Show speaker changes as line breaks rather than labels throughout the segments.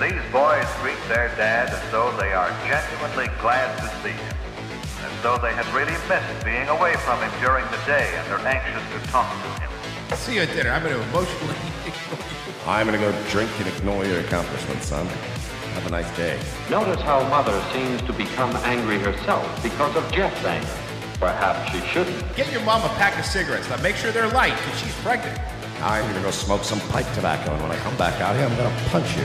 These boys greet their dad as though they are genuinely glad to see him, as though they had really missed being away from him during the day and are anxious to talk to him.
See you at dinner. I'm going to emotionally.
I'm gonna go drink and ignore your accomplishments, son. Have a nice day.
Notice how Mother seems to become angry herself because of Jeff's anger. Perhaps she shouldn't.
Get your mom a pack of cigarettes. Now make sure they're light because she's pregnant.
I'm gonna go smoke some pipe tobacco, and when I come back out here, I'm gonna punch you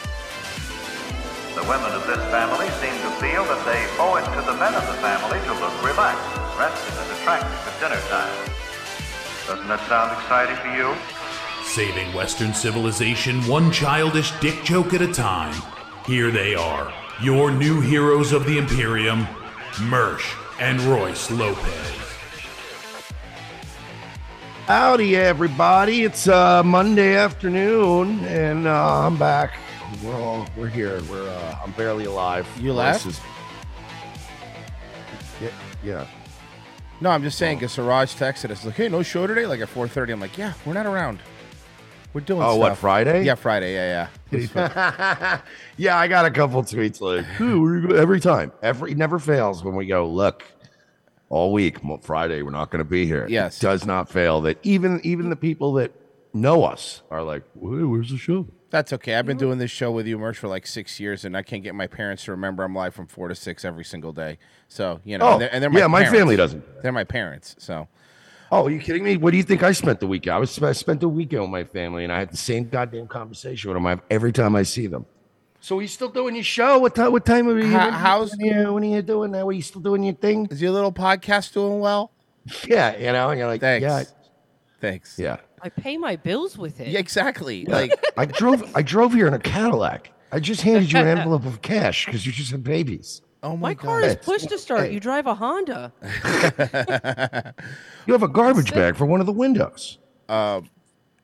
The women of this family seem to feel that they owe it to the men of the family to look relaxed, rested, and attractive at dinner time. Doesn't that sound exciting to you?
Saving Western civilization one childish dick joke at a time. Here they are, your new heroes of the Imperium, Mersch and Royce Lopez.
Howdy, everybody. It's uh, Monday afternoon, and uh, I'm back.
We're all we're here. We're uh, I'm barely alive.
You
This
left?
is- Yeah, yeah.
No, I'm just saying because Siraj texted us like, "Hey, no show today." Like at 4:30, I'm like, "Yeah, we're not around. We're doing
Oh, what,
stuff."
Friday?
Yeah, Friday. Yeah, yeah. It was fun.
yeah, I got a couple tweets like "Ooh, where you go-" every time, every it never fails when we go look all week Mo- Friday we're not going to be here.
Yes.
it does not fail that even even the people that know us are like, "Where- where's the show?
That's okay. I've been doing this show with you, Merch, for like six years, and I can't get my parents to remember I'm live from four to six every single day. So you know,
Oh,
and they're, and they're my
yeah, my
parents.
family doesn't.
They're my parents. So
Oh, are you kidding me? What do you think I spent the week? I was I spent the weekend with my family and I had the same goddamn conversation with them I have every time I see them. So he's still doing his show? What time? What time are you?
How- how's-
yeah? When are you doing that? What are you still doing your thing?
is your little podcast doing well?
Yeah, you know. And you're like,
Thanks.
yeah,
Thanks.
yeah.
I pay my bills with it.
Yeah, exactly. Like
I drove I drove here in a Cadillac. I just handed you an envelope of cash because you just had babies.
oh my,
My
God.
car is push to start.
Hey.
You drive a Honda.
You have a garbage bag for one of the windows.
um,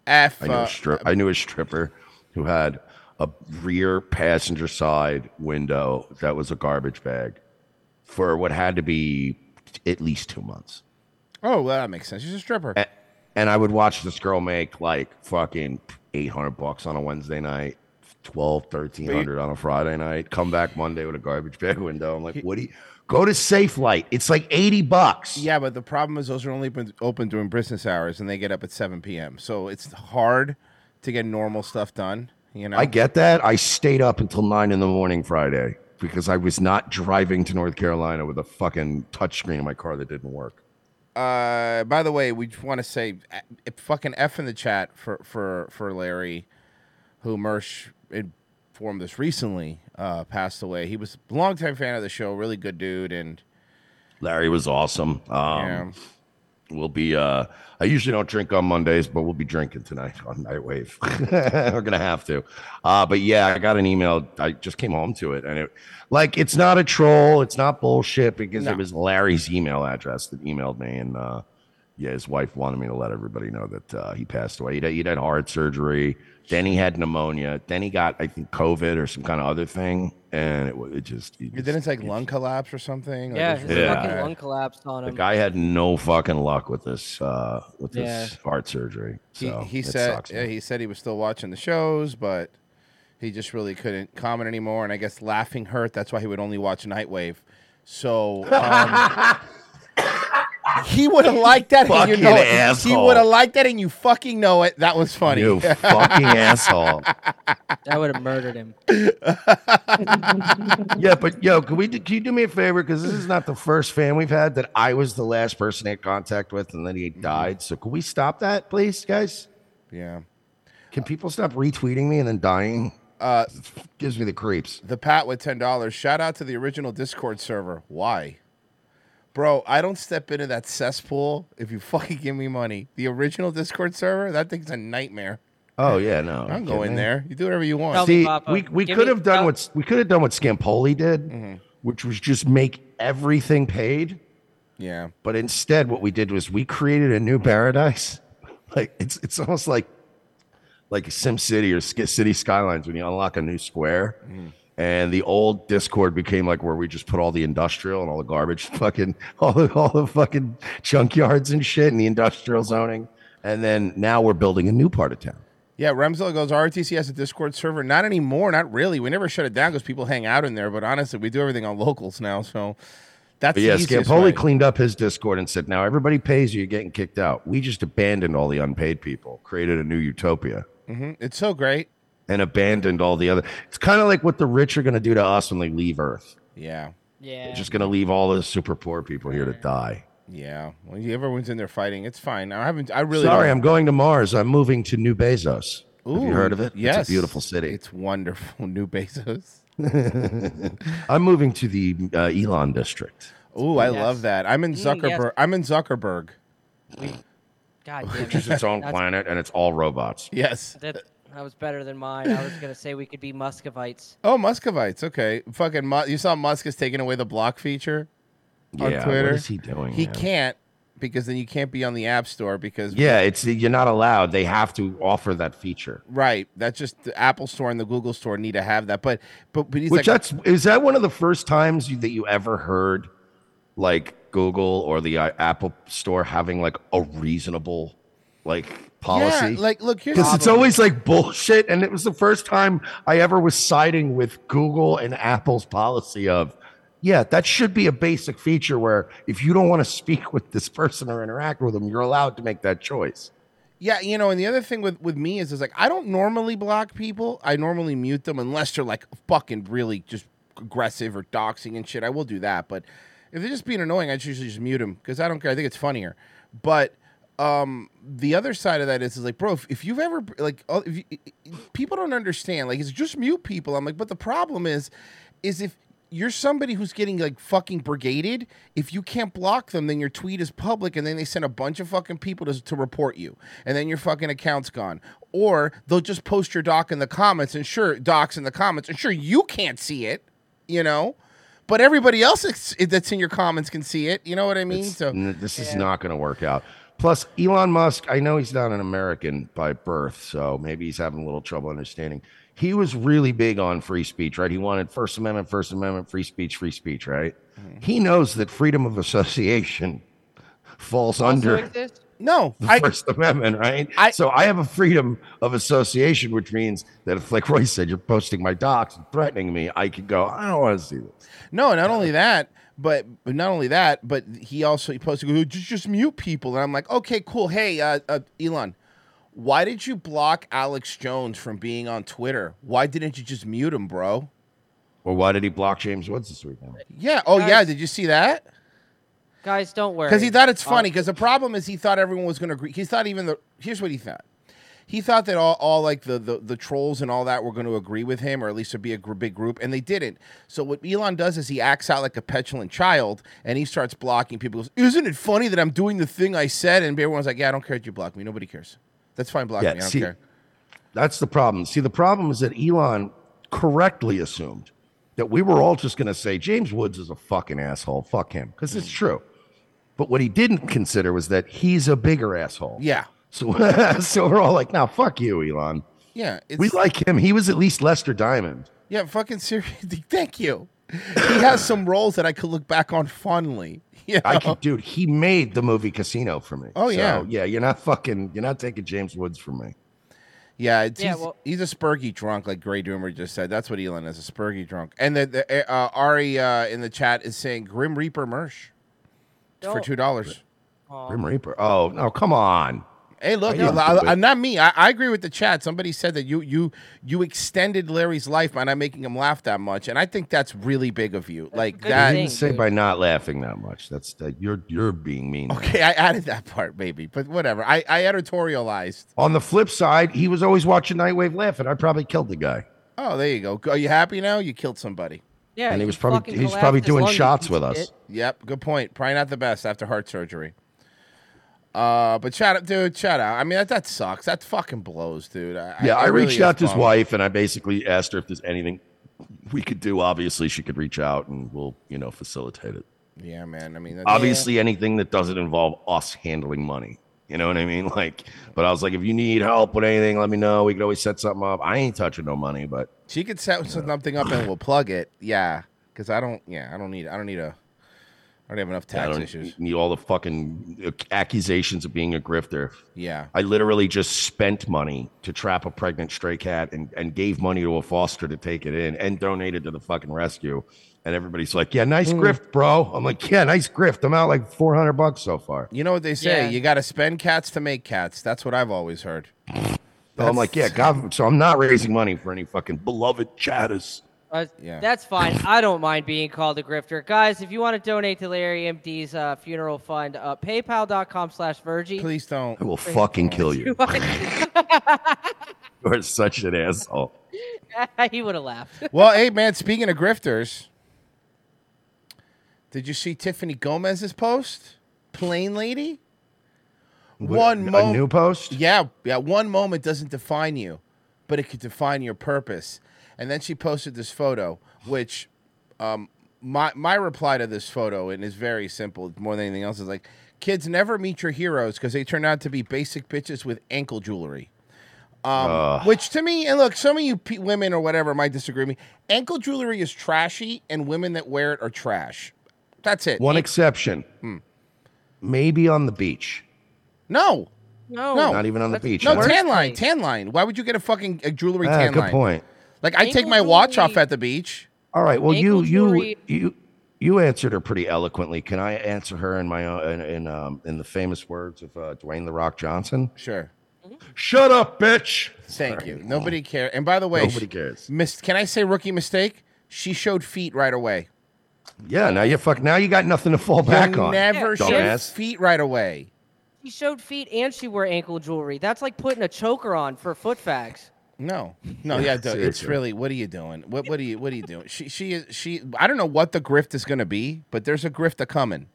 F.
I knew
uh,
a stri- I knew a stripper who had a rear passenger side window that was a garbage bag for what had to be at least two months.
oh, well, that makes sense. She's a stripper.
A- And I would watch this girl make like fucking 800 bucks on a Wednesday night, 12, 1300 on a Friday night, come back Monday with a garbage bag window. I'm like, what do you go to Safe Light? It's like 80 bucks.
Yeah, but the problem is those are only open, open during business hours, and they get up at 7 p.m. So it's hard to get normal stuff done. You know,
I get that. I stayed up until nine in the morning Friday because I was not driving to North Carolina with a fucking touchscreen in my car that didn't work.
Uh, by the way, we just want to say uh, fucking F in the chat for for for Larry, who Mersh informed us recently uh, passed away. He was a longtime fan of the show, really good dude, and
Larry was awesome. Um,
yeah.
We'll be. Uh, I usually don't drink on Mondays, but we'll be drinking tonight on Nightwave. We're gonna have to. Uh, but yeah, I got an email. I just came home to it, and it like it's not a troll. It's not bullshit because
No.
it was Larry's email address that emailed me, and uh, yeah, his wife wanted me to let everybody know that uh, he passed away. He had, he had heart surgery. Then he had pneumonia. Then he got, I think, COVID or some kind of other thing, and it, wa- it just. It
But
just-
then it's like lung collapse or something. Like,
Yeah,
it was
his
really
Yeah.
fucking
bad.
lung collapsed on
The
him.
guy had no fucking luck with this uh with this
Yeah.
heart surgery.
He,
So
he
it
said
sucks,
yeah,
man.
he said he was still watching the shows, but he just really couldn't comment anymore. And I guess laughing hurt. That's why he would only watch Nightwave. So um, he would have liked that, and you
Fucking
know it. He
asshole.
would have liked that, and you fucking know it. That was funny.
You fucking asshole.
I would have murdered him.
Yeah, but yo, can we do, can you do me a favor? Because this is not the first fan we've had that I was the last person to had contact with, and then he
Mm-hmm.
died. So can we stop that, please, guys?
Yeah.
Can people stop retweeting me and then dying? Uh, gives me the creeps.
The Pat with ten dollars. Shout out to the original Discord server. Why? Bro, I don't step into that cesspool if you fucking give me money. The original Discord server, that thing's a nightmare.
Oh yeah, no,
I
I'm
don't go in
kidding.
there. You do whatever you want.
Tell me,
See,
Papa,
we, we
give
could
me-
have done
tell-
Mm-hmm.
what we could have done what Scampoli did, which was just make everything paid.
Yeah.
But instead, what we did was we created a new paradise. Like it's it's almost like like Sim City or Sk- City Skylines when you unlock a new square.
Mm.
And the old Discord became like where we just put all the industrial and all the garbage, fucking all the all the fucking junkyards and shit, and the industrial zoning. And then now we're building a new part of town.
Yeah, Remzilla goes, RTC has a Discord server. Not anymore, not really. We never shut it down because people hang out in there. But honestly, we do everything on locals now. So that's
But yeah,
the easiest
Scampoli
way.
cleaned up his Discord and said, "Now everybody pays you. You're getting kicked out." We just abandoned all the unpaid people, created a new utopia.
Mhm. It's so great.
and abandoned all the other. It's kind of like what the rich are going to do to us when they leave Earth.
Yeah.
Yeah.
They're just going to leave all the super poor people here to die.
Yeah. Well, you- everyone's in there fighting. It's fine. I haven't, I really.
Sorry,
don't-
I'm going to Mars. I'm moving to New Bezos. Have
Ooh,
you heard of it?
Yes.
It's a beautiful city.
It's wonderful. New Bezos.
I'm moving to the uh, Elon district.
Ooh, I
Yes. Mm,
love that. I'm in
yes.
Zuckerberg. I'm in Zuckerberg.
God damn
It's
it.
its own
That's-
planet and it's all robots.
Yes.
That, that was better than mine. I was gonna say we could be Muscovites.
Oh, Muscovites. Okay. Fucking, Mu- you saw Musk is taking away the block feature on
yeah,
Twitter.
what is he doing?
He
man?
can't because then you can't be on the App Store because
Yeah, it's you're not allowed. They have to offer that feature.
Right. That's just the Apple Store and the Google Store need to have that. But but, but he's
Which
like,
that's is that one of the first times you, that you ever heard like Google or the uh, Apple Store having like a reasonable like policy?
Yeah, like look, here's
because it's
Probably.
always like bullshit, and it was the first time I ever was siding with Google and Apple's policy of, yeah, that should be a basic feature where if you don't want to speak with this person or interact with them, you're allowed to make that choice.
yeah, you know. And the other thing with with me is is like I don't normally block people. I normally mute them unless they're like fucking really just aggressive or doxing and shit. I will do that, but if they're just being annoying, I just usually just mute them because I don't care. I think it's funnier. But um the other side of that is is like bro if, if you've ever like oh, if you, i- i- people don't understand like it's just mute people i'm like but the problem is is if you're somebody who's getting like fucking brigaded if you can't block them then your tweet is public and then they send a bunch of fucking people to, to report you and then your fucking account's gone or they'll just post your doc in the comments and sure docs in the comments and sure you can't see it you know but everybody else that's- that's in your comments can see it you know what i mean
It's-
so
n- this is not going to work out. Plus, Elon Musk, I know he's not an American by birth, so maybe he's having a little trouble understanding. He was really big on free speech, right? He wanted First Amendment, First Amendment, free speech, free speech, right?
Mm-hmm.
He knows that freedom of association falls
Also
under
exist?
no
the
i
First Amendment, right?
I-
so I have a freedom of association, which means that if, like Roy said, you're posting my docs and threatening me, I could go, I don't want to see this.
No, not only that, but but not only that, but he also he posted "Oh, just just mute people, and I'm like, okay, cool. Hey, uh, uh, Elon, why did you block Alex Jones from being on Twitter? Why didn't you just mute him, bro?
Well, why did he block James Woods this weekend?
Yeah. Oh yeah.
Guys-
Did you see that?
Guys, don't worry.
Because he thought it's
I'll-
funny. Because the problem is he thought everyone was going to agree. He thought even the here's what he thought. He thought that all, all like the, the the trolls and all that were going to agree with him, or at least there'd be a gr- big group, and they didn't. So what Elon does is he acts out like a petulant child, and he starts blocking people. He Goes, isn't it funny that I'm doing the thing I said? And everyone's like, yeah, I don't care that you block me. Nobody cares. That's fine, block
Yeah,
me. I don't
see-
care.
That's the problem. See, the problem is that Elon correctly assumed that we were all just going to say James Woods is a fucking asshole. Fuck him, because it's
Hmm.
true. But what he didn't consider was that he's a bigger asshole.
Yeah,
So, so we're all like, "Now, fuck you, Elon.
yeah. It's,
We like him. He was at least Lester Diamond."
Yeah, fucking serious. Thank you. He has some roles that I could look back on fondly. Yeah,
I can, dude. He made the movie Casino for me.
Oh,
So,
yeah.
yeah. You're not fucking. You're not taking James Woods from me.
Yeah, it's,
Yeah,
he's,
well-
he's a spurgy drunk, like Gray Doomer just said. That's what Elon is, a spurgy drunk. And the, the uh, Ari uh, in the chat is saying Grim Reaper Mersh for
Don't-
two dollars.
Aw.
Grim Reaper. Oh no, come on.
Hey, look,
I don't
I-
do it.
I- not me. I, I agree with the chat. Somebody said that you you you extended Larry's life by not making him laugh that much, and I think that's really big of you. like
good
that.
thing.
Didn't say by not laughing that much. That's that. You're you're being mean.
Okay, I added that part maybe, but whatever. I, I editorialized.
On the flip side, he was always watching Nightwave laughing. I probably killed the guy,
Oh, there you go. Are you happy now? You killed somebody.
Yeah,
and he
you
was probably
fucking
he's
collapsed
probably
his
doing
lung, you
shots
piece
with
of
us.
shit.
Yep, good point. Probably not the best after heart surgery. Uh, but shout out, dude. Shout out. I mean, that, that sucks. That fucking blows, dude. I,
Yeah, I,
it really
reached
is
out to his
bummed.
wife and I basically asked her if there's anything we could do, obviously she could reach out and we'll, you know, facilitate it.
Yeah, man. I mean, that's,
Obviously anything that doesn't involve us handling money. You know what I mean? Like, but I was like, if you need help with anything, let me know. We could always set something up. I ain't touching no money, but
she could set something up and we'll plug it. Yeah, because I don't. Yeah, I don't need. I don't need a. I don't have enough
I
tax
don't
issues.
need all the fucking accusations of being a grifter.
Yeah,
I literally just spent money to trap a pregnant stray cat and, and gave money to a foster to take it in and donated to the fucking rescue. And everybody's like, yeah, nice
Hmm.
grift, bro. I'm like, yeah, nice grift. I'm out like 400 bucks so far.
you know what they say.
Yeah.
You got to spend cats to make cats. That's what I've always heard.
So I'm like, yeah, God. So I'm not raising money for any fucking beloved chatters.
Uh,
Yeah.
That's fine. I don't mind being called a grifter. Guys, if you want to donate to Larry MD's uh, funeral fund, uh, paypal.com slash Virgie.
Please don't.
I will fucking kill you. You're such an asshole.
he would have laughed.
Well, hey, man. Speaking of grifters, did you see Tiffany Gomez's post? Plain lady. One
a
moment.
new post?
Yeah, yeah. One moment doesn't define you, but it could define your purpose. And then she posted this photo, which um, my my reply to this photo and is very simple. More than anything else, is like kids never meet your heroes because they turn out to be basic bitches with ankle jewelry. Um, which to me, and look, some of you pe- women or whatever might disagree with me. Ankle jewelry is trashy, and women that wear it are trash. That's it.
One exception.
Hmm.
Maybe on the beach.
no,
No.
No.
Not even on the
That's
beach.
no
Where-
tan line,
place.
tan line. Why would you get a fucking a jewelry
Ah,
tan
good
line?
point.
Like I take
Ankle
my watch off
jewelry-
at the beach.
All right. Well, you
Ankle
you
jewelry-
you you answered her pretty eloquently. Can I answer her in my own in in, um, in the famous words of uh, Dwayne the Rock Johnson?
Sure.
Mm-hmm. Shut up, bitch.
Thank you. Nobody care. And by the way,
Nobody
sh-
cares.
Miss, can I say rookie mistake? She showed feet right away.
Yeah. Now you fuck. Now you got nothing to fall back
You'll
on.
Never
Yeah,
showed
dumbass.
feet right away.
She showed feet and she wore ankle jewelry. That's like putting a choker on for foot fags.
No, no,
Yeah,
yeah, dude, it's
seriously.
really. What are you doing? What what are you what are you doing? She she is she. I don't know what the grift is going to be, but there's a grift a coming.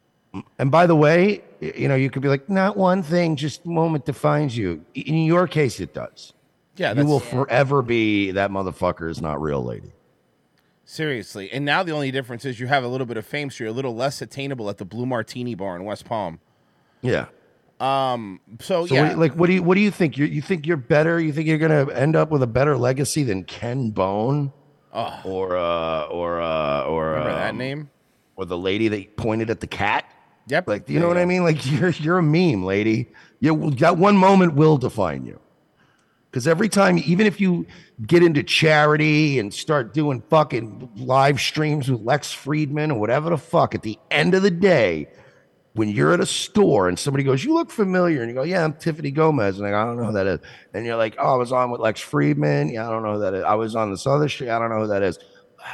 And by the way, y- you know you could be like, not one thing, just moment defines you. I- In your case, it does.
Yeah,
You
that's,
will forever be that motherfucker is not real, lady.
seriously. And now the only difference is you have a little bit of fame, so you're a little less attainable at the Blue Martini Bar in West Palm. Um,
Yeah.
So,
So
Oh, yeah,
what, like, what do you what do you think? You you think you're better? You think you're gonna end up with a better legacy than Ken Bone, or uh, or uh, or
remember that
um,
name?
or the lady that pointed at the cat?
Yep.
Like, you
Yeah,
know what
yeah.
I mean? Like, you're you're a meme, lady. You that one moment will define you. Because every time, even if you get into charity and start doing fucking live streams with Lex Friedman or whatever the fuck, at the end of the day, when you're at a store and somebody goes, You look familiar. And you go, Yeah, I'm Tiffany Gomez. And I go, I don't know who that is. And you're like, Oh, I was on with Lex Friedman. Yeah, I don't know who that is. I was on this other shit. I don't know who that is.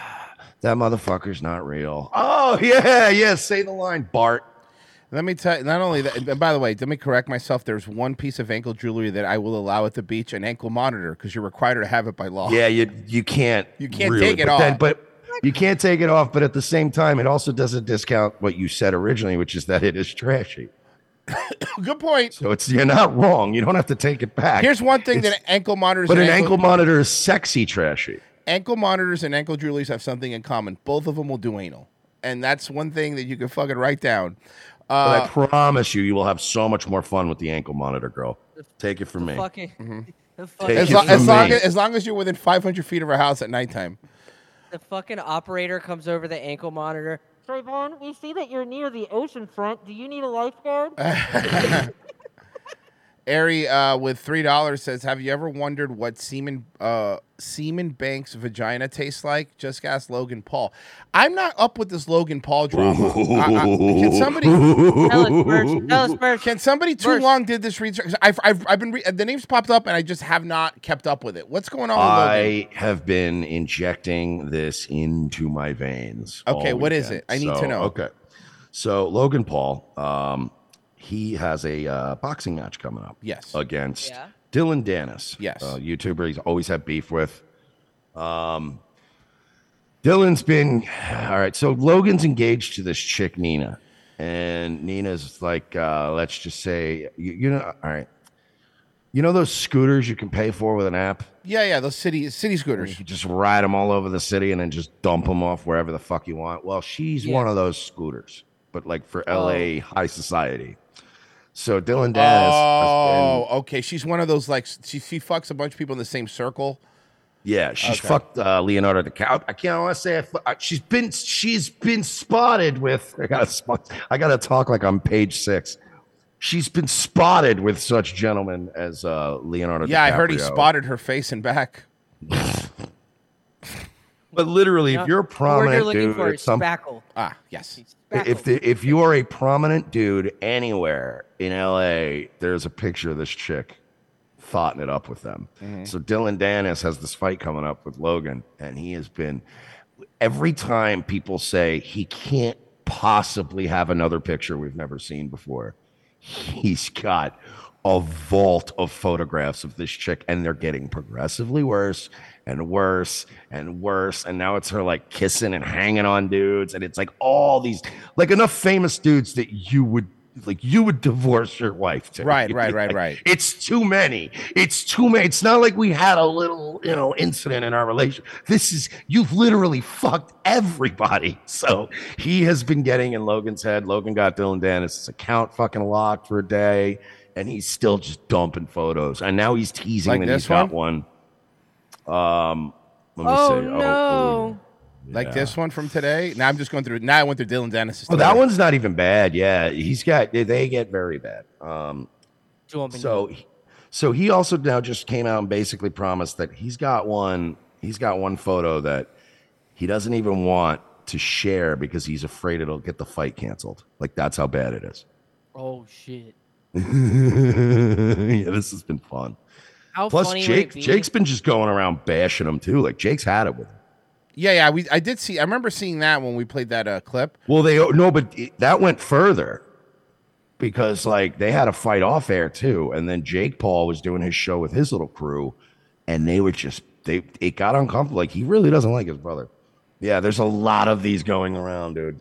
that motherfucker's not real. Oh, yeah, yeah. Say the line, Bart.
Let me tell you, not only that, and by the way, let me correct myself. There's one piece of ankle jewelry that I will allow at the beach an ankle monitor because you're required to have it by law.
Yeah, you you can't
You can't take it
but
off.
but you can't take it off. But at the same time, it also doesn't discount what you said originally, which is that it is trashy.
Good point.
So it's you're not wrong. You don't have to take it back.
Here's one thing
It's-
that ankle monitors
but an
and
ankle monitor is sexy trashy.
ankle monitors and ankle jewelries have something in common. Both of them will do anal. And that's one thing that you can fucking write down.
But I
Uh,
promise you, you will have so much more fun with the ankle monitor, girl. Take it from me.
Fucking. The fucking,
Mm-hmm.
Take
as,
it
lo-
from
as, long
me.
as, as long as you're within 500 feet of our house at nighttime.
the fucking operator comes over the ankle monitor. Trayvon, we see that you're near the ocean front. Do you need a lifeguard?
Ari uh, with three dollars says, "Have you ever wondered what semen uh, semen Banks' vagina tastes like?" Just ask Logan Paul. I'm not up with this Logan Paul drama. I- I- can somebody
Tell us, Merch. Tell us, Merch.
can somebody too
Merch.
long did this research? 'Cause I've, I've I've been re- the names popped up and I just have not kept up with it. What's going on? with Logan?
I have been injecting this into my veins.
Okay,
all
what is
weekend.
it? I need to
So,
know.
Okay. So Logan Paul, um, he has a uh, boxing match coming up.
Yes.
Against
Yeah.
Dylan Dennis.
Yes.
A YouTuber he's always had beef with. Um, Dylan's been all right. So Logan's engaged to this chick Nina, and Nina's like, uh, let's just say, you, you know, all right. You know those scooters you can pay for with an app?
Yeah, yeah, those city city scooters.
You just ride them all over the city and then just dump them off wherever the fuck you want. Well, she's
Yeah.
one of those scooters, but like for LA high society. So Dylan Dennis has
Oh,
been,
okay. She's one of those like s- she she fucks a bunch of people in the same circle.
yeah, she's
Okay.
fucked uh, Leonardo DiCaprio. I can't want to say I fu- I, she's been she's been spotted with. I gotta spot, I gotta talk like I'm page six. She's been spotted with such gentlemen as uh, Leonardo.
Yeah, I heard he
DiCaprio.
spotted her face and back.
But literally,
Yeah.
if you're a
The word you're
prominent
looking
dude,
for
at
is
some
spackle.
Ah, yes.
if
Spackle.
the, if you are a prominent dude anywhere in LA, there's a picture of this chick thoughting it up with them. So Dylan Dennis has this fight coming up with Logan, and he has been every time people say he can't possibly have another picture we've never seen before, he's got a vault of photographs of this chick, and they're getting progressively worse and worse and worse. And now it's her like kissing and hanging on dudes, and it's like all these like enough famous dudes that you would like you would divorce your wife to
Right, right, right,
Like,
right.
it's too many. It's too many. It's not like we had a little, you know, incident in our relation. This is you've literally fucked everybody. So he has been getting in Logan's head. Logan got Dylan Dennis' account fucking locked for a day, and he's still just dumping photos. And now he's teasing
Like
that
this
he's got one. Um, let me
oh
see.
no!
Like this one from today. Now I'm just going through. Now I went through Dylan Dennis.
Oh, that one's not even bad. Yeah, he's got. they- They get very bad. Um,
Do you want me to-
So, so he also now just came out and basically promised that he's got one. He's got one photo that he doesn't even want to share because he's afraid it'll get the fight canceled. Like that's how bad it is.
oh shit!
yeah, this has been fun.
How
Plus,
funny
Jake,
would it be?
Jake's been just going around bashing him too. Like Jake's had it with him.
Yeah, yeah. We I did see. I remember seeing that when we played that uh, clip.
Well, they no, but it- that went further because like they had a fight off air too, and then Jake Paul was doing his show with his little crew, and they were just they it got uncomfortable. Like he really doesn't like his brother. Yeah, there's a lot of these going around, dude.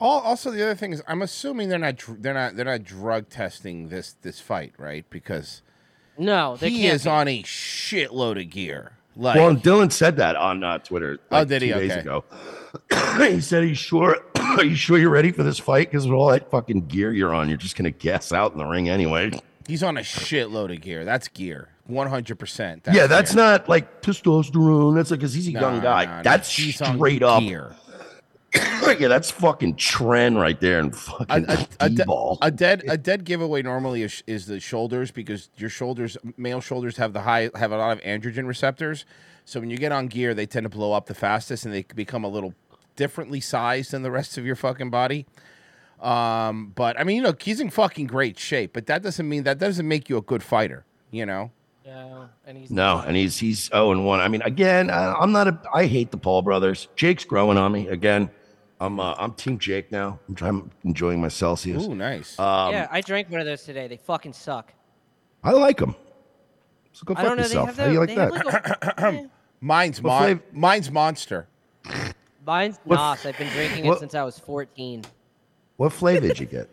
All, also, the other thing is, I'm assuming they're not dr- they're not they're not drug testing this this fight, right? Because
no, they
he
can't
is
be.
on a shitload of gear. Like,
Well, and Dylan said that on uh, Twitter.
Oh,
like,
did he?
Two days
Okay.
ago, he said, "Are you sure? Are you sure you're ready for this fight? Because with all that fucking gear you're on, you're just gonna gas out in the ring anyway."
he's on a shitload of gear. That's gear, 100. percent
yeah, that's not like testosterone. That's like because he's a young guy. that's straight up. yeah, that's fucking trend right there and fucking
a, a, a, de-
ball.
a dead a dead giveaway normally is, is the shoulders because your shoulders male shoulders have the high have a lot of androgen receptors so when you get on gear they tend to blow up the fastest and they become a little differently sized than the rest of your fucking body um but i mean you know he's in fucking great shape but that doesn't mean that doesn't make you a good fighter you know
No, and he's
no, and he's he's zero and one. I mean, again, I, I'm not a. I hate the Paul brothers. Jake's growing on me again. I'm uh, I'm Team Jake now. I'm, trying, I'm enjoying my Celsius.
ooh nice
Um,
yeah, I drank one of those today. They fucking suck.
I like them. So go
I
fuck
don't know. They
yourself.
have that.
How do you like
they
that?
Have like a, eh.
mine's
what
mon-
flav-
mine's monster
Mine's
What-
Nas. I've been drinking
what-
it since I was 14.
what flavor did you get?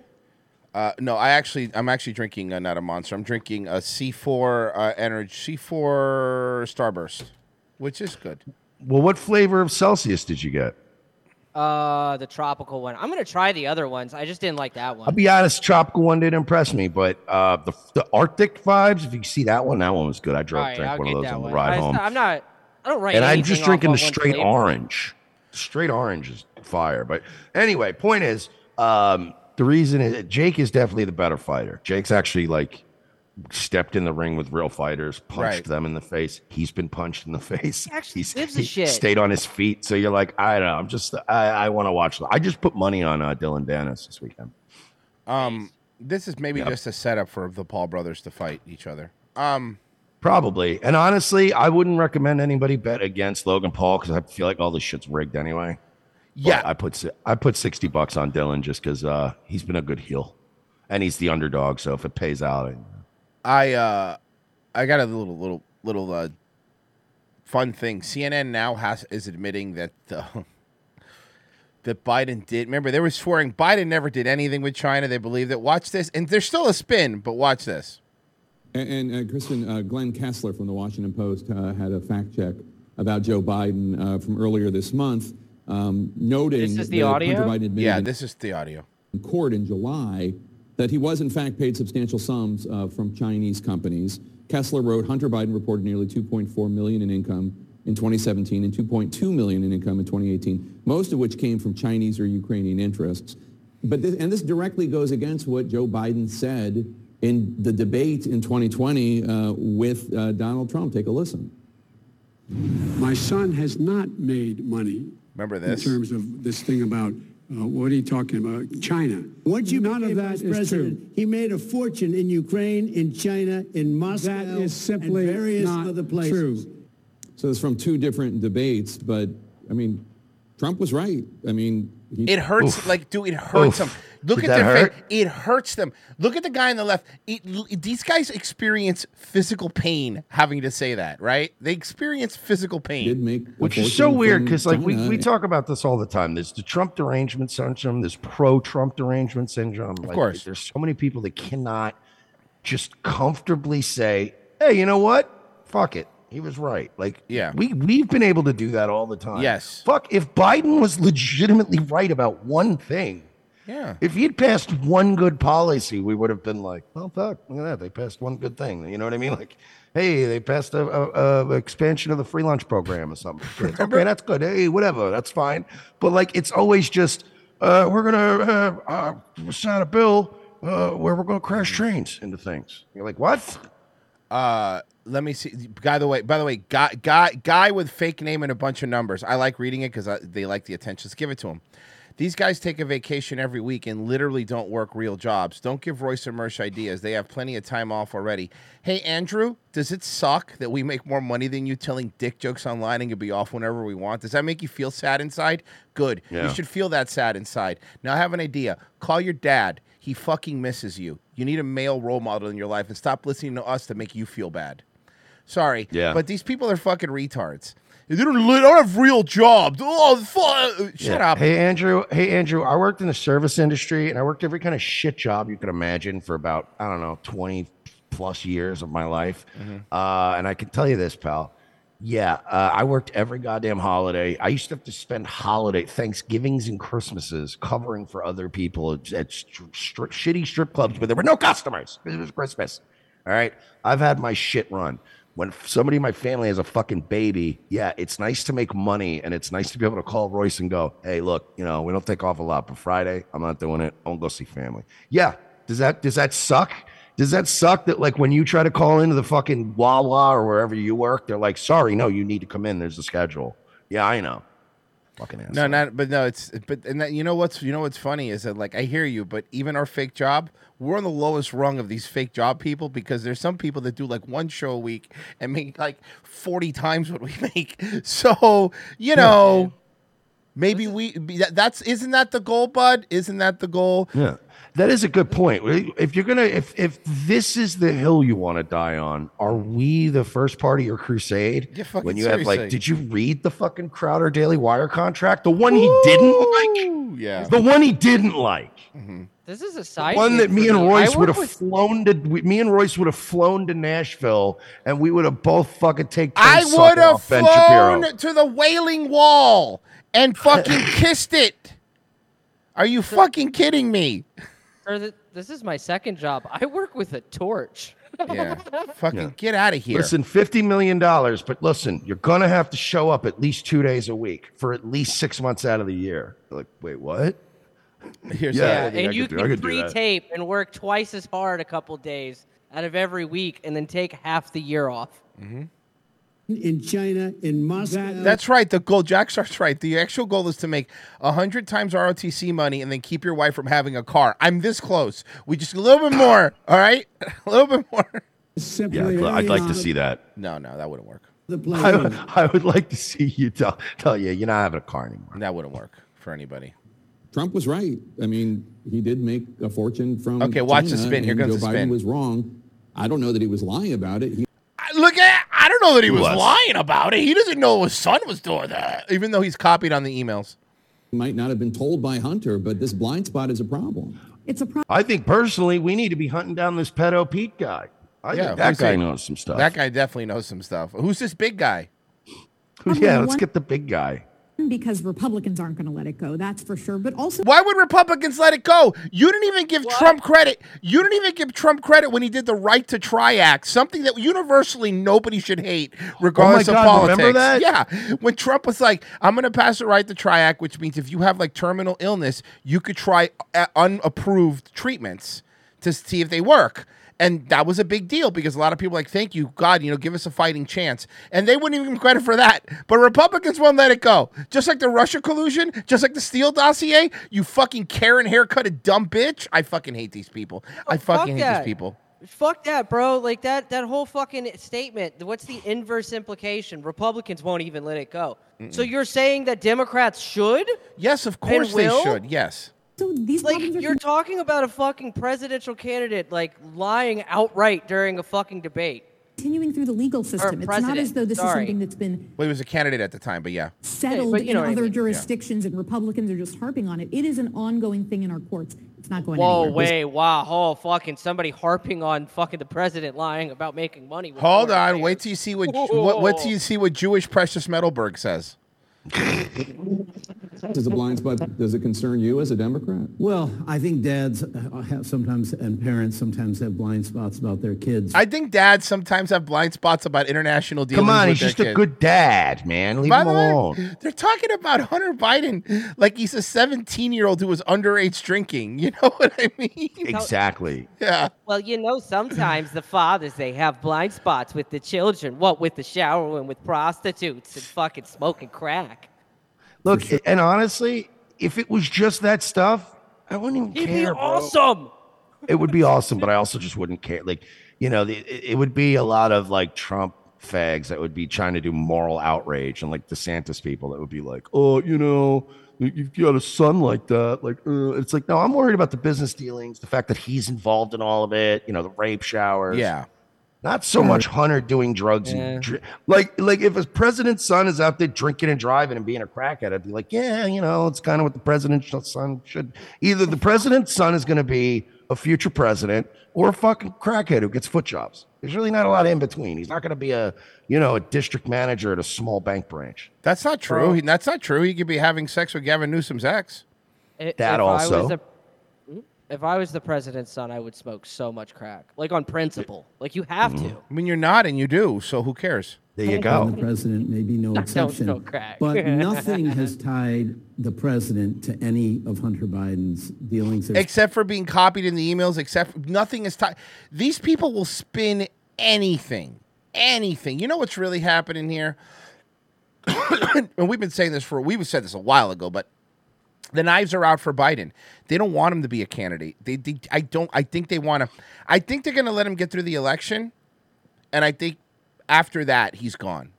Uh, no, I actually, I'm actually drinking uh, not a monster. I'm drinking a C4 uh, energy C4 Starburst, which is good.
Well, what flavor of Celsius did you get?
Uh, the tropical one. I'm gonna try the other ones. I just didn't like that
I'll
one.
be honest, tropical one did impress me, but uh, the the Arctic vibes. If you see that one, that one was good. I
All
drank,
right,
drank
I'll
one of
get
those
that
on the
one.
ride
I,
home.
I'm not. I don't write.
and I'm
anything
just
off
drinking
of
the
one
straight
flavor.
orange. Straight orange is fire. But anyway, point is, um, the reason is Jake is definitely the better fighter. Jake's actually like stepped in the ring with real fighters, punched
Right.
them in the face. He's been punched in the face.
He actually
He's,
gives a
he
shit.
stayed on his feet. So you're like, I don't know. I'm just, I, I want to watch. I just put money on uh, Dylan Dennis this weekend.
Um, this is maybe
Yep.
just a setup for the Paul brothers to fight each other. Um,
Probably. And honestly, I wouldn't recommend anybody bet against Logan Paul because I feel like all this shit's rigged anyway. But
yeah,
I put si- I put sixty bucks on Dylan just because uh, he's been a good heel, and he's the underdog. So if it pays out, I-
I, uh, I got a little, little, little, uh, fun thing. CNN now has is admitting that uh, that Biden did. Remember, they were swearing Biden never did anything with China. They believed it. Watch this, and there's still a spin, but watch this.
And, and uh, Kristen, uh, Glenn Kessler from the Washington Post uh, had a fact check about Joe Biden uh, from earlier this month, um, noting
This is the
that
audio?
Hunter Biden admitted
Yeah,
in
this is the audio.
court in July that he was in fact paid substantial sums uh, from Chinese companies. Kessler wrote, Hunter Biden reported nearly 2.4 million in income in 2017 and 2.2 million in income in 2018, most of which came from Chinese or Ukrainian interests. But this, and this directly goes against what Joe Biden said in the debate in 2020 uh, with uh, Donald Trump. Take a listen.
My son has not made money
Remember this?
in terms of this thing about uh, what are you talking about? China. What you none of that is true. He made a fortune in Ukraine, in China, in Moscow, that is simply and various not other places. True.
So it's from two different debates, but I mean, Trump was right. I mean, he,
It hurts, like, dude, it hurts them.
Oof.
Look
Did
at
that
their
hurt?
face. It hurts them. Look at the guy on the left. It, l- these guys experience physical pain having to say that, right? They experience physical
did
pain.
make a
which is
fortune
so weird
from
because like we,
China.
we talk about this all the time there's the trump derangement syndrome there's pro-trump derangement syndrome of
course.
there's so many people that cannot just comfortably say hey you know what fuck it he was right like
Yeah.
we we've been able to do that all the time
Yes.
fuck if biden was legitimately right about one thing
Yeah.
if he'd passed one good policy, we would have been like, "Well, fuck, look at that! They passed one good thing." You know what I mean? Like, hey, they passed a, a, a expansion of the free lunch program or something. It's okay, that's good. Hey, whatever, that's fine. But like, it's always just uh, we're gonna uh, uh, sign a bill uh, where we're gonna crash trains into things. You're like, what?
Uh, let me see. By the way, by the way, guy, guy, guy with fake name and a bunch of numbers. I like reading it because they like the attention. Let's give it to them. These guys take a vacation every week and literally don't work real jobs. Don't give Royce and Mersh ideas. They have plenty of time off already. Hey, Andrew, does it suck that we make more money than you telling dick jokes online and can be off whenever we want? Does that make you feel sad inside? Good.
Yeah.
You should feel that sad inside. Now I have an idea. Call your dad. He fucking misses you. You need a male role model in your life and stop listening to us to make you feel bad. Sorry.
Yeah.
But these people are fucking retards. They don't, they don't have real jobs. Oh, fuck. Shut
Yeah.
up.
Hey Andrew, hey Andrew, I worked in the service industry and I worked every kind of shit job you could imagine for about I don't know 20 plus years of my life. Uh, and I can tell you this, pal. Yeah, uh, I worked every goddamn holiday. I used to have to spend holiday Thanksgivings and Christmases covering for other people at, at stri- stri- shitty strip clubs where there were no customers. It was Christmas. All right. I've had my shit run. When f- somebody in my family has a fucking baby, yeah, it's nice to make money and it's nice to be able to call Royce and go, hey, look, you know, we don't take off a lot, but Friday, I'm not doing it. I'm gonna go see family. Yeah. Does that does that suck? Does that suck that like when you try to call into the fucking Wawa or wherever you work, they're like, sorry, no, you need to come in. There's a schedule. Yeah, I know. Fucking ass.
No, not but no, it's but and that you know what's you know what's funny is that like I hear you, but even our fake job, we're on the lowest rung of these fake job people because there's some people that do like one show a week and make like forty times what we make. So you know, maybe we be- that, that's isn't that the goal, bud? Isn't that the goal?
Yeah, that is a good point. We- If you're gonna, if if this is the hill you want to die on, are we the first part of your crusade?
Yeah, fucking
when you have like,
seriously.
did you read the fucking Crowder Daily Wire contract? The one he didn't
Ooh, yeah.
like. The one he didn't like.
This is a side.
One
gig
that me
for
and
I
Royce would
work
have
with-
flown to. we- Me and Royce would have flown to Nashville, and we would have both fucking take. turns
I
sucking
would have
off Ben Shapiro.
flown to the Wailing Wall and fucking kissed it. Are you fucking kidding me?
Or th- this is my second job. I work with a torch.
Yeah. Fucking get out of here.
Listen, fifty million dollars, but listen, you're gonna have to show up at least two days a week for at least six months out of the year. You're like, wait, what?
Here's
Yeah,
yeah.
I think I
and
could
you
do- I
can
could do that.
pre-tape and work twice as hard a couple days out of every week, and then take half the year off.
Mm-hmm.
In China, in Moscow.
That's right. The goal, Jack Star's right. The actual goal is to make hundred times ROTC money and then keep your wife from having a car. I'm this close. We just a little bit more. All right, a little bit more.
simply
Yeah, I'd, li- I'd like to
not
see that.
No, no, that wouldn't work.
The
I,
place.
would- I would like to see you tell tell you you're not having a car anymore.
That wouldn't work for anybody.
Trump was right. I mean, he did make a fortune from.
Okay, watch the
China,
spin. Here
and
comes
Joe
the
Biden
spin.
was wrong. I don't know that he was lying about it. He
I, look at. I don't know that he was,
was.
lying about it. He doesn't know his son was doing that, even though he's copied on the emails.
might not have been told by Hunter, but this blind spot is a problem.
It's a problem.
I think personally, we need to be hunting down this pedo Pete guy. I,
Yeah,
that
who's
guy
that?
knows some stuff.
That guy definitely knows some stuff. Who's this big guy?
yeah, let's get the big guy.
because Republicans aren't going to let it go. That's for sure. But also,
Why would Republicans let it go? You didn't even give Trump credit. You didn't even give Trump credit when he did the Right to Try Act, something that universally nobody should hate, regardless
Oh God,
of politics.
remember that?
Yeah, when Trump was like, "I'm going to pass the Right to Try Act," which means if you have like terminal illness, you could try uh, unapproved treatments to see if they work. And that was a big deal because a lot of people were like, thank you, God, you know, give us a fighting chance. And they wouldn't even give him credit for that. But Republicans won't let it go. Just like the Russia collusion, just like the Steele dossier, you fucking Karen haircutted dumb bitch. I fucking hate these people. I fucking hate
Oh, that.
these people.
Fuck that, bro. Like that that whole fucking statement, what's the inverse implication? Republicans won't even let it go. So
Mm-mm.
you're saying that Democrats should?
Yes, of
And
course they
will?
should. Yes.
so these
Like
problems are
you're talking about a fucking presidential candidate like lying outright during a fucking debate.
continuing through the legal system. It's not
president,
as though this
sorry.
is something that's been
Well, he was a candidate at the time, but yeah.
settled
but you
in
know what I
other
mean. Yeah.
jurisdictions, and Republicans are just harping on it. It is an ongoing thing in our courts. It's not going
Whoa,
anywhere.
wait, wow, oh, fucking somebody harping on fucking the president lying about making money. with
Hold
foreign
on.
affairs.
Wait till you see what, what wait till you see what Jewish Precious Metalberg says.
Is a blind spot, does it concern you as a Democrat?
Well, I think dads uh, have sometimes, and parents sometimes have blind spots about their kids.
I think dads sometimes have blind spots about international dealings.
Come on,
with
he's
their
just a
kid.
Good dad, man. Leave
By
him
the way,
alone.
they're talking about Hunter Biden like he's a 17 year old who was underage drinking. You know what I mean?
Exactly.
Yeah.
Well, you know, sometimes the fathers they have blind spots with the children. What with the showering with prostitutes and fucking smoking crack.
Look, and honestly, if it was just that stuff, I wouldn't even
He'd be
care. bro.
awesome.
It would be awesome, but I also just wouldn't care. Like, you know, the, it, it would be a lot of like Trump fags that would be trying to do moral outrage and like DeSantis people that would be like, oh, you know, you've got a son like that. Like, uh, it's like, no, I'm worried about the business dealings, the fact that he's involved in all of it, you know, the rape showers.
Yeah.
Not so much Hunter doing drugs
Yeah.
and dr- like like if his president's son is out there drinking and driving and being a crackhead, I'd be like, yeah, you know, it's kind of what the president's son should. Either the president's son is going to be a future president or a fucking crackhead who gets foot jobs. There's really not a lot in between. He's not going to be a you know a district manager at a small bank branch.
That's not true. He, that's not true. He could be having sex with Gavin Newsom's ex.
I-
That also.
I was the, hmm? if I was the president's son, I would smoke so much crack, like on principle. Like you have to.
I mean, you're not, and you do. So who cares?
Mm-hmm. There
And The president may be no
don't
exception.
smoke crack.
But nothing has tied the president to any of Hunter Biden's dealings. There's
Except for being copied in the emails. Except nothing is tied. These people will spin anything, anything. You know what's really happening here? and we've been saying this for we've said this a while ago, but the knives are out for Biden. They don't want him to be a candidate. They, they I don't. I think they want to. I think they're going to let him get through the election, and I think after that he's gone.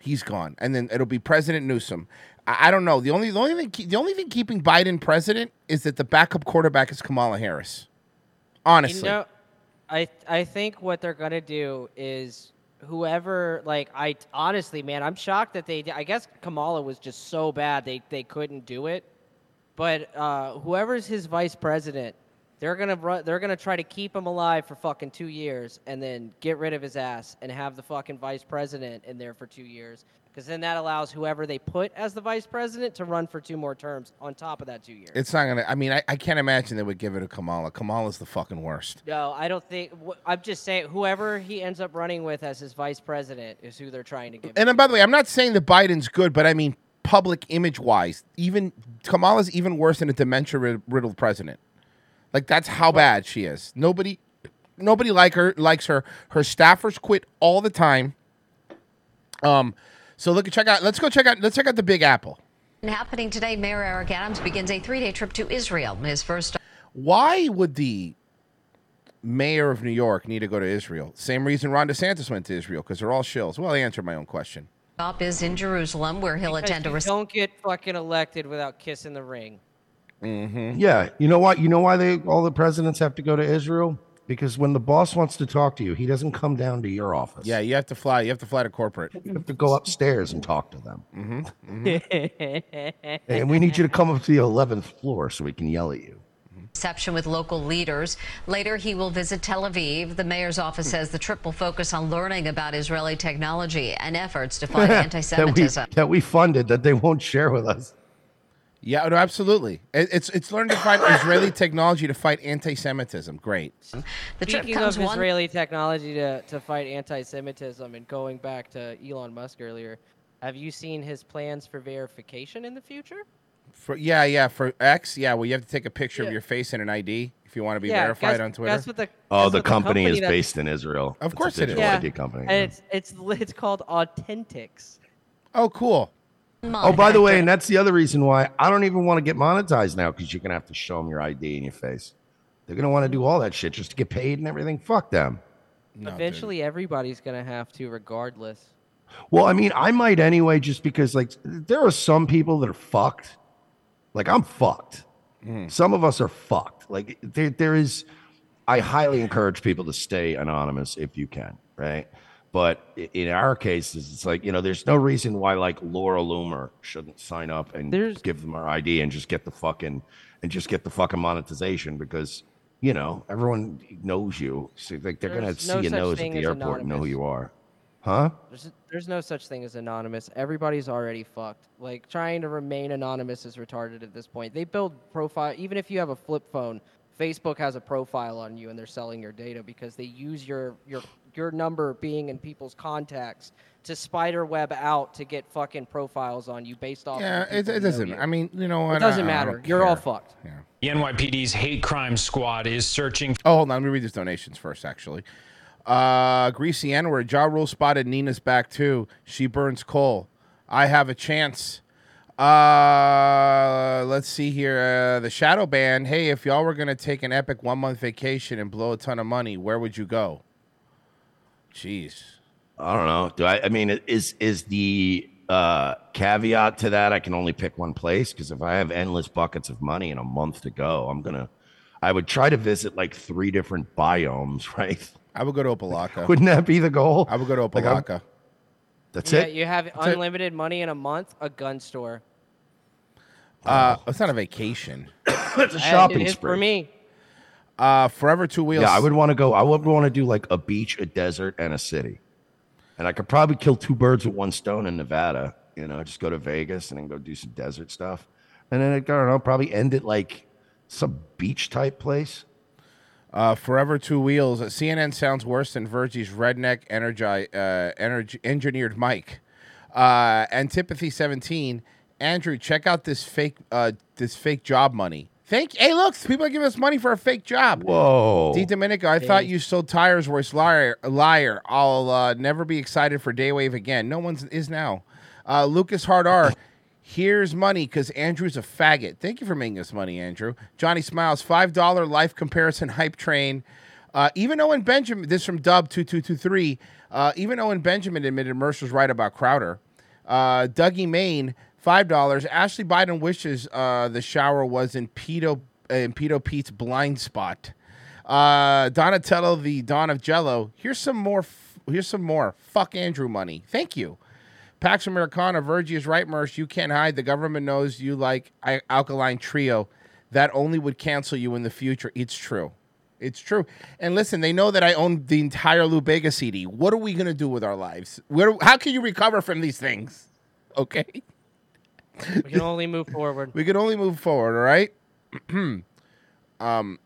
He's gone, and then it'll be President Newsom. I, I don't know. The only the only thing ke- the only thing keeping Biden president is that the backup quarterback is Kamala Harris. Honestly,
You know, I I think what they're gonna do is whoever like I honestly, man, I'm shocked that they. I guess Kamala was just so bad they they couldn't do it. But uh, whoever's his vice president, they're gonna run, they're gonna try to keep him alive for fucking two years and then get rid of his ass and have the fucking vice president in there for two years. Because then that allows whoever they put as the vice president to run for two more terms on top of that two years.
it's not gonna. I mean, I, I can't imagine they would give it to Kamala. Kamala's the fucking worst.
No, I don't think. wh- I'm just saying, whoever he ends up running with as his vice president is who they're trying to give.
And then, by the way, I'm not saying that Biden's good, but I mean public image wise, even Kamala's even worse than a dementia rid- riddled president. Like that's how bad she is. Nobody, nobody like her likes her. Her staffers quit all the time. Um, so look at check out. Let's go check out. Let's check out the Big Apple.
And happening today, Mayor Eric Adams begins a three-day trip to Israel. His first
Why would the mayor of New York need to go to Israel? Same reason Ron DeSantis went to Israel because they're all shills. Well, I answered my own question.
stop is in Jerusalem, where he'll
Because
attend a
you don't get fucking elected without kissing the ring.
Mm-hmm.
Yeah, you know what? You know why they all the presidents have to go to Israel because when the boss wants to talk to you, he doesn't come down to your office.
Yeah, you have to fly. You have to fly to corporate.
You have to go upstairs and talk to them.
Mm-hmm.
And we need you to come up to the 11th floor so we can yell at you.
reception with local leaders. Later, he will visit Tel Aviv. The mayor's office says the trip will focus on learning about Israeli technology and efforts to fight anti-Semitism.
that, we, that we funded that they won't share with us.
Yeah, no, absolutely. It, it's it's learned to fight Israeli technology to fight anti-Semitism. Great.
The trip
Speaking
comes
of
one-
Israeli technology to, to fight anti-Semitism and going back to Elon Musk earlier, have you seen his plans for verification in the future?
For, yeah, yeah. For X, yeah. Well, you have to take a picture
Yeah.
of your face and an ID if you want to be
Yeah,
verified
guess-
on Twitter.
guess what the-
Oh, the
That's what the
company,
company
is
that-
based in Israel.
Of
It's a
course it is.
digital ID company.
And it's it's it's called Authentics.
Oh, cool.
Oh, by the way, and that's the other reason why I don't even want to get monetized now because you're gonna have to show them your ID in your face. They're gonna want to do all that shit just to get paid and everything. Fuck them.
Eventually, everybody's gonna have to, regardless.
Well, I mean, I might anyway, just because like there are some people that are fucked. Like I'm fucked.
Mm.
Some of us are fucked. Like there, there is. I highly encourage people to stay anonymous if you can, right? But i- in our cases, it's like you know, there's no reason why like Laura Loomer shouldn't sign up and give them her ID and just get the fucking and just get the fucking monetization because you know everyone knows you. So like they're gonna
There's
see
no
your
such
nose at
thing
the
as
airport and know who
anonymous.
you are, huh?
There's there's no such thing as anonymous. Everybody's already fucked. Like trying to remain anonymous is retarded at this point. They build profile even if you have a flip phone. Facebook has a profile on you and they're selling your data because they use your your your number being in people's contacts to spider web out to get fucking profiles on you based off. of
Yeah,
people
it,
who
it
know
doesn't.
you.
I mean, you know what?
It doesn't
I- I
matter.
don't
You're all
care.
fucked.
The NYPD's hate crime squad is searching.
Oh, hold on. Let me read these donations first, actually. Uh, Greasy N word. Ja Rule spotted Nina's back too. She burns coal. I have a chance. Uh, let's see here. Uh, the Shadow Band. Hey, if y'all were gonna take an epic one month vacation and blow a ton of money, where would you go? Jeez.
I don't know. Do I? I mean, is is the uh, caveat to that I can only pick one place? Because if I have endless buckets of money and a month to go, I'm gonna. I would try to visit like three different biomes, right?
I would go to Opalaka.
Wouldn't that be the goal?
I would go to
Like, I'm-
Opalaka.
that's
yeah,
it.
you have
it.
unlimited money in a month, a gun store.
Uh, it's not a vacation.
Oh. it's
Hey, it is for me.
Uh, Forever Two Wheels.
Yeah, I would want to go. I would want to do like a beach, a desert, and a city, and I could probably kill two birds with one stone in Nevada. You know, just go to Vegas and then go do some desert stuff, and then I don't know, probably end it like some beach type place.
Uh, Forever Two Wheels. CNN sounds worse than Virgie's redneck energi- uh, energ- engineered mic. Uh, Antipathy 17. Andrew, check out this fake uh, this fake job money. Thank. Hey, look, people are giving us money for a fake job.
Whoa.
D Domenico, I thought you sold tires. Worst liar, liar. I'll uh, never be excited for Daywave again. No one's is now. Uh, Lucas Hard R. Here's money because Andrew's a faggot. Thank you for making us money, Andrew. Johnny Smiles, five dollar life comparison hype train. Uh, even Owen Benjamin, this from Dub two two two three. Uh, even Owen Benjamin admitted Mercer's right about Crowder. Uh, Dougie Main, five dollars. Ashley Biden wishes uh, the shower was in pedo uh, in pedo Pete's blind spot. Uh, Donatello, the Don of Jello. Here's some more. F- here's some more. Fuck Andrew money. Thank you. Pax Americana, Virgie is right, Merce. You can't hide. The government knows you like I- Alkaline Trio. That only would cancel you in the future. It's true. It's true. And listen, they know that I own the entire Lubega CD. What are we going to do with our lives? Where, how can you recover from these things? Okay.
We can only move forward.
We can only move forward, all right? um,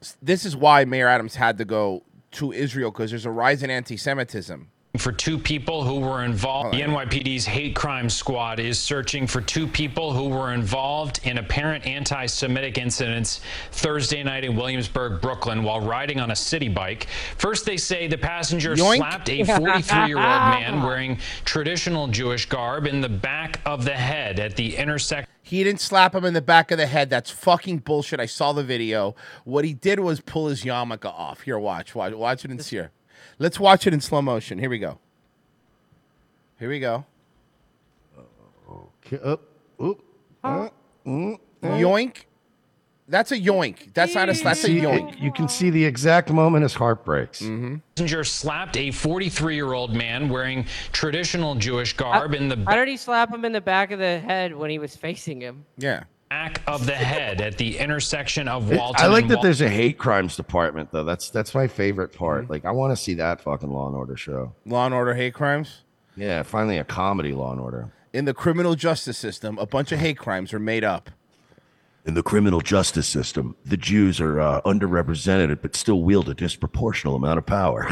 s- this is why Mayor Adams had to go to Israel because there's a rise in anti Semitism.
For two people who were
Oh,
involved, the NYPD's hate crime squad is searching for two people who were involved in apparent anti Semitic incidents Thursday night in Williamsburg, Brooklyn, while riding on a city bike. First, they say the passenger
Yoink.
slapped a 43 year old man wearing traditional Jewish garb in the back of the head at the intersection.
He didn't slap him in the back of the head. That's fucking bullshit. I saw the video. What he did was pull his yarmulke off. Here, watch. Watch, watch it in here. Let's watch it in slow motion. Here we go. Here we go.
Okay. Up. Oop. Uh, mm, uh.
Yoink. That's a yoink. That's not a slap. That's a
See,
yoink.
You can see the exact moment his heart breaks.
Mm-hmm.
Passenger slapped a 43 year old man wearing traditional Jewish garb in the
How did he slap him in the back of the head when he was facing him?
Yeah.
back of the head at the intersection of
It-
Walton.
I like
and
that
Wal-
there's a hate crimes department though. That's that's my favorite part.
Mm-hmm.
Like I want to see that fucking Law and Order show.
Law and Order hate crimes.
Yeah, finally a comedy Law and Order.
In the criminal justice system, a bunch of hate crimes are made up.
In the criminal justice system, the Jews are uh, underrepresented but still wield a disproportional amount of power.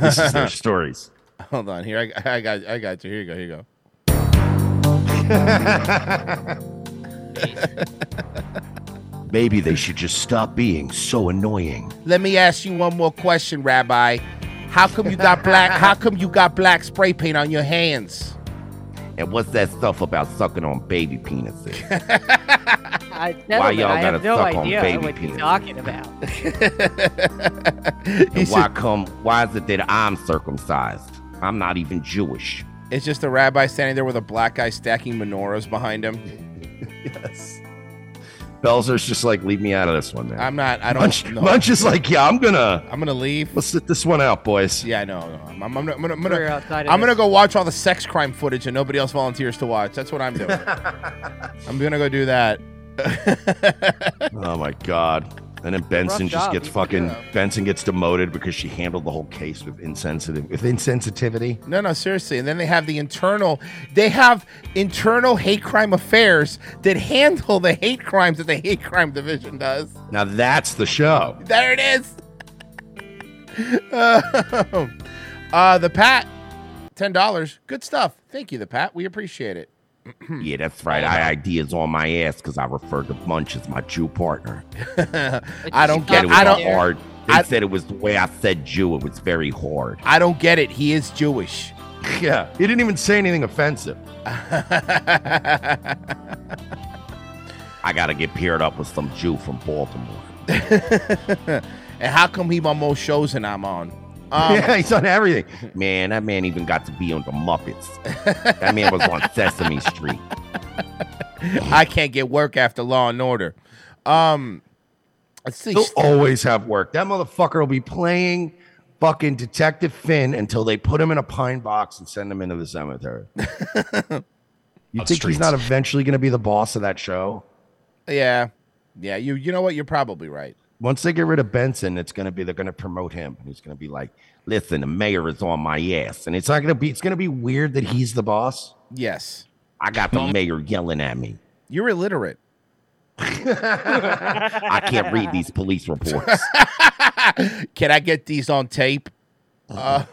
this is their stories.
Hold on, here I, I got I got you. Here you go. Here you go.
Maybe they should just stop being so annoying.
Let me ask you one more question, Rabbi. How come you got black? How come you got black spray paint on your hands?
And what's that stuff about sucking on baby penises?
Uh,
I,
Why
gentlemen,
y'all
I
gotta
have no
suck on
idea
baby
what
penis?
you're talking about.
and why come? Why is it that I'm circumcised? I'm not even Jewish.
It's just a rabbi standing there with a black guy stacking menorahs behind him.
yes. Belzer's just like, leave me out of this one, man.
I'm not. I don't.
Munch,
know.
Munch is like, yeah, I'm gonna.
I'm gonna leave.
Let's sit this one out, boys.
Yeah, I know. no, Um, I'm, I'm, gonna- I'm gonna. I'm
We're
gonna.
outside of
I'm gonna
this.
go watch all the sex crime footage and nobody else volunteers to watch. That's what I'm doing. I'm gonna go do that.
Oh my god. And then Benson
Rough
just
job,
gets
you can do
fucking
that.
Benson gets demoted because she handled the whole case with insensitive with insensitivity.
No, no, seriously. And then they have the internal. They have internal hate crime affairs that handle the hate crimes that the hate crime division does.
Now that's the show.
There it is. Um, uh, the Pat, ten dollars. Good stuff. Thank you, the Pat. We appreciate it. Hmm.
yeah, that's right. I ideas on my ass because I referred to Munch as my Jew partner.
I don't
Said
get.
it was
I don't.
hard. They said it was the way I said Jew. It was very hard.
I don't get it. He is Jewish.
Yeah, he didn't even say anything offensive. I gotta get paired up with some Jew from Baltimore.
and how come he on more shows than I'm on? Um,
yeah, he's on everything. Man, that man even got to be on the Muppets. that man was on Sesame Street.
I can't get work after Law and Order. Um, let's see.
He'll always have work. That motherfucker will be playing fucking Detective Finn until they put him in a pine box and send him into the cemetery. you think he's not eventually going to be the boss of that show?
Yeah, yeah. You you know what? You're probably right.
Once they get rid of Benson, it's going to be they're going to promote him, and he's going to be like, "Listen, the mayor is on my ass," and it's not going to be. It's going to be weird that he's the boss.
Yes,
I got the mayor yelling at me.
you're illiterate.
I can't read these police reports.
Can I get these on tape? Uh,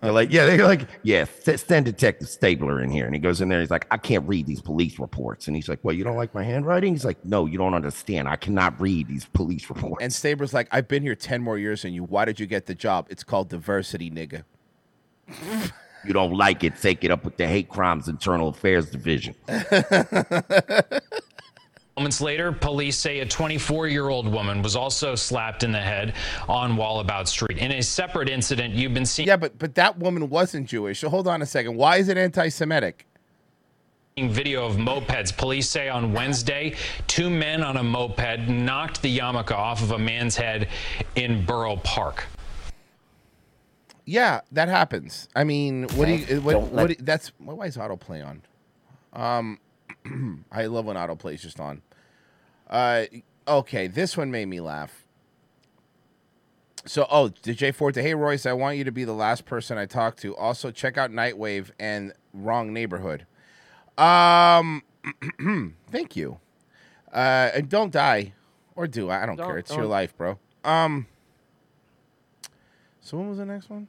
They're like, yeah, they're like, yeah, s- send Detective Stabler in here. And he goes in there. He's like, I can't read these police reports. And he's like, well, you don't like my handwriting? He's like, no, you don't understand. I cannot read these police reports.
and Stabler's like, I've been here ten more years than you. Why did you get the job? It's called diversity, nigga.
You don't like it? Take it up with the Hate Crimes Internal Affairs Division.
Moments later, police say a 24 year old woman was also slapped in the head on Wallabout Street. In a separate incident, you've been seeing.
Yeah, but but that woman wasn't Jewish. So hold on a second. Why is it anti-Semitic?
video of mopeds. Police say on Wednesday, two men on a moped knocked the yarmulke off of a man's head in Borough Park.
Yeah, that happens. I mean, what do you? What,
Don't let-
what do you- that's why is autoplay on? Um, I love when autoplay's just on. Uh, okay, this one made me laugh. So, oh, DJ Forte, hey Royce, I want you to be the last person I talk to. Also, check out Nightwave and Wrong Neighborhood. Um, thank you. Uh, and don't die, or do I? I don't,
Don't-
care. It's your
don't.
life, bro. Um. So when was the next one?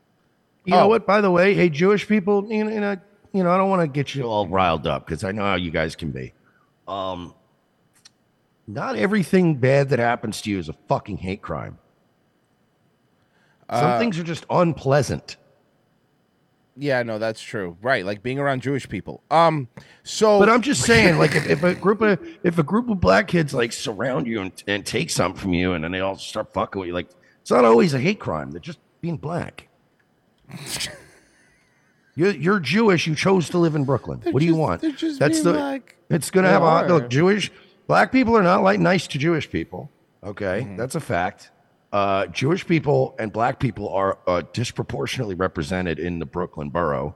You know what? By the way, hey, Jewish people, you know, you know, you know I don't want to get you all riled up because I know how you guys can be. Um, not everything bad that happens to you is a fucking hate crime. Some
Uh,
things are just unpleasant.
Yeah, no, that's true. Right, like being around Jewish people. Um, so
But I'm just saying, like, if, if a group of if a group of black kids like surround you and, and take something from you, and then they all start fucking with you, like, it's not always a hate crime. They're just being black. You're, you're Jewish. You chose to live in Brooklyn. what do you want?
they're just being black.
It's gonna
They
have a
are.
look. Jewish black people are not like nice to Jewish people. Okay,
Mm-hmm.
that's a fact. Uh, Jewish people and black people are uh, disproportionately represented in the Brooklyn borough,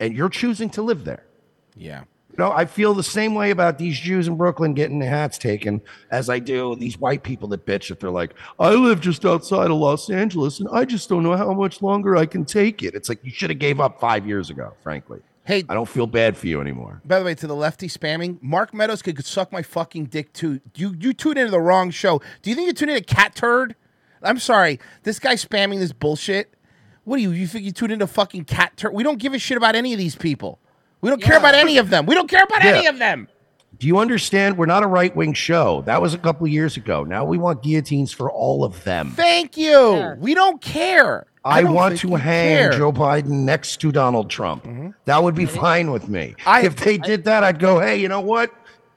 and you're choosing to live there.
yeah,
You know, I feel the same way about these Jews in Brooklyn getting their hats taken as I do these white people that bitch if they're like, I live just outside of Los Angeles and I just don't know how much longer I can take it. It's like you should have gave up five years ago, frankly.
Hey,
I don't feel bad for you anymore.
By the way, to the lefty spamming, Mark Meadows could, could suck my fucking dick too. You you tune into the wrong show. Do you think you tune in to Cat Turd? I'm sorry, this guy spamming this bullshit. What do you you think you tune into fucking Cat Turd? We don't give a shit about any of these people. We don't care about any of them. We don't care about
Yeah.
any of them.
Do you understand? We're not a right wing show. That was a couple of years ago. Now we want guillotines for all of them.
Thank you. We don't care.
I,
don't
want
think
to
you
hang
care. Mm-hmm.
Joe Biden next to Donald Trump. That would be fine with me.
I-
if they did that, I'd go, hey, you know what?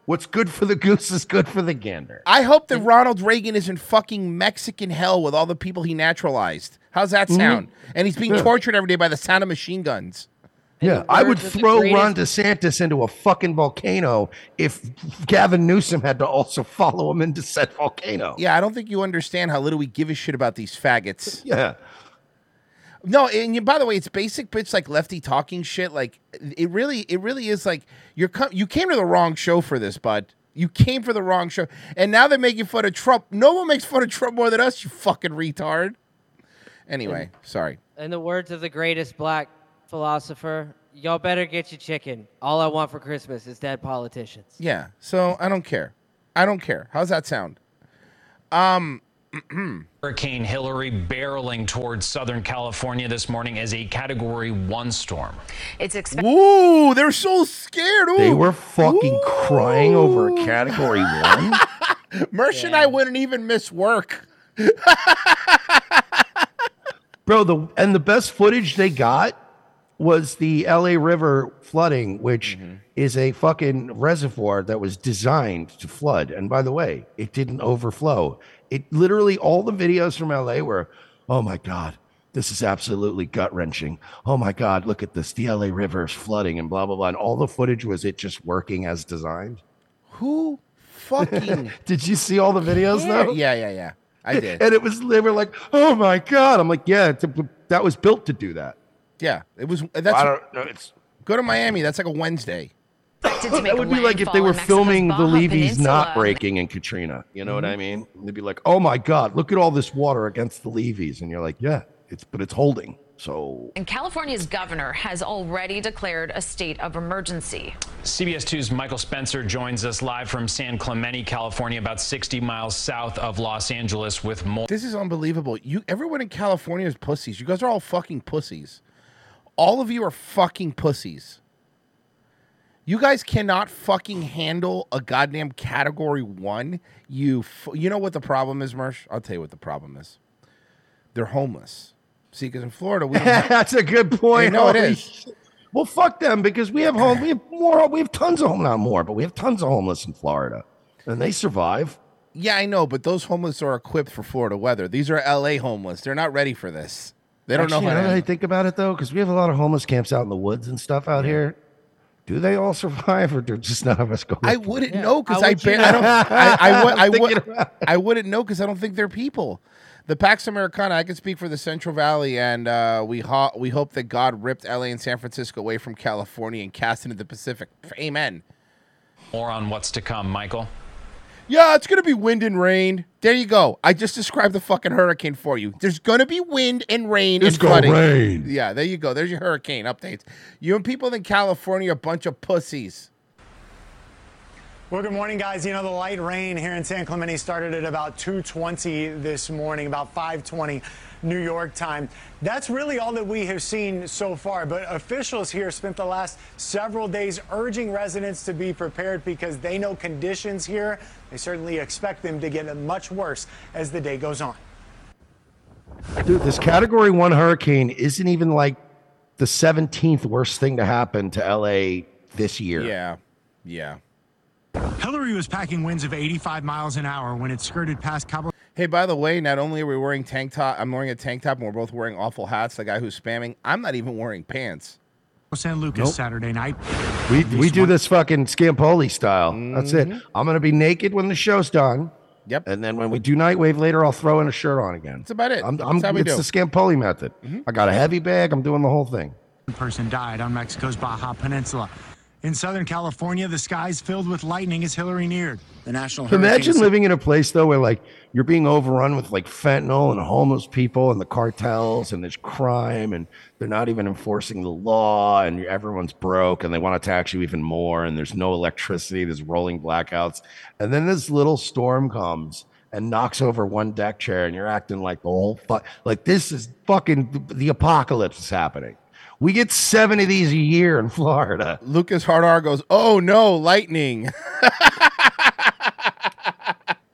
What's good for the goose is good for the gander.
I hope that Ronald Reagan is in fucking Mexican hell with all the people he naturalized. How's that
Mhm.
sound? And he's being
Yeah.
tortured every day by the sound of machine guns.
Yeah, I would
words of the
throw Ron
greatest-
DeSantis into a fucking volcano if Gavin Newsom had to also follow him into said volcano.
Yeah, I don't think you understand how little we give a shit about these faggots.
Yeah.
No, and you, by the way, it's basic bitch like lefty talking shit. Like it really, it really is like you're com- you came to the wrong show for this, bud. You came for the wrong show, and now they're making fun of Trump. No one makes fun of Trump more than us. You fucking retard. Anyway, sorry.
In the words of the greatest black philosopher, y'all better get your chicken. All I want for Christmas is dead politicians.
Yeah. So I don't care. I don't care. How's that sound? Um.
Hurricane Hillary barreling towards Southern California this morning as a Category 1 storm.
It's expected.
Ooh, they're so scared. Ooh.
They were fucking crying over a category one.
Mersh and I wouldn't even miss work.
Bro, the and the best footage they got was the LA River flooding, which
Mm-hmm.
is a fucking reservoir that was designed to flood. And by the way, it didn't overflow. It literally all the videos from LA were, oh my God, this is absolutely gut wrenching. Oh my God, look at this. The LA River is flooding and blah blah blah. And all the footage was it just working as designed.
Who fucking
Did you see all the videos though?
Yeah, yeah, yeah. I did.
And it was they were like, "Oh my god!" I'm like, "Yeah, it's a- that was built to do that."
Yeah, it was. That's
I don't know. It's
go to Miami. That's like a Wednesday.
to
that would be like if they were filming the levees not breaking in Katrina. You know what I
Mhm.
mean? They'd be like, "Oh my god, look at all this water against the levees," and you're like, "Yeah, it's but it's holding." So
And California's governor has already declared a state of emergency.
CBS 2's Michael Spencer joins us live from San Clemente, California, about 60 miles south of Los Angeles, with more.
This is unbelievable. You, everyone in California is pussies. You guys are all fucking pussies. All of you are fucking pussies. You guys cannot fucking handle a goddamn category one. You, f- you know what the problem is, Mersh? I'll tell you what the problem is. They're homeless. See, because in Florida, we don't have-
that's a good point.
know it
Holy
is.
shit. Well, fuck them because we have home. We have more. We have tons of home, not more, but we have tons of homeless in Florida, and they survive.
Yeah, I know, but those homeless are equipped for Florida weather. These are LA homeless. They're not ready for this. They don't
Actually,
know
now
how
that
to.
I think about it though, because we have a lot of homeless camps out in the woods and stuff out here. Do they all survive, or do just none of us go?
I wouldn't know because I, ba- I don't. I, I, would, I, would, I wouldn't know because I don't think they're people. The Pax Americana. I can speak for the Central Valley, and uh, we ho- we hope that God ripped LA and San Francisco away from California and cast it into the Pacific. Amen.
More on what's to come, Michael.
Yeah, it's gonna be wind and rain. There you go. I just described the fucking hurricane for you. There's gonna be wind and rain.
It's
and
gonna
flooding.
rain.
Yeah, there you go. There's your hurricane updates. You and people in California are a bunch of pussies.
Well, good morning, guys. You know, the light rain here in San Clemente started at about 2:20 this morning, about 5:20 New York time. That's really all that we have seen so far. But officials here spent the last several days urging residents to be prepared because they know conditions here. They certainly expect them to get much worse as the day goes on.
Dude, this Category One hurricane isn't even like the seventeenth worst thing to happen to LA this year.
Yeah, yeah.
Hillary was packing winds of 85 miles an hour when it skirted past Cabo.
Hey, by the way, not only are we wearing tank top, I'm wearing a tank top, and we're both wearing awful hats. The guy who's spamming, I'm not even wearing pants.
San Lucas Saturday night.
We we do this fucking Scampoli style. That's
Mhm.
it. I'm gonna be naked when the show's done.
Yep.
And then when we do Nightwave later, I'll throw in a shirt on again. That's
about it.
I'm,
That's
I'm,
how we
it's
do. Mm-hmm.
the Scampoli method. I got a heavy bag. I'm doing the whole thing.
person died on Mexico's Baja Peninsula. In Southern California, the skies filled with lightning as Hillary neared. The National
Imagine
Hurricane
living in a place though where like you're being overrun with like fentanyl and homeless people and the cartels and there's crime and they're not even enforcing the law and you're- everyone's broke and they want to tax you even more and there's no electricity, there's rolling blackouts. And then this little storm comes and knocks over one deck chair and you're acting like the whole fu- like this is fucking the apocalypse is happening. We get seven of these a year in Florida.
Lucas Hardar goes, "Oh no, lightning!"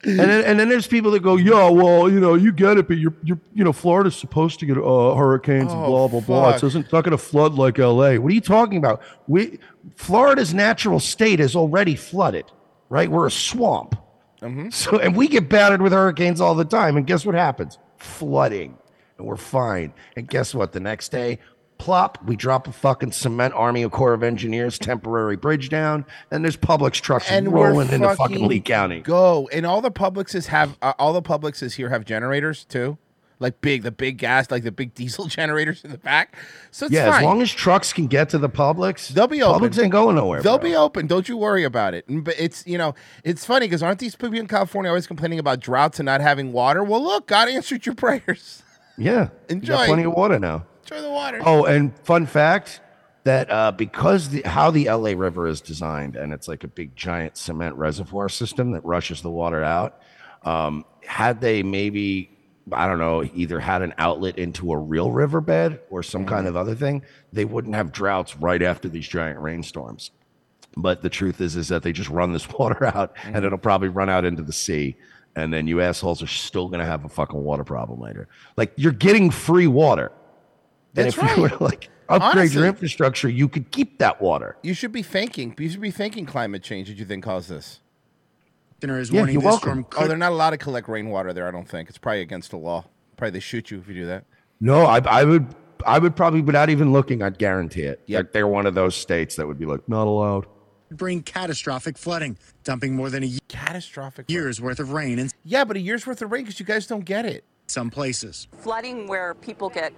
and then, and then there's people that go, yeah, well, you know, you get it, but you're, you're you know, Florida's supposed to get uh, hurricanes and
Oh,
blah blah blah. It
fuck.
doesn't it's not going to flood like L.A. What are you talking about? We Florida's natural state is already flooded, right? We're a swamp,
Mm-hmm.
so and we get battered with hurricanes all the time. And guess what happens? Flooding, and we're fine. And guess what? The next day. Plop, we drop a fucking cement Army of Corps of Engineers temporary bridge down, and there's Publix trucks
and we're
rolling into fucking Lee County.
Go and all the Publixes have uh, all the Publixes here have generators too, like big the big gas like the big diesel generators in the back. So it's
yeah,
fine.
as long as trucks can get to the Publix,
they'll be open.
Publix ain't going nowhere.
They'll
bro.
be open. Don't you worry about it. And- But it's you know it's funny because aren't these people in California always complaining about droughts and not having water? Well, look, God answered your prayers.
yeah, You
Enjoy.
got plenty of water now.
Enjoy the water.
Oh, and fun fact that uh, because the, how the LA River is designed, and it's like a big giant cement reservoir system that rushes the water out. Um, had they maybe, I don't know, either had an outlet into a real riverbed or some
Mm.
kind of other thing, they wouldn't have droughts right after these giant rainstorms. But the truth is, is that they just run this water out, and it'll probably run out into the sea. And then you assholes are still gonna have a fucking water problem later. Like you're getting free water. And
That's
if you were to, like upgrade
Honestly.
your infrastructure, you could keep that water.
You should be thanking. You should be thanking climate change. Did you think caused this?
Center is
Yeah, warning you're this welcome. storm
Oh, they're not allowed to collect rainwater there. I don't think it's probably against the law. Probably they shoot you if you do that.
No, I, I would, I would probably, without even looking, I'd guarantee it. Yeah, like they're one of those states that would be like, not allowed.
would bring catastrophic flooding, dumping more than a
catastrophic
year's worth of rain in
Yeah, but a year's worth of rain because you guys don't get it.
some places.
Flooding where people get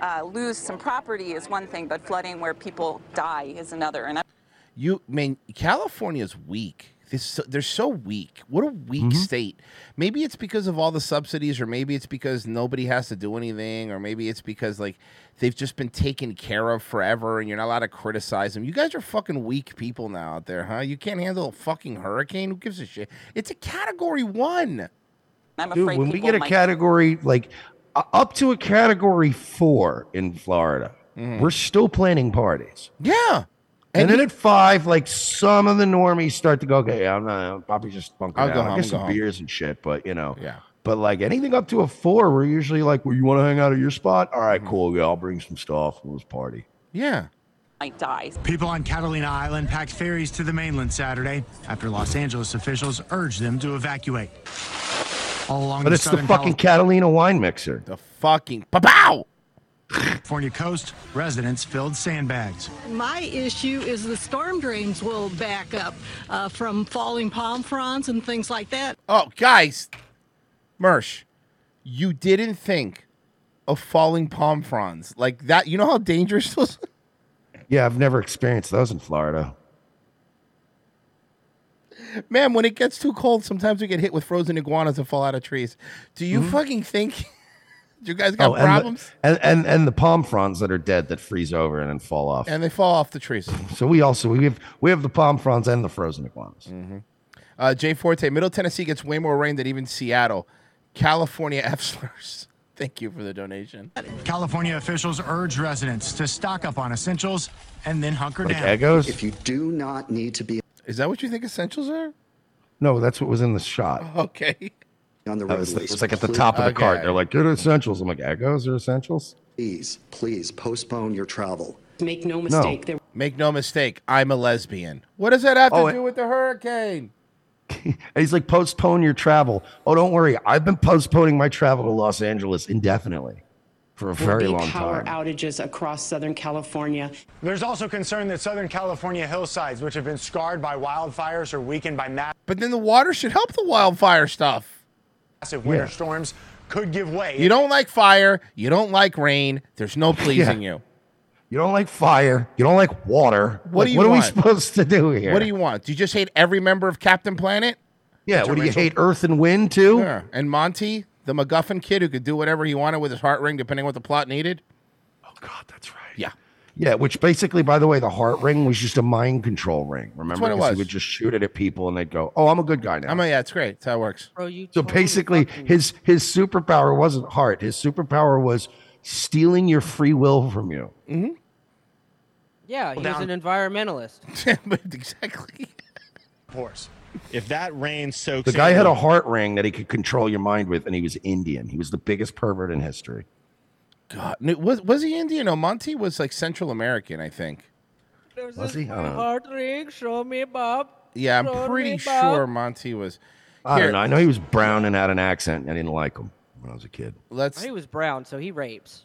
uh, lose some property is one thing, but flooding where people die is another. And I-
You I mean California's weak. This so, they're so weak. What a weak
Mm-hmm.
state. Maybe it's because of all the subsidies, or maybe it's because nobody has to do anything, or maybe it's because like they've just been taken care of forever, and you're not allowed to criticize them. You guys are fucking weak people now out there, huh? You can't handle a fucking hurricane. Who gives a shit? It's a Category One.
I'm
Dude, when we get a category like uh, up to a category four in Florida, we're still planning parties.
Mm. Yeah.
And, then at five, like some of the normies start to go, okay, I'm not, I'm probably just bunking
I'll
out.
go
I'll
home,
get
go
some
home."
beers and shit, but you know,
yeah.
But like anything up to a four, we're usually like, well, you want to hang out at your spot? All
Mm-hmm.
right, cool. Yeah, I'll bring some stuff. Let's party.
Yeah.
might die.
People on Catalina Island packed ferries to the mainland Saturday after Los Angeles officials urged them to evacuate. All along
But
the
it's the
Southern
fucking Catalina wine mixer.
The fucking pow.
California coast, residents filled sandbags.
My issue is the storm drains will back up uh, from falling palm fronds and things like that.
Oh, guys, Mersh, you didn't think of falling palm fronds like that. You know how dangerous those.
Yeah, I've never experienced those in Florida.
Man, when it gets too cold, sometimes we get hit with frozen iguanas that fall out of trees. Do you fucking think you guys got
Mm-hmm. Oh, and,
problems?
The, and, and and the palm fronds that are dead that freeze over and then fall off.
And they fall off the trees.
So we also we have we have the palm fronds and the frozen iguanas.
Uh, Jay Forte, Middle Tennessee gets way more rain than even Seattle. California F slurs. Thank you for the donation.
California officials urge residents to stock up on essentials and then hunker down.
If
you do not need to be
Is that what you think essentials are?
No, that's what was in the shot.
Okay.
On the
That
road
was-
list.
it was like at the top of the cart.
Okay.
They're like, "Get essentials." I'm like, "Echoes are essentials."
Please, please postpone your travel.
Make no
mistake,
there-
Make no mistake, I'm a lesbian. What does that have to
Oh, and-
do with the hurricane?
And he's like, "Postpone your travel." Oh, don't worry. I've been postponing my travel to Los Angeles indefinitely for a
Will
very
be
long
power
time.
outages across Southern California.
There's also concern that Southern California hillsides, which have been scarred by wildfires, are weakened by mass.
But then the water should help the wildfire stuff.
massive winter
Yeah.
storms could give way.
You don't like fire. You don't like rain. There's no pleasing you.
You don't like fire. You don't like water.
What
Like,
do you
What
want?
are we supposed to do here?
What do you want? Do you just hate every member of Captain Planet?
Yeah. What do you hate? Earth and Wind too?
Yeah. And Monty, the MacGuffin kid who could do whatever he wanted with his heart ring, depending on what the plot needed.
Yeah, which basically, by the way, the heart ring was just a mind control ring. Remember,
what it
'Cause
was.
he would just shoot it at people, and they'd go, "Oh, I'm a good guy now."
I mean, yeah, it's great. That's how it works.
Bro, you
so basically, his his superpower wasn't heart. His superpower was stealing your free will from you. Mm-hmm.
Yeah, he was
down.
an environmentalist.
exactly.
Horse. If that rain soaks,
The guy
in-
had a heart ring that he could control your mind with, and he was Indian. He was the biggest pervert in history.
God, no, was was he Indian? No, Monty was like Central American, I think.
There's
Was
this
he? I
Uh-huh.
don't know.
heart ring. Show me, Bob.
Yeah, I'm
Show me,
pretty
Bob.
sure Monty was.
I
Here,
don't know. I know he was brown and had an accent. and I didn't like him when I was a kid.
Let's
He was brown, so he rapes.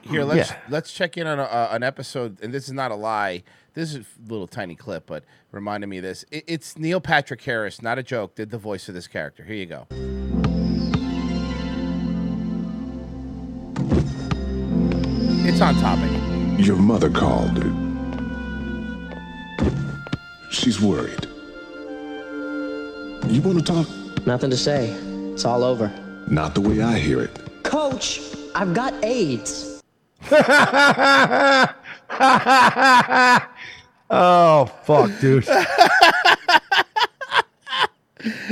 here. Let's
Yeah.
let's check in on a, uh, an episode, and this is not a lie. This is a little tiny clip, but reminded me of this. It, it's Neil Patrick Harris, not a joke. Did the voice of this character? Here you go. It's on topic.
Your mother called. She's worried. You want to talk?
Nothing to say. It's all over.
Not the way I hear it.
Coach, I've got AIDS.
Oh fuck, dude!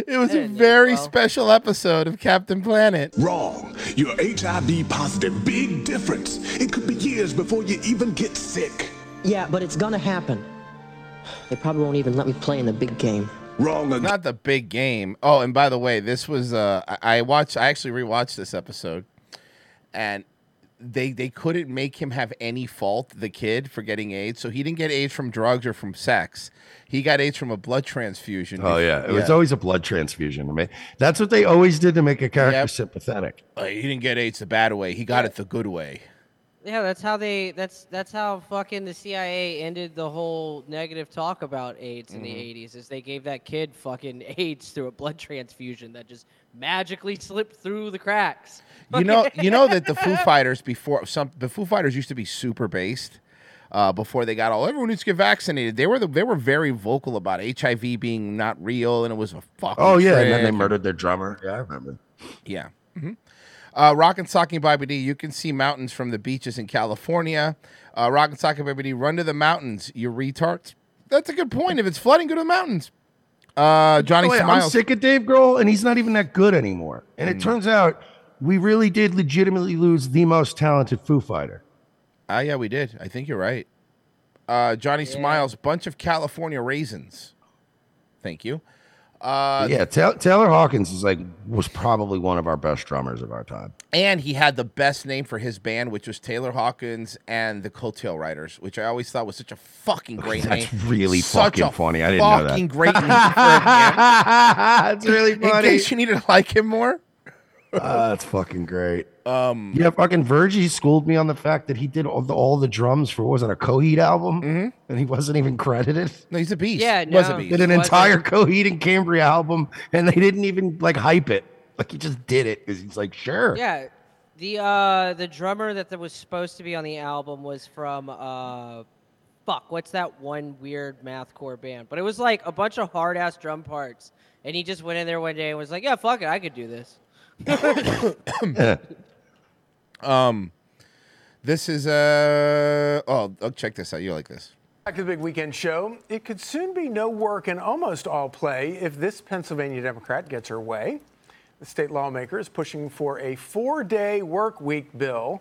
It was a very special episode of Captain Planet.
Wrong. You're HIV positive. Big difference. It could be years before you even get sick.
Yeah, but it's gonna happen. They probably won't even let me play in the big game.
Wrong.
Not the big game. Oh, and by the way, this was uh, I I watched. I actually rewatched this episode, and they they couldn't make him have any fault. The kid for getting AIDS, so he didn't get AIDS from drugs or from sex. He got AIDS from a blood transfusion.
Oh yeah, it was always a blood transfusion. I mean, that's what they always did to make a character sympathetic.
Uh, he didn't get AIDS the bad way. He got it the good way.
Yeah, that's how they. That's that's how fucking the CIA ended the whole negative talk about AIDS in the
Mm-hmm.
'80s. Is they gave that kid fucking AIDS through a blood transfusion that just magically slipped through the cracks.
You know, you know that the Foo Fighters before some the Foo Fighters used to be super based. Uh, before they got all, everyone needs to get vaccinated. They were the, they were very vocal about HIV being not real, and it was a fucking.
Oh yeah, and then they
trick.
murdered their drummer. Yeah, I remember.
Yeah.
Mm-hmm.
Mhm. Uh, Rock and Socking Bobby D, you can see mountains from the beaches in California. Uh, Rock and Socking Bobby D, run to the mountains, you retards. That's a good point. If it's flooding, go to the mountains. Uh, Johnny
By the way, Oh, I'm
Smiles. Hmm.
sick of Dave Grohl, and he's not even that good anymore. And it turns out we really did legitimately lose the most talented Foo Fighter.
Ah, yeah, we did. I think you're right. Uh, Johnny Smiles, bunch of California raisins. Thank you. Uh,
yeah, Ta- Taylor Hawkins is like was probably one of our best drummers of our time.
And he had the best name for his band, which was Taylor Hawkins and the Coattail Riders, which I always thought was such a fucking great
That's
name.
really
Such
fucking
a
funny. I didn't know that.
Fucking great name for a band.
That's really
In
funny.
case you needed to like him more.
Ah, that's fucking great.
Um,
yeah, fucking Virgie schooled me on the fact that he did all the, all the drums for what was it a Coheed album,
Mm-hmm.
and he wasn't even credited.
No, he's a beast.
Yeah,
He
no,
Did an
he wasn't.
entire Coheed and Cambria album, and they didn't even like hype it. Like he just did it because he's like, sure.
Yeah, the uh the drummer that there was supposed to be on the album was from uh, fuck, what's that one weird mathcore band? But it was like a bunch of hard ass drum parts, and he just went in there one day and was like, yeah, fuck it, I could do this.
um, this is uh oh, oh, check this out. You like this?
Back to the big weekend show. It could soon be no work and almost all play if this Pennsylvania Democrat gets her way. The state lawmaker is pushing for a four day work week bill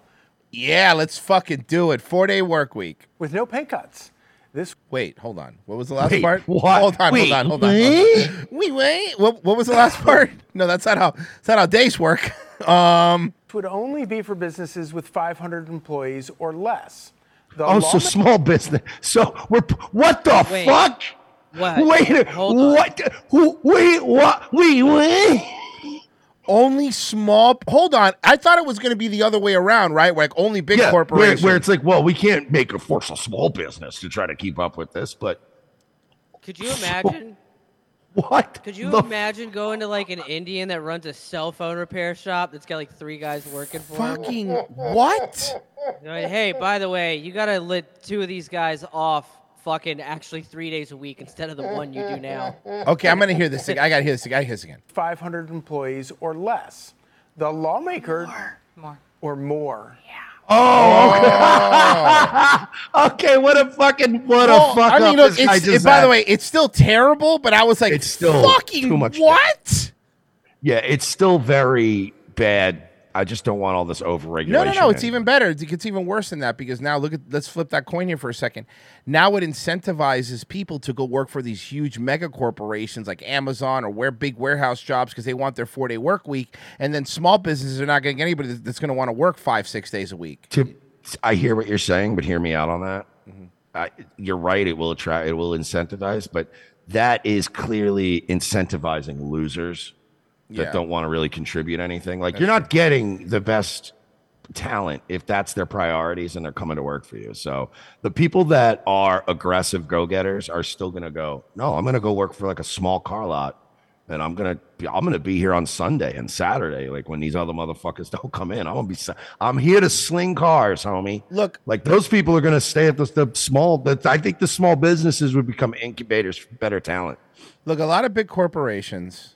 Yeah, let's fucking do it. Four day work week.
with no pay cuts. This
Wait, hold on. What was the last
Wait,
part?
what?
Hold on,
Wait,
hold on, hold on. Hold on. Wait, wait. What, what was the last part? No, that's not how. That's not how days work. Um,
would only be for businesses with 500 employees or less. The
Oh, so
lawma-
small business. So we're p- what the
Wait.
fuck?
What?
Wait, a-
Hold on.
what? Who? Wait, what? Wait, wait.
Only small. Hold on. I thought it was going to be the other way around, right? Like only big
Yeah, where-
corporations.
Where, it's like, well, we can't make a force a small business to try to keep up with this, but
Could you imagine?
What?
Could you
the
imagine going to like an Indian that runs a cell phone repair shop that's got like three guys working for
Fucking
him?
what?
They're like, hey, by the way, you gotta let two of these guys off fucking actually three days a week instead of the one you do now.
Okay, I'm gonna hear this. ag- I gotta hear this. ag- I gotta hear this again.
500 employees or less. The lawmaker. More. Or more. Yeah.
Oh. okay, what a fucking what
Well,
a fuck
I mean,
up
look,
this guy
it's, it-
just
by the
had.
way, it's still terrible, but I was like, it's
still
fucking
too much.
What?
Yeah, it's still very bad. I just don't want all this overregulation.
No, no, no. It's
in.
even better. It gets even worse than that because now look at let's flip that coin here for a second. Now it incentivizes people to go work for these huge mega corporations like Amazon or where big warehouse jobs because they want their four day work week, and then small businesses are not getting anybody that's going to want to work five six days a week.
To, I hear what you're saying, but hear me out on that. I, you're right. It will attract. It will incentivize, but that is clearly incentivizing losers that
Yeah.
don't want to really contribute anything. Like you're not getting the best talent if that's their priorities and they're coming to work for you. So the people that are aggressive go getters are still going to go. No, I'm going to go work for like a small car lot. And I'm gonna be, I'm gonna be here on Sunday and Saturday, like when these other motherfuckers don't come in. I'm gonna be, sa- I'm here to sling cars, homie.
Look,
like those people are gonna stay at the, the small. The, I think the small businesses would become incubators for better talent.
Look, a lot of big corporations,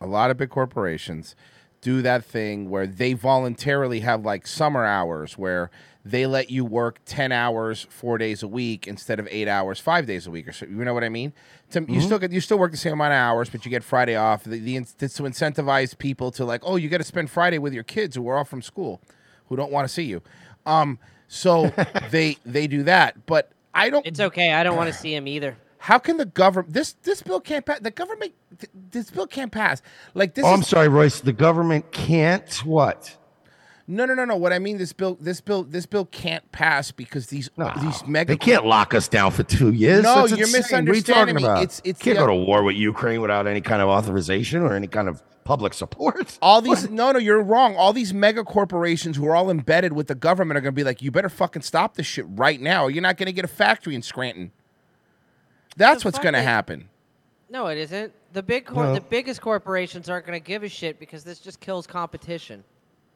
a lot of big corporations do that thing where they voluntarily have like summer hours where they let you work 10 hours 4 days a week instead of 8 hours 5 days a week or so. You know what I mean? To, You still get you still work the same amount of hours but you get Friday off. The, the it's to incentivize people to like, "Oh, you got to spend Friday with your kids who are off from school who don't want to see you." Um so they they do that, but I don't
It's okay. I don't want to see him either.
how can the government this this bill can't pass? The government th- this bill can't pass. Like this.
oh,
is,
I'm sorry, Royce. The government can't what?
No, no, no, no. What I mean this bill this bill this bill can't pass because these these mega
They can't lock us down for two years.
No,
That's
you're
insane. What are
misunderstanding
you
me.
talking about?
It's- it's
can't
the-
go to war with Ukraine without any kind of authorization or any kind of public support.
All these no no you're wrong. All these mega corporations who are all embedded with the government are going to be like you better fucking stop this shit right now. or You're not going to get a factory in Scranton. That's what's going to happen.
No, it isn't. The big cor-
No.
the biggest corporations aren't gonna give a shit because this just kills competition.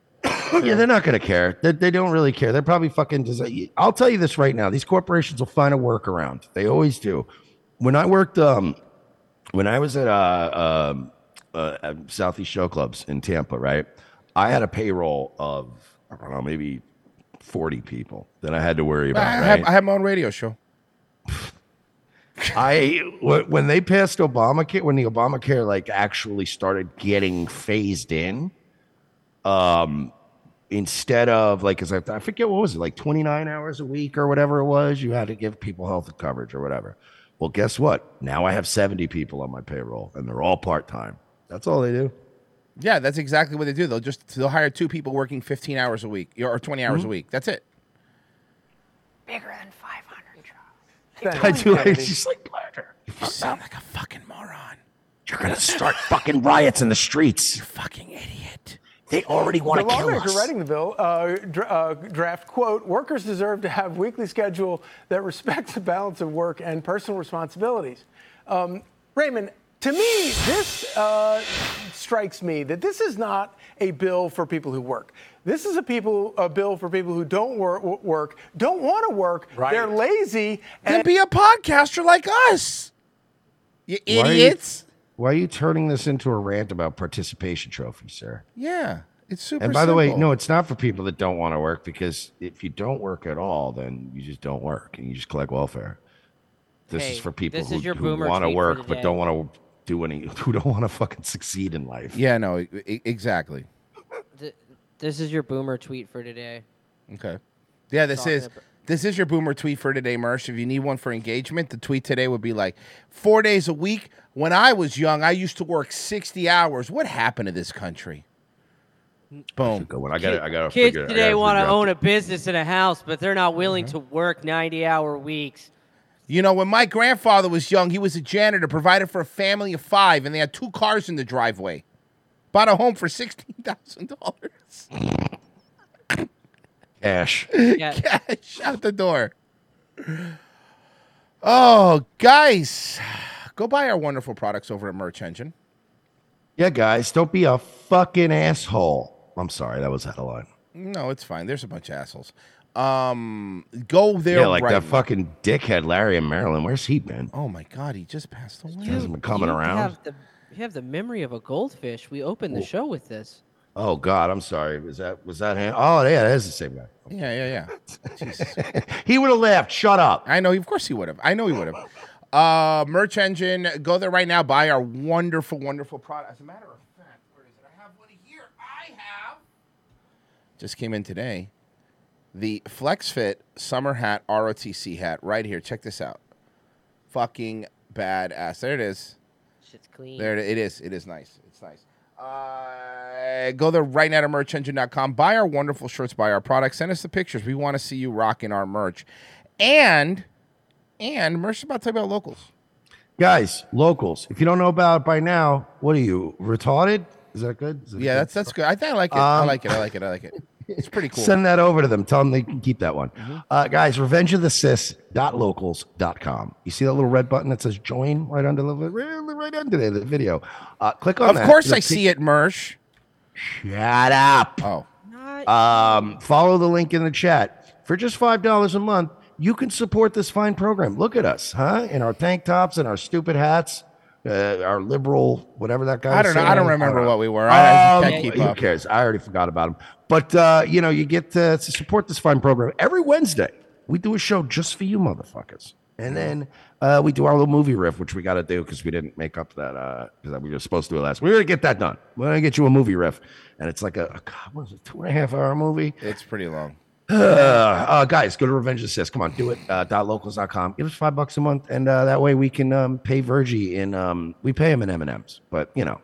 yeah, they're not going to care. They, they don't really care. They're probably fucking. Desi- I'll tell you this right now: these corporations will find a workaround. They always do. When I worked, um, when I was at uh, um, uh, at Southeast Show Clubs in Tampa, right, I had a payroll of I don't know, maybe forty people that I had to worry
I
about.
have,
right?
I have my own radio show.
I wh- when they passed Obamacare, when the Obamacare like actually started getting phased in, um, instead of like, as I, I forget what was it like twenty nine hours a week or whatever it was, you had to give people health coverage or whatever. Well, guess what? Now I have seventy people on my payroll, and they're all part time. That's all they do.
Yeah, that's exactly what they do. They'll just they'll hire two people working 15 hours a week or 20 hours a
Mhm.
week. That's it.
Bigger than 500
I do. It's just like Blacker.
You sound like a fucking moron.
You're gonna start fucking riots in the streets. You
fucking idiot.
They already want
The
to kill
lawmaker
us.
writing the bill uh, dra- uh, draft quote: "Workers deserve to have weekly schedule that respects the balance of work and personal responsibilities." Um, Raymond, to me, this uh, strikes me that this is not a bill for people who work. This is a people a bill for people who don't wor- work, don't want to work. They're lazy.
Then be a podcaster like us. You
Why are you-
idiots.
Why are you turning this into a rant about participation trophies, sir?
Yeah, it's super.
and by the way,
simple.
no, it's not for people that don't want to work because if you don't work at all, then you just don't work and you just collect welfare. This
Hey,
is for people
this
who,
is your
who
boomer
want to
tweet for
work but
today.
don't want to do any, who don't want to fucking succeed in life.
Yeah, no, e- e- exactly.
Th- This is your boomer tweet for today.
Okay. Yeah, this
Talking
is
about-
this is your boomer tweet for today, Mersh. If you need one for engagement, the tweet today would be like four days a week. When I was young, I used to work sixty hours. What happened to this country? Boom.
Good one. I got. I got.
Kids today want to own a business and a house, but they're not willing
Mm-hmm.
to work 90 hour weeks.
You know, when my grandfather was young, he was a janitor, provided for a family of five, and they had two cars in the driveway. Bought a home for sixteen thousand dollars.
Cash.
Cash out the door. Oh, guys, Go buy our wonderful products over at Merch Engine.
Yeah, guys, don't be a fucking asshole. I'm sorry, that was out of line.
No, it's fine. There's a bunch of assholes. Um, go there.
yeah, like
right
that fucking dickhead Larry in Maryland. Where's he been?
Oh my God, he just passed away.
He hasn't been coming around.
Have the, you have the memory of a goldfish. We opened the show with this.
Oh God, I'm sorry. Was that was that him? Oh yeah, that is the same guy.
Yeah, yeah, yeah. Jesus.
he would have laughed. Shut up.
I know. Of course he would have. I know he would have. Uh, Merch Engine, go there right now. Buy our wonderful, wonderful product. As a matter of fact, where is it? I have one here. I have. Just came in today. The Flex Fit Summer Hat ROTC hat right here. Check this out. Fucking badass. There it is.
Shit's clean.
There it it is. It is nice. It's nice. Uh, go there right now to merchengine.com. Buy our wonderful shirts, buy our products, send us the pictures. We want to see you rocking our merch. And and merch is about to talk about locals.
Guys, locals. If you don't know about it by now, what are you retarded? Is that good? Is that
Yeah, that's that's good. I think I like it. I
Um,
like it. I like it. I like it. It's pretty cool.
Send that over to them. Tell them they can keep that one.
Mm-hmm.
Uh, guys, revengeofthesis.locals.com. You see that little red button that says join right under the right, right under there, the video. Uh, click on
of
that.
course
You'll
I see it, Mersh.
Shut up.
Oh.
Um, follow the link in the chat. For just $5 a month, you can support this fine program. Look at us, huh? In our tank tops and our stupid hats, uh, our liberal, whatever that guy
I don't know.
was
I don't
saying. Uh,
remember what we were. I- I
Um,
can't keep
who
up.
cares? I already forgot about him. But, uh, you know, you get to, to support this fine program. Every Wednesday, we do a show just for you motherfuckers. And then uh, we do our little movie riff, which we got to do because we didn't make up that uh, 'cause we were supposed to do it last. We're gonna get that done. We're gonna get you a movie riff, and it's like a, a God, what is it, two and a half hour movie?
It's pretty long.
Uh, uh, guys, go to Revenge of the Sith. Come on, do it. Uh, dot locals.com. Give us five bucks a month, and uh, that way we can um, pay Virgie in. Um, we pay him in M and M's, but you know,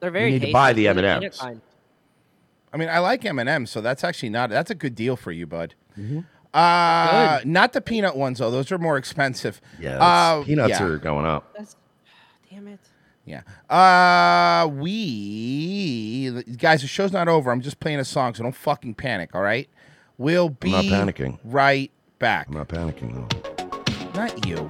They're very
need to buy
tasty.
the
They're
M&Ms.
peanut kind.
I mean, I like M and M's, so that's actually not that's a good deal for you, bud.
Mm-hmm.
Uh, not the peanut ones though; those are more expensive.
yeah,
Uh,
that's- peanuts
yeah.
are going up.
Damn it.
Yeah. Uh, we guys, the show's not over. I'm just playing a song, so don't fucking panic. All right. We'll be
not panicking.
Right back.
I'm not panicking though.
Not you.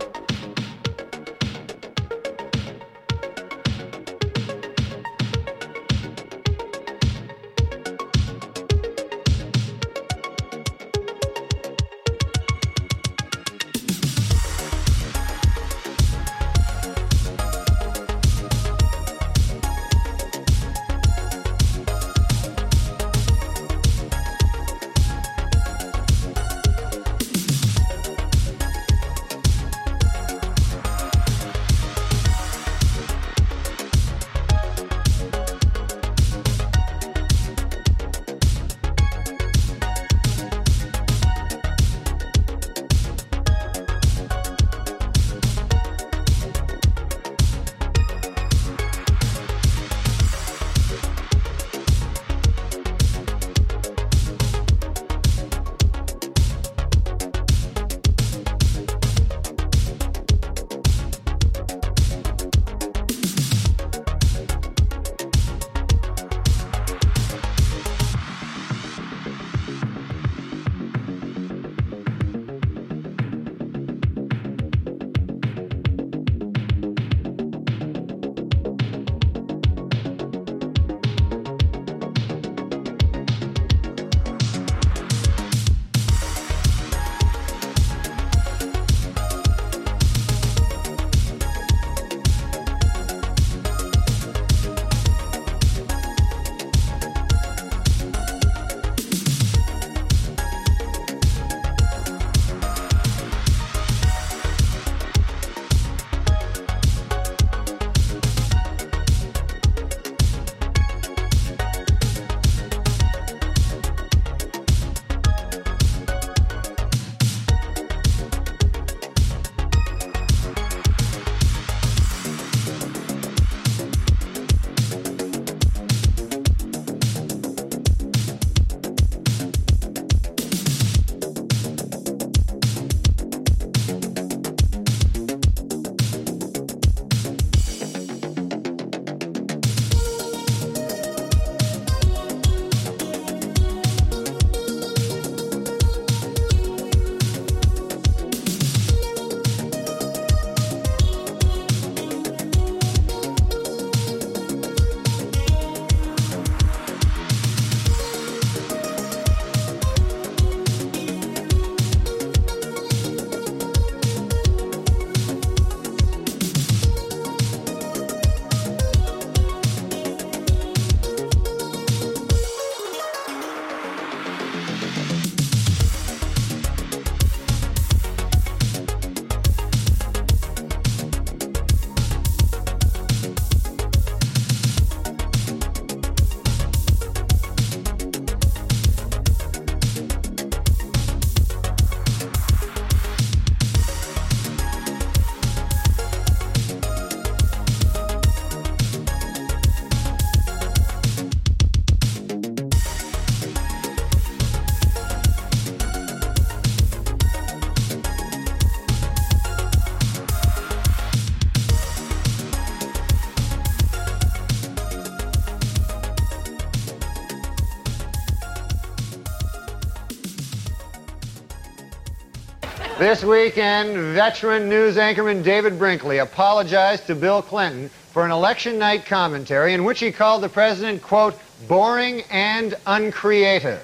This weekend, veteran news anchorman David Brinkley apologized to Bill Clinton for an election night commentary in which he called the president, quote, boring and uncreative.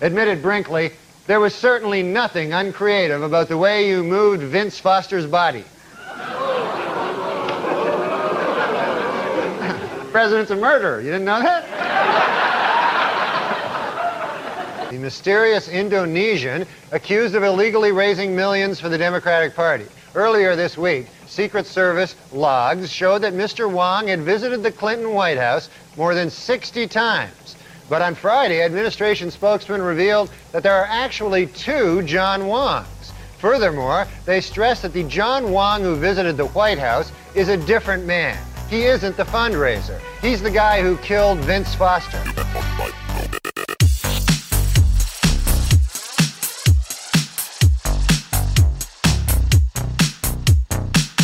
Admitted Brinkley, there was certainly nothing uncreative about the way you moved Vince Foster's body. president's a murderer. You didn't know that? the mysterious Indonesian accused of illegally raising millions for the Democratic Party. Earlier this week, Secret Service logs showed that Mr. Wong had visited the Clinton White House more than 60 times. But on Friday, administration spokesman revealed that there are actually two John Wongs. Furthermore, they stressed that the John Wong who visited the White House is a different man. He isn't the fundraiser. He's the guy who killed Vince Foster.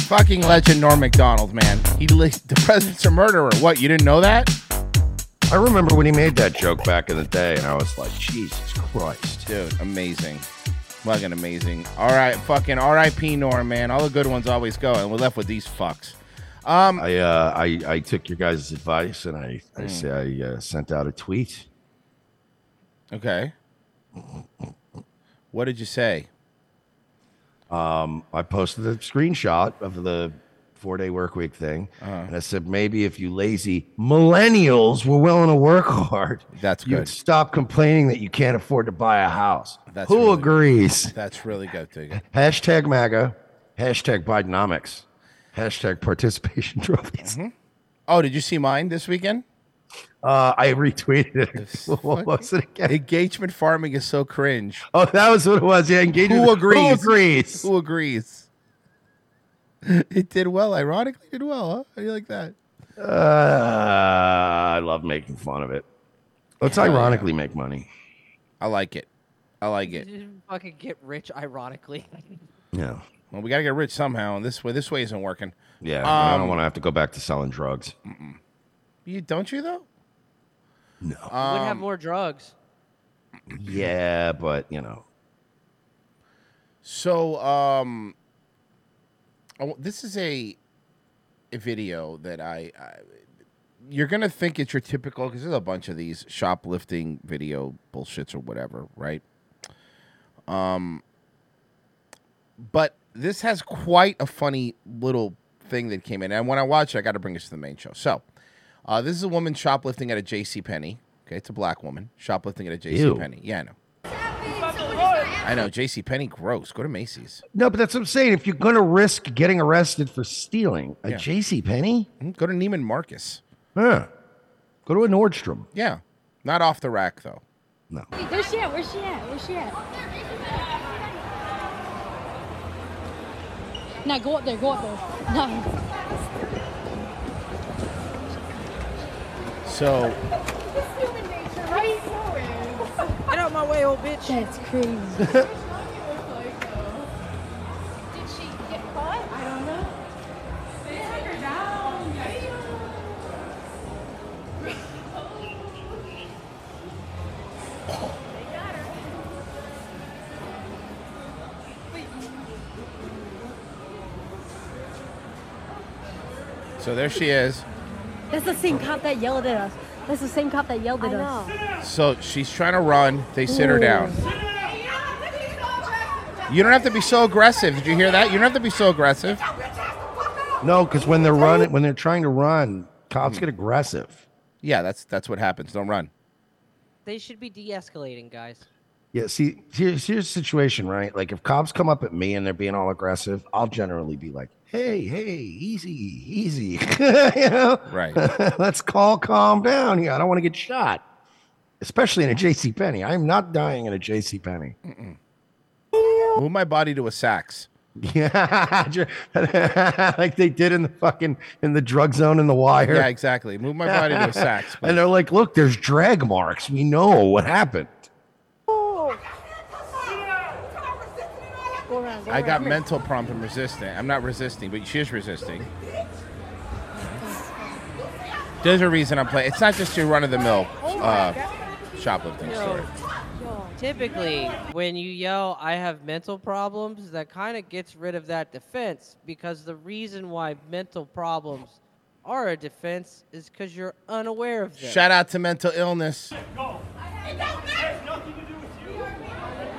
Fucking legend Norm McDonald, man. He li- the president's a murderer. What? You didn't know that?
I remember when he made that joke back in the day, and I was like, Jesus Christ.
Dude, amazing. Fucking amazing. All right, fucking R.I.P. Norm, man. All the good ones always go, and we're left with these fucks. Um,
I, uh, I I took your guys' advice and I I mm. say I uh, sent out a tweet.
Okay. What did you say?
Um, I posted a screenshot of the four day work week thing, uh-huh. and I said maybe if you lazy millennials were willing to work hard,
that's
you'd
good.
stop complaining that you can't afford to buy a house. That's who really agrees?
Good. That's really good. Digga.
Hashtag MAGA. Hashtag Bidenomics. Hashtag participation trophies. Mm-hmm.
Oh, did you see mine this weekend?
Uh, I retweeted it. what was it again?
Engagement farming is so cringe.
Oh, that was what it was. Yeah, engagement.
Who agrees?
Who agrees?
Who agrees? It did well. Ironically, did well. Huh? How do you like that?
Uh, I love making fun of it. Let's Hell ironically yeah. make money.
I like it. I like it.
fucking get rich ironically.
yeah.
Well, we got to get rich somehow, and this way, this way isn't working.
Yeah, um, I don't want to have to go back to selling drugs.
Mm-mm. You don't you though?
No,
um, would have more drugs.
Yeah, but you know.
So, um, oh, this is a, a video that I, I, you're gonna think it's your typical because there's a bunch of these shoplifting video bullshits or whatever, right? Um, but this has quite a funny little thing that came in. And when I watch it, I got to bring this to the main show. So, uh, this is a woman shoplifting at a J.C. Penney. Okay, it's a black woman shoplifting at a J.C. Penney. Yeah, I know. I know J.C. Penney, gross. Go to Macy's.
No, but that's what I'm saying. If you're going to risk getting arrested for stealing a yeah. J.C. Penney,
Mm-hmm. go to Neiman Marcus.
Yeah. Go to a Nordstrom.
Yeah. Not off the rack though.
No.
Where's she at? Where's she at? Where's she at? No, go up there, go up there. No.
So.
Get out my way, old bitch.
That's crazy. Did she get caught? I don't know. They had her down. They got her.
So there she is.
That's the same cop that yelled at us. That's the same cop that yelled at us.
So she's trying to run. They sit Ooh. her down. You don't have to be so aggressive. Did you hear that? You don't have to be so aggressive.
No, because when they're running, when they're trying to run, cops get aggressive.
Yeah, that's that's what happens. Don't run.
They should be de-escalating, guys.
Yeah, see, here's here's the situation, right? Like if cops come up at me and they're being all aggressive, I'll generally be like, hey, hey, easy, easy. you know?
Right.
Let's call calm down here. I don't want to get shot. Especially in a JC Penny. I'm not dying in a JC Penny.
Move my body to a Saks.
Yeah, like they did in the fucking in the drug zone in the wire.
Yeah, exactly. Move my body to a Saks.
and they're like, look, there's drag marks. We know what happened.
Go around, go I got mental prompt and resistant. I'm not resisting, but she is resisting. There's a reason I'm playing. It's not just your run of the mill uh, shoplifting story.
typically when you yell i have mental problems that kind of gets rid of that defense because the reason why mental problems are a defense is because you're unaware of them
Shout out to mental illness.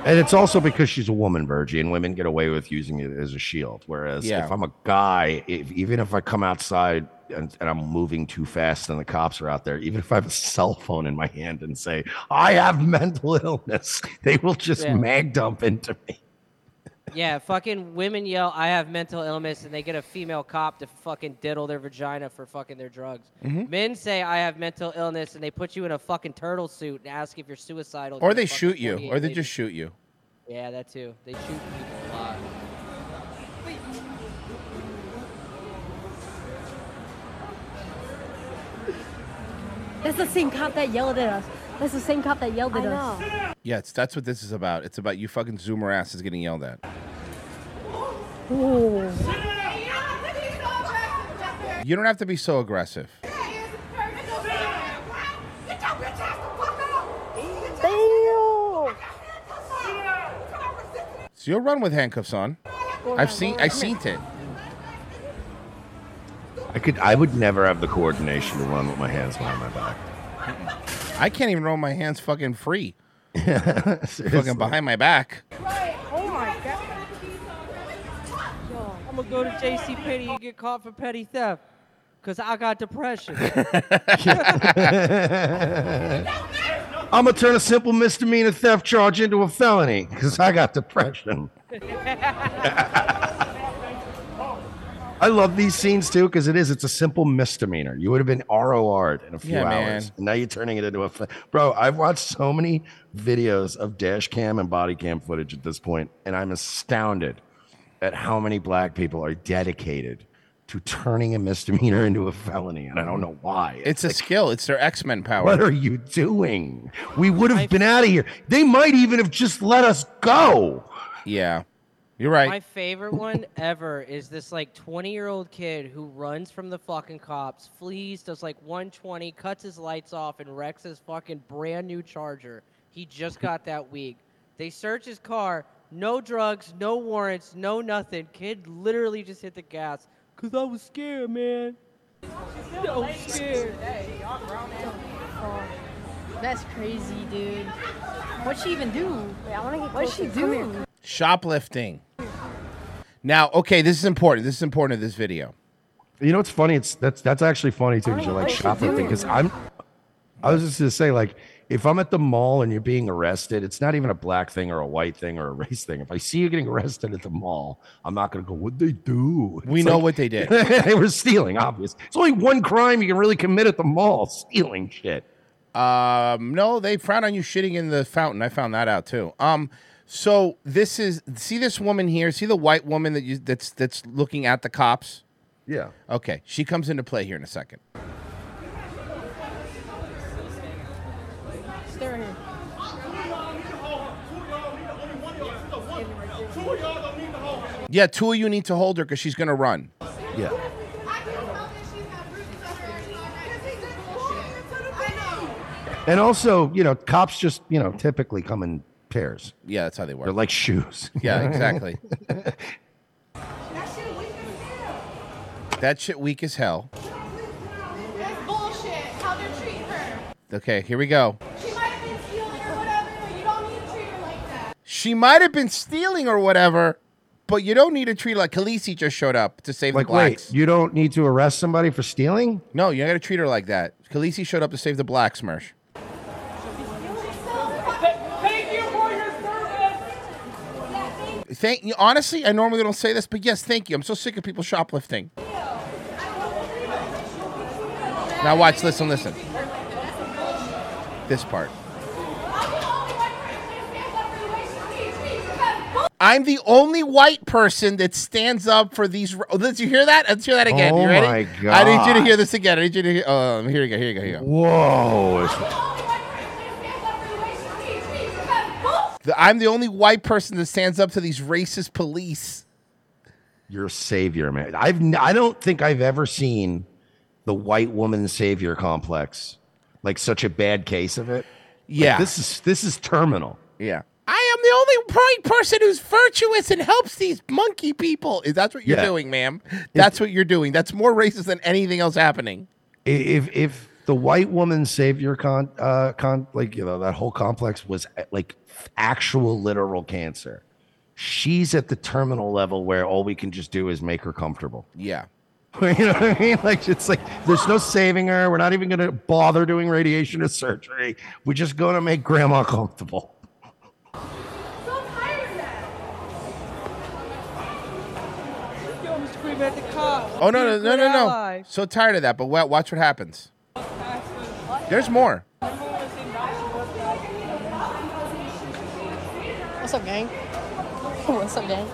And it's also because she's a woman, Virgie, and women get away with using it as a shield. Whereas
Yeah.
if I'm a guy, if, even if I come outside and, and I'm moving too fast and the cops are out there, even if I have a cell phone in my hand and say, I have mental illness, they will just
Yeah.
mag dump into me.
yeah fucking women yell i have mental illness and they get a female cop to fucking diddle their vagina for fucking their drugs
Mhm.
men say i have mental illness and they put you in a fucking turtle suit and ask if you're suicidal
Or
till
they
fucking
shoot you.
48
Or they
later.
just shoot you.
yeah that too they shoot people a lot
That's the same cop that yelled at us. That's the same cop that yelled at us.
Yeah, it's, that's what this is about. It's about you fucking zoomer asses getting yelled at. You don't have to be so aggressive. So you'll run with handcuffs on. I've seen I seen it.
I could, I would never have the coordination to run with my hands behind my back.
I can't even roll my hands fucking free. fucking behind my back.
Oh my god. I'm gonna go to JC Penney and get caught for petty theft. Cause I got depression.
I'm gonna turn a simple misdemeanor theft charge into a felony because I got depression. I love these scenes too because it is. It's a simple misdemeanor. You would have been ROR'd in a few
Yeah,
hours.
man.
And now you're turning it into a. fe- Bro, I've watched so many videos of dash cam and body cam footage at this point, and I'm astounded at how many black people are dedicated to turning a misdemeanor into a felony. And I don't know why.
It's a skill. It's their X Men power.
What are you doing? We would have been out of here. They might even have just let us go.
Yeah. You're right.
My favorite one ever is this like 20 year old kid who runs from the fucking cops, flees, does like 120, cuts his lights off, and wrecks his fucking brand new charger. He just got that week. They search his car, no drugs, no warrants, no nothing. Kid literally just hit the gas because I was scared, man. So scared.
That's crazy, dude. What'd she even do? What'd she
closer. Come here,
do?
Shoplifting. Now, okay, this is important. This is important to this video.
You know what's funny? It's that's that's actually funny too because you're like
what you
shoplifting.
doing?
Because I'm, I was just gonna say like if I'm at the mall and you're being arrested, it's not even a black thing or a white thing or a race thing. If I see you getting arrested at the mall, I'm not gonna go. What they do?
We know what they did.
they were stealing. Obvious. It's only one crime you can really commit at the mall: stealing shit.
Um, no, they frown on you shitting in the fountain. I found that out too. Um, so this is see this woman here. See the white woman that you that's that's looking at the cops.
Yeah.
Okay, she comes into play here in a second.
Stay right here.
Yeah, two of you need to hold her because she's gonna run.
Yeah. And also, you know, cops just you know typically come in pairs.
Yeah, that's how they work.
They're like shoes.
Yeah, exactly. That shit weak as hell.
That's bullshit. How they're treating her.
Okay, here we go.
She might have been stealing or whatever, but you don't need to treat her like that.
She might have been stealing or whatever, but you don't need to treat her like Khaleesi just showed up to save
Like,
the blacks.
wait, you don't need to arrest somebody for stealing?
No, you gotta treat her like that. Khaleesi showed up to save the blacks, Mersh.
Thank you for your service.
Thank you. Honestly, I normally don't say this, but yes, thank you. I'm so sick of people shoplifting. Now watch, listen, listen. This part. I'm the only white person that stands up for these. ri- Oh, Did you hear that? Let's hear that again.
Oh
you ready?
my
I need you to
God.
hear this again. I need you to hear. Um, here you go. Here you go. Here you go.
Whoa.
The- I'm the only white person that stands up to these racist police.
Your savior, man. I've n- I don't think I've ever seen the white woman savior complex like such a bad case of it. Like,
Yeah.
this is this is terminal.
Yeah. I am the only bright person who's virtuous and helps these monkey people. Is that's what you're
Yeah.
doing, ma'am? That's what you're doing. That's more racist than anything else happening.
I- if if the white woman savior con uh con like you know that whole complex was uh, like actual literal cancer she's at the terminal level where all we can just do is make her comfortable
Yeah.
you know what i mean like it's like there's no saving her we're not even going to bother doing radiation or surgery we're just going to make grandma comfortable
Yo, Mr. Green, at the car.
Oh no no
You're a
no
good
no no!
ally.
So tired of that. But wa- watch what happens. There's more.
What's up, gang? What's up, gang?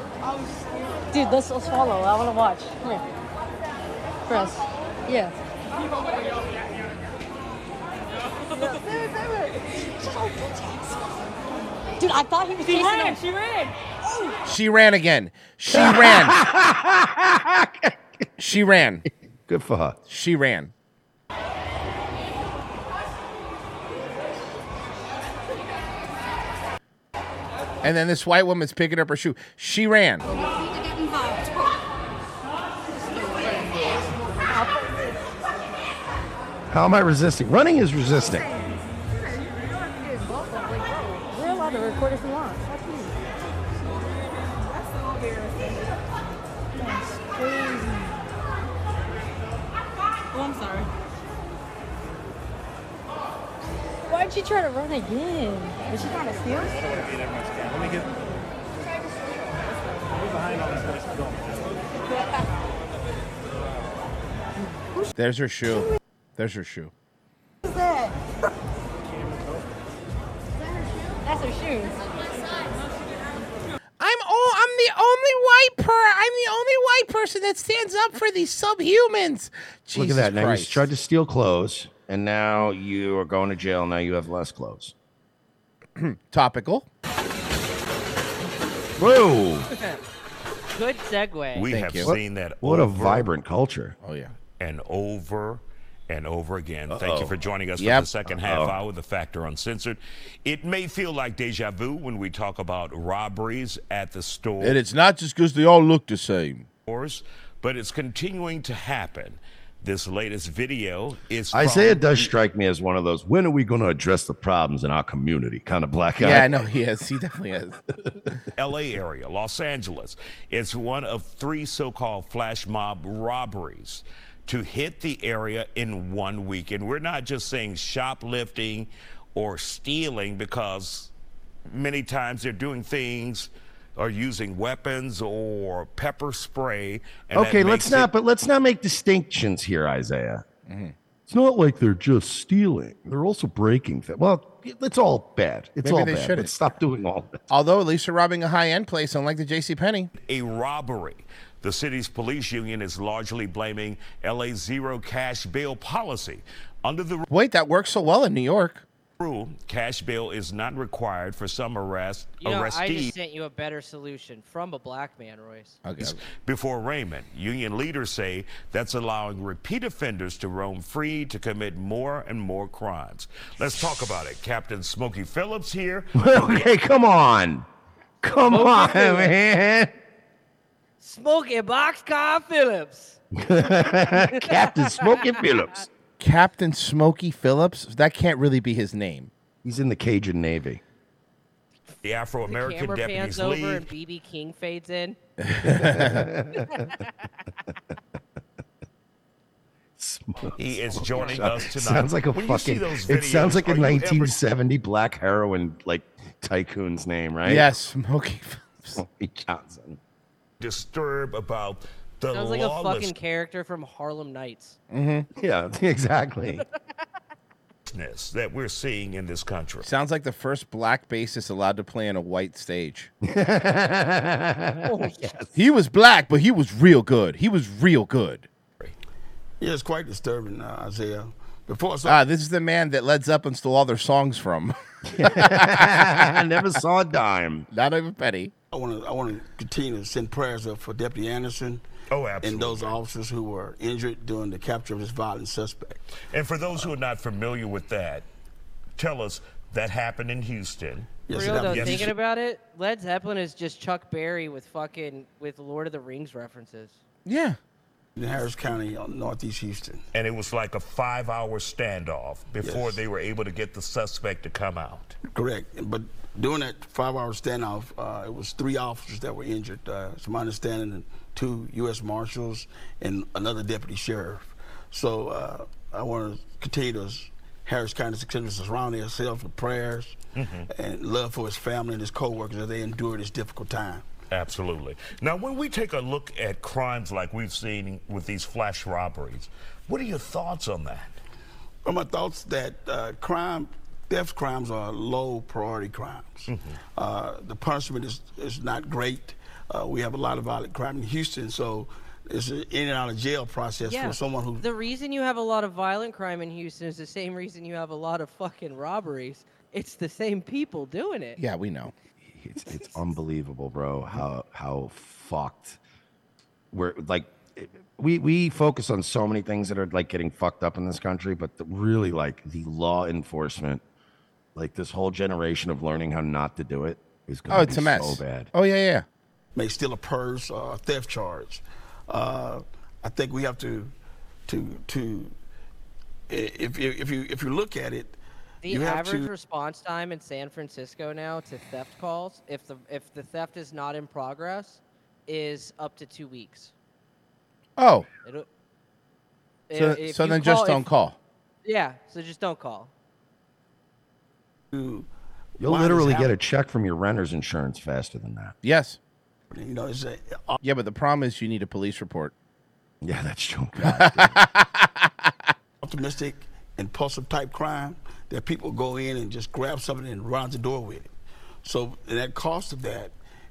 Dude, let's, let's follow. I want to watch. Come here. Press. Yeah. Dude, I thought he was
She
chasing
ran,
him. Oh,
she ran.
She ran again. She ran. she ran.
Good for her.
She ran. And then this white woman's picking up her shoe. She ran.
how am i resisting running is resisting
We're allowed to record if we want. Fuck you. That's crazy.
Oh, I'm sorry.
Why'd she try to run again? Was she trying to steal?
Oh,
Let me get. behind all these guys.
There's her shoe. There's her shoe.
What's that? That's her shoes.
I'm all. I'm the only white per. I'm the only white person that stands up for these subhumans.
Look at that. Now you tried to steal clothes, and now you are going to jail. Now you have less clothes.
Topical.
Whoa.
Good segue.
We have seen that.
What a
over
vibrant culture.
Oh yeah.
And over and over again. Thank
Uh-oh.
you for joining us
Yep.
for the 2nd
Uh-oh.
half hour, The Factor Uncensored. It may feel like deja vu when we talk about robberies at the store.
And it's not just because they all look the same.
stores, but it's continuing to happen. This latest video is from
Isaiah does strike me as one of those. When are we going to address the problems in our community? Kind of black guy.
Yeah, I know he is. He definitely is.
LA area, Los Angeles. It's one of three so-called flash mob robberies to hit the area in one week. And we're not just saying shoplifting or stealing because many times they're doing things or using weapons or pepper spray. and that
okay, let's
makes
not.
it-
But let's not make distinctions here, Isaiah.
Mm-hmm.
It's not like they're just stealing. They're also breaking things. Well, it's all bad. It's
Maybe
all
they
bad.
shouldn't.
Let's stop doing all that.
Although at least they're robbing a high end place, unlike the J.C. Penney.
a robbery. The city's police union is largely blaming LA's zero cash bail policy. Under the
Wait, that works so well in New York.
rule, cash bail is not required for some arrest
You know, I just
arrestees
sent you a better solution from a black man, Royce.
before arraignment. Union leaders say that's allowing repeat offenders to roam free to commit more and more crimes. Let's talk about it. Captain Smokey Phillips here.
okay, come on, come
Okay.
on, man.
Smoking boxcar Phillips.
Captain Smokey Phillips.
Captain Smokey Phillips. That can't really be his name.
He's in the Cajun Navy.
The Afro American
Camera pans
Deputies
over
League.
and BB King fades in.
He is joining
Sound-
us tonight.
Sounds like a
When you see
fucking.
those
it sounds
videos,
like a
are you ever-
1970 black heroin like tycoon's name, right?
Yes, Smokey Phillips.
Smokey Johnson.
disturb about the
Sounds like a
lawlessness.
fucking character from Harlem Nights.
Mm-hmm.
Yeah, exactly.
that we're seeing in this country.
Sounds like the first black bassist allowed to play on a white stage.
Oh,
He was black, but he was real good. He was real good.
Yeah, it's quite disturbing, uh, Isaiah. Before
Ah, this is the man that Led Zeppelin stole all their songs from.
I
never saw a dime.
Not even a penny.
I want to I want to continue to send prayers up for Deputy Anderson.
Oh,
And those officers who were injured during the capture of this violent suspect.
And for those who are not familiar with that, tell us that happened in Houston.
Yes, it
real though,
happens. Yes.
thinking about it, Led Zeppelin is just Chuck Berry with fucking with Lord of the Rings references.
Yeah.
In Harris County, on northeast Houston.
And it was like a five hour standoff before
Yes.
they were able to get the suspect to come out.
Correct. But during that five-hour standoff, uh, it was three officers that were injured. Uh, it's my understanding, and two U.S. marshals and another deputy sheriff. So uh, I want to continue to s- Harris County extenders surrounding ourselves with prayers and love for his family and his co-workers as they endure this difficult time.
Absolutely. Now, when we take a look at crimes like we've seen with these flash robberies, what are your thoughts on that?
Well, my thoughts that uh, crime, theft crimes are low priority crimes.
Mm-hmm.
Uh, the punishment is, is not great. Uh, we have a lot of violent crime in Houston, so it's an in and out of jail process
yeah.
for someone who.
The reason you have a lot of violent crime in Houston is the same reason you have a lot of fucking robberies. It's the same people doing it.
Yeah, we know.
It's it's unbelievable, bro. How how fucked we're like. it- We we focus on so many things that are like getting fucked up in this country, but the, really like the law enforcement, like this whole generation of learning how not to do it is going
Oh, it's a mess.
so bad.
Oh yeah, yeah.
may steal a purse or a theft charge. Uh, I think we have to, to, to. i- If you if you if you look at it,
The
you have
average
to.
response time in San Francisco now to theft calls, if the if the theft is not in progress, is up to two weeks.
Oh,
It'll,
so,
i- if
so
you
then just
if-
don't call.
Yeah, so just don't call.
You'll
You'll
why this
literally get
happened.
a check from your renter's insurance faster than that.
Yes.
You know, it's a,
uh,
yeah, but the problem is you need a police report.
Yeah, that's true.
optimistic, impulsive type crime that people go in and just grab something and run out the door with it. So and that cost of that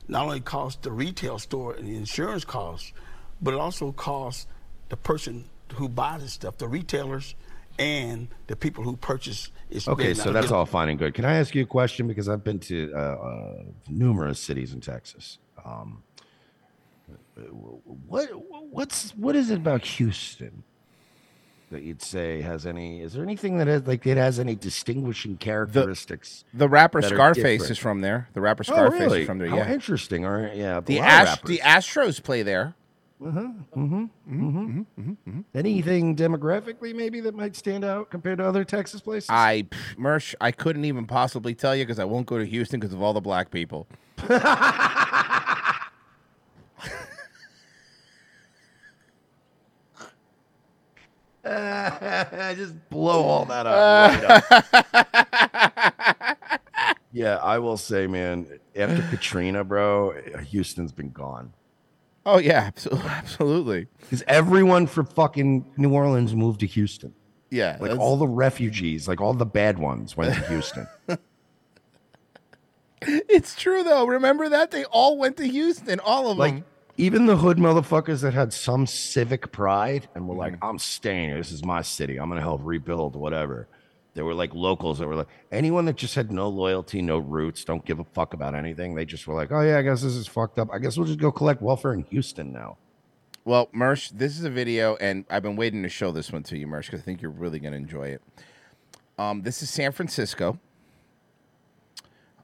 not only costs the retail store and the insurance costs, but it also costs the person who buys the stuff, the retailers, and the people who purchase. It's
Okay,
been-
so that's all fine and good. Can I ask you a question? Because I've been to uh, uh, numerous cities in Texas. Um, what what's what is it about Houston that you'd say has any? Is there anything that has, like it has any distinguishing characteristics?
The rapper
that are
Scarface
different?
is from there. The rapper
Oh,
Scarface
really?
is from there.
How
Yeah.
interesting. All right, yeah.
The
Ash,
Ash, the Astros play there.
hmm
Mm-hmm,
hmm Anything demographically maybe that might stand out compared to other Texas places?
I pff, Mersh, I couldn't even possibly tell you because I won't go to Houston because of all the black people.
just blow all that up.
right
up. yeah, I will say, man, after Katrina, bro, Houston's been gone.
Oh yeah, absolutely, absolutely.
Because everyone from fucking New Orleans moved to Houston.
Yeah,
Like
that's-
all the refugees, like all the bad ones went to Houston.
It's true though. Remember that they all went to Houston. All of
like
them.
even the hood motherfuckers that had some civic pride and were like, I'm staying here. This is my city. I'm gonna help rebuild whatever. There were like locals that were like anyone that just had no loyalty, no roots, don't give a fuck about anything. They just were like, Oh yeah, I guess this is fucked up. I guess we'll just go collect welfare in Houston now.
Well, Mersh, this is a video, and I've been waiting to show this one to you, Mersh, because I think you're really going to enjoy it. Um, this is San Francisco.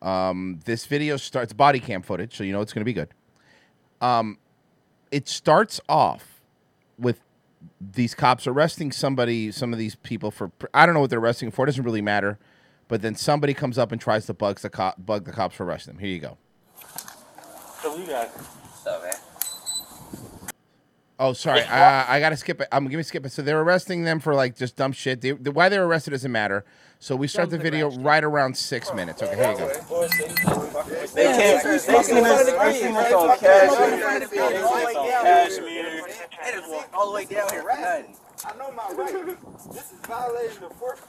Um, this video starts body cam footage, so you know it's going to be good. Um, it starts off with these cops arresting somebody, some of these people for I don't know what they're arresting for. It doesn't really matter. But then somebody comes up and tries to bug the cop, bug the cops for arresting them. Here you go.
So you guys. What's man?
Oh, sorry. Uh, I gotta skip it. I'm gonna skip it. So they're arresting them for like just dumb shit. They, the, why they're arrested doesn't matter. So we start the video right around six minutes. Okay, here you go.
They can't. They can't. Arresting us on cash. Arresting us on cash meter. All the way down here, right? I know my right. This is violating the fourth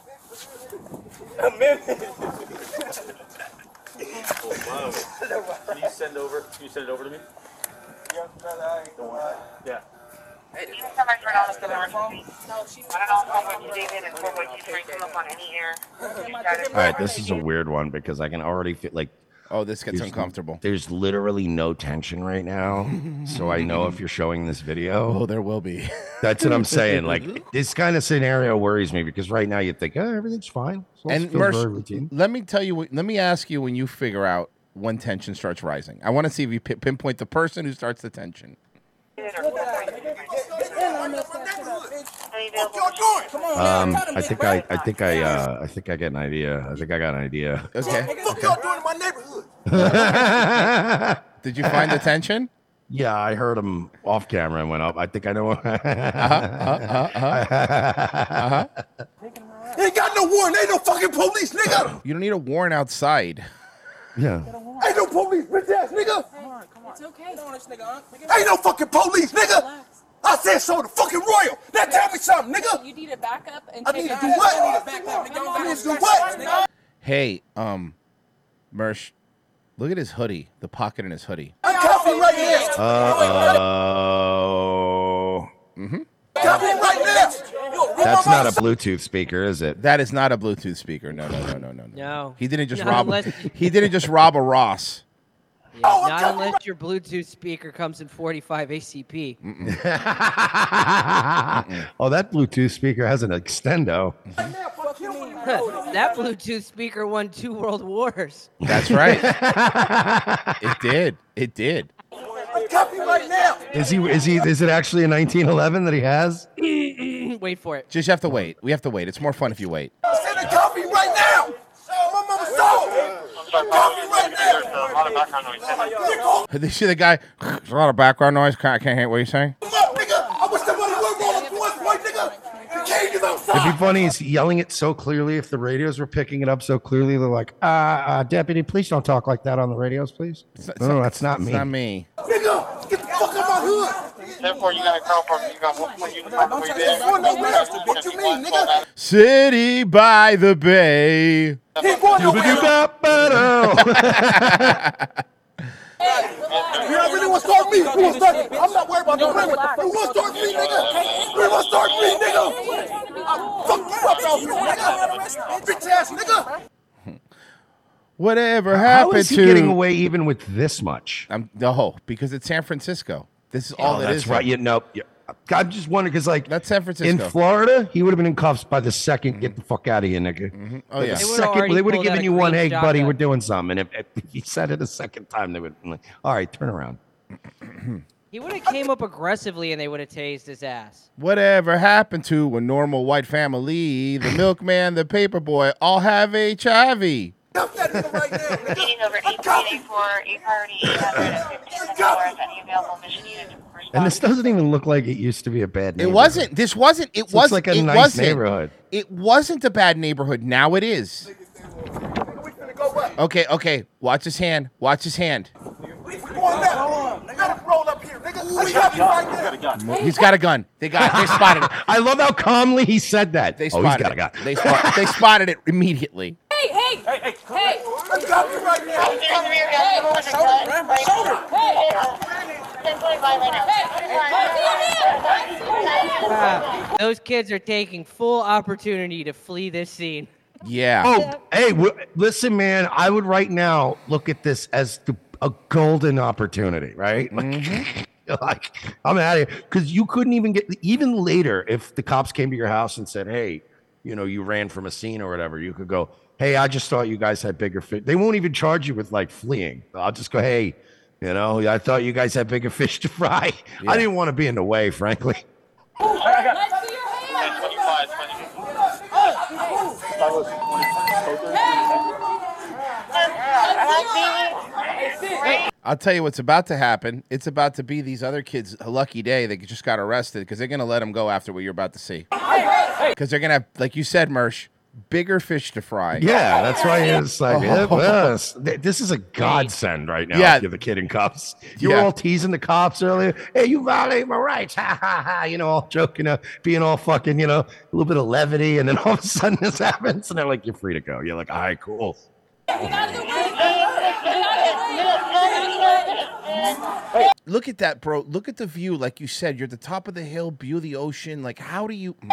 amendment. Can you send over? Can you send it over to me? Yeah, Don't worry. Yeah.
All right, this is a weird one because I can already feel like
Oh, this gets uncomfortable.
There's literally no tension right now. So I know if you're showing this video.
Oh, there will be.
That's what I'm saying. Like this kind of scenario worries me because right now you think, oh, everything's fine. This all
And
feels very
Mersh,
routine."
let me tell you, what- let me ask you when you figure out when tension starts rising. I want to see if you pi- pinpoint the person who starts the tension.
Oh,
um, I think I, I think I, uh, I think I get an idea. I think I got an idea.
Did you find the tension?
Yeah, I heard him off camera and went up. I think I know.
uh-huh,
Ain't got no warrant. Ain't no fucking police, nigga.
You don't need a warrant outside.
Yeah.
Ain't no police, bitch ass nigga. Come on, come on. It's okay. Ain't no fucking police, nigga. I said so. The fucking royal. Now tell me something, nigga. You need a backup and I need to do what? I need to do what?
Hey, um, Mersh, look at his hoodie, the pocket in his hoodie.
I'm coughing right now.
oh.
Mm-hmm.
Coughing right now.
That's not a Bluetooth speaker, is it?
That is not a Bluetooth speaker. No, no, no, no, no.
No.
He didn't just
Not
rob.
unless-
He didn't just rob a Ross.
Yeah, not unless your Bluetooth speaker comes in 45 ACP.
Uh-huh.
oh, that Bluetooth speaker has an extendo.
that Bluetooth speaker won two world wars.
That's right. it did. It did.
I'm coughing right now.
Is he? Is he? Is it actually a 1911 that he has?
wait for it.
Just have to wait. We have to wait. It's more fun if you wait.
I said I'm coughing right now. My mama's soul. I'm coughing right now.
They see the guy. There's a lot of background noise. Can't- I can't hear what you're saying.
Come on, nigga. I wish somebody would roll up to us, white nigga. The cage is outside.
It'd be funny. He's yelling it so clearly. If the radios were picking it up so clearly, they're like, uh, uh "Deputy, please don't talk like that on the radios, please." no, no, that's not
it's
me.
not me.
Nigga, get the fuck out my hood. Therefore, you gotta call from you got one point you got one What you mean, nigga?
City by the bay.
He going
Doo-ba-doo-ba-ba-do.
You don't really want to start me. You want to start me? I'm not worried about the women. You want to start me, nigga? You want to start me, nigga? I'll fuck you up out here, nigga. Bitch ass nigga.
Whatever
How
happened
is he
to
getting away even with this much?
I'm no, because it's San Francisco. This is all
oh,
it
that's
is.
right. You nope. Yeah. I just wondering because like
that's San Francisco.
in Florida, he would have been in cuffs by the 2nd Get the fuck out of here, nigga.
Mm-hmm. Oh,
By the
yeah. They would've
second
already
they would have
pulled out
given
a
you one,
green
hey, buddy,
shotgun.
we're doing something. And if, if he said it a second time, they would. Like, All right, turn around.
He would have came up aggressively and they would have tased his ass.
Whatever happened to a normal white family? The milkman, the paperboy, all have HIV.
Meeting over 1884, 830, 854 is any available mission unit.
And this doesn't even look like it used to be a bad.
It
neighborhood.
wasn't. This wasn't. It
This
was
looks like a
it
nice
wasn't.
neighborhood.
It wasn't a bad neighborhood. Now it is. Okay, okay. Watch his hand. Watch his hand.
I'm coughing right now.
He's got a gun. They got it. They spotted it.
I love how calmly he said that.
They
oh,
spotted
he's got
it.
a gun.
They, spot, they spotted it immediately.
Hey, hey, hey, hey, hey. I'm coughing right now. Hey, shoulder, grandma, shoulder.
Wow. Those kids are taking full opportunity to flee this scene.
Yeah.
Oh, hey, w- listen, man. I would right now look at this as the, a golden opportunity, right? Like, like, I'm out of here because you couldn't even get even later if the cops came to your house and said, "Hey, you know, you ran from a scene or whatever." You could go, "Hey, I just thought you guys had bigger fish." They won't even charge you with like fleeing. I'll just go, "Hey, you know, I thought you guys had bigger fish to fry. I didn't want to be in the way, frankly."
I'll tell you what's about to happen. It's about to be these other kids' lucky day. They just got arrested because they're gonna let them go after what you're about to see. Because they're gonna have, like you said, Mersh, bigger fish to fry.
Yeah, that's why it's like,
Oh.
eh, yes. Th- this is a godsend right now.
Yeah.
Yeah, you're the kid in cops. You were
Yeah.
all teasing the cops earlier. Hey, you violate my rights. Ha ha ha. You know, all joking, uh, being all fucking, you know, a little bit of levity. And then all of a sudden this happens. And they're like, you're free to go. You're like, all right, cool.
Look at that, bro. Look at the view. Like you said, you're at the top of the hill, view of the ocean. Like, how do you. mm.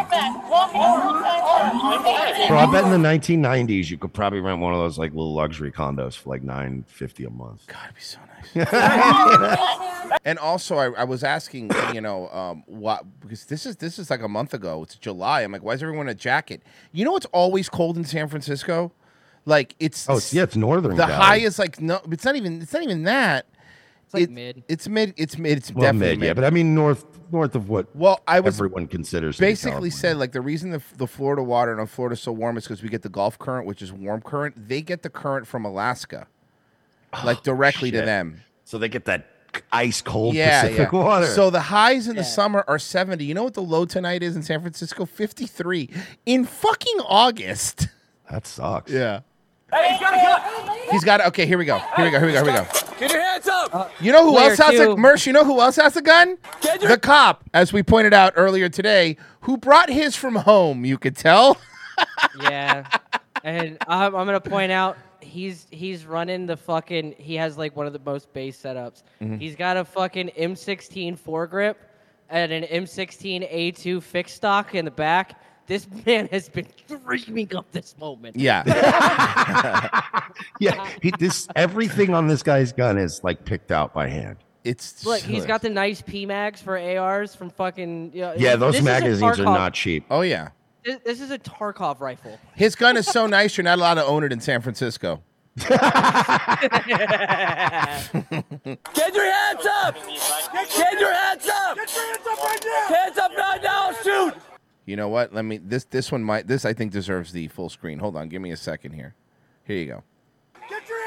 Bro, I bet in the 1990s you could probably rent one of those like little luxury condos for like 950 a month. God,
it'd be so and also, I, I was asking, you know, um, what because this is this is like a month ago. It's July. I'm like, why is everyone in a jacket? You know, it's always cold in San Francisco. Like it's
Oh, it's, yeah, it's northern.
the
Cali.
high is like no. It's not even. It's not even that. It's like mid. It's mid. It's mid. It's
well,
definitely
mid,
mid.
yeah, but I mean north north of what
well, I was
everyone considers to be
basically said like the reason the, the Florida water and Florida's so warm is because we get the Gulf Current, which is warm current. They get the current from Alaska, like directly to
shit.
them.
So they get that ice cold
yeah,
Pacific
yeah.
water.
So the highs in the summer are seventy. You know what the low tonight is in San Francisco? Fifty three in fucking August.
That sucks.
Yeah,
Hey, he's gotta cut!
he's got. Okay, here we go. Here we go. Here we go. Here we go.
Get your hands up!
You know who
Player
else has
two.
a Mersh, you know who else has a gun? The cop, as we pointed out earlier today, who brought his from home, you could tell.
yeah. And I'm, I'm gonna point out he's he's running the fucking he has like one of the most base setups.
Mm-hmm.
Mhm.
He's got a fucking M16 foregrip and an M16A2 fixed stock in the back. This man has been dreaming of this moment.
Yeah. yeah, he, this everything on this guy's gun is like picked out by hand.
It's
Look, he's got the nice P mags for ARs from fucking. You know,
Yeah,
this
those
is a
magazines are
Tarkov-
not cheap.
Oh yeah.
This, this is a Tarkov rifle.
His gun is so nice you're not allowed to own it in San Francisco.
Get your hands up! Get your hands up! Get your hands up right now! Hands up right now, shoot!
You know what? Let me this this one might this I think deserves the full screen. Hold on, give me a second here. Here you go.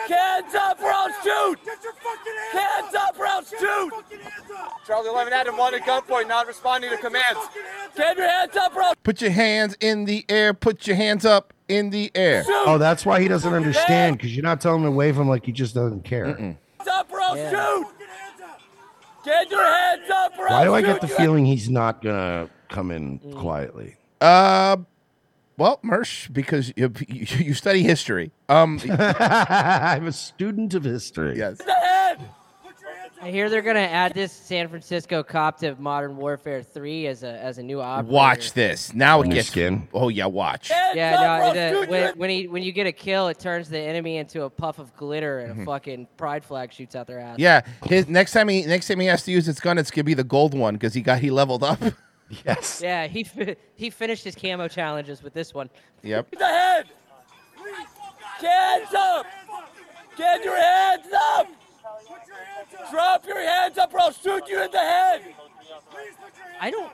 Hands up or I'll shoot! Get your fucking hands, up! or I'll shoot! Charlie 11 Adam 1 at gunpoint, not responding to commands. Get your hands up or I'll
Put your hands in the air, put your hands up in the air.
Oh, that's why he doesn't understand because you're not telling him to wave him like he just doesn't care.
hands up or I'll shoot! Get your hands up or
Why
I'll
do I
shoot!
get the feeling he's not gonna come in
Mm.
quietly?
Uh, well, Mersh, because you, you, you study history. Um,
I'm a student of history.
Yes.
I hear they're gonna add this San Francisco cop to Modern Warfare 3 as a as a new option.
Watch this. Now it
New
gets
skin.
Oh yeah, watch.
Yeah, no, the, when, when he when you get a kill, it turns the enemy into a puff of glitter and a
Mhm.
fucking pride flag shoots out their ass.
Yeah, his next time he next time he has to use his gun, it's gonna be the gold one because he got he leveled up.
Yes.
Yeah, he fi- he finished his camo challenges with this one.
Yep.
the head! Hands up! Get your hands up! Drop your hands up or I'll shoot you in the head!
I don't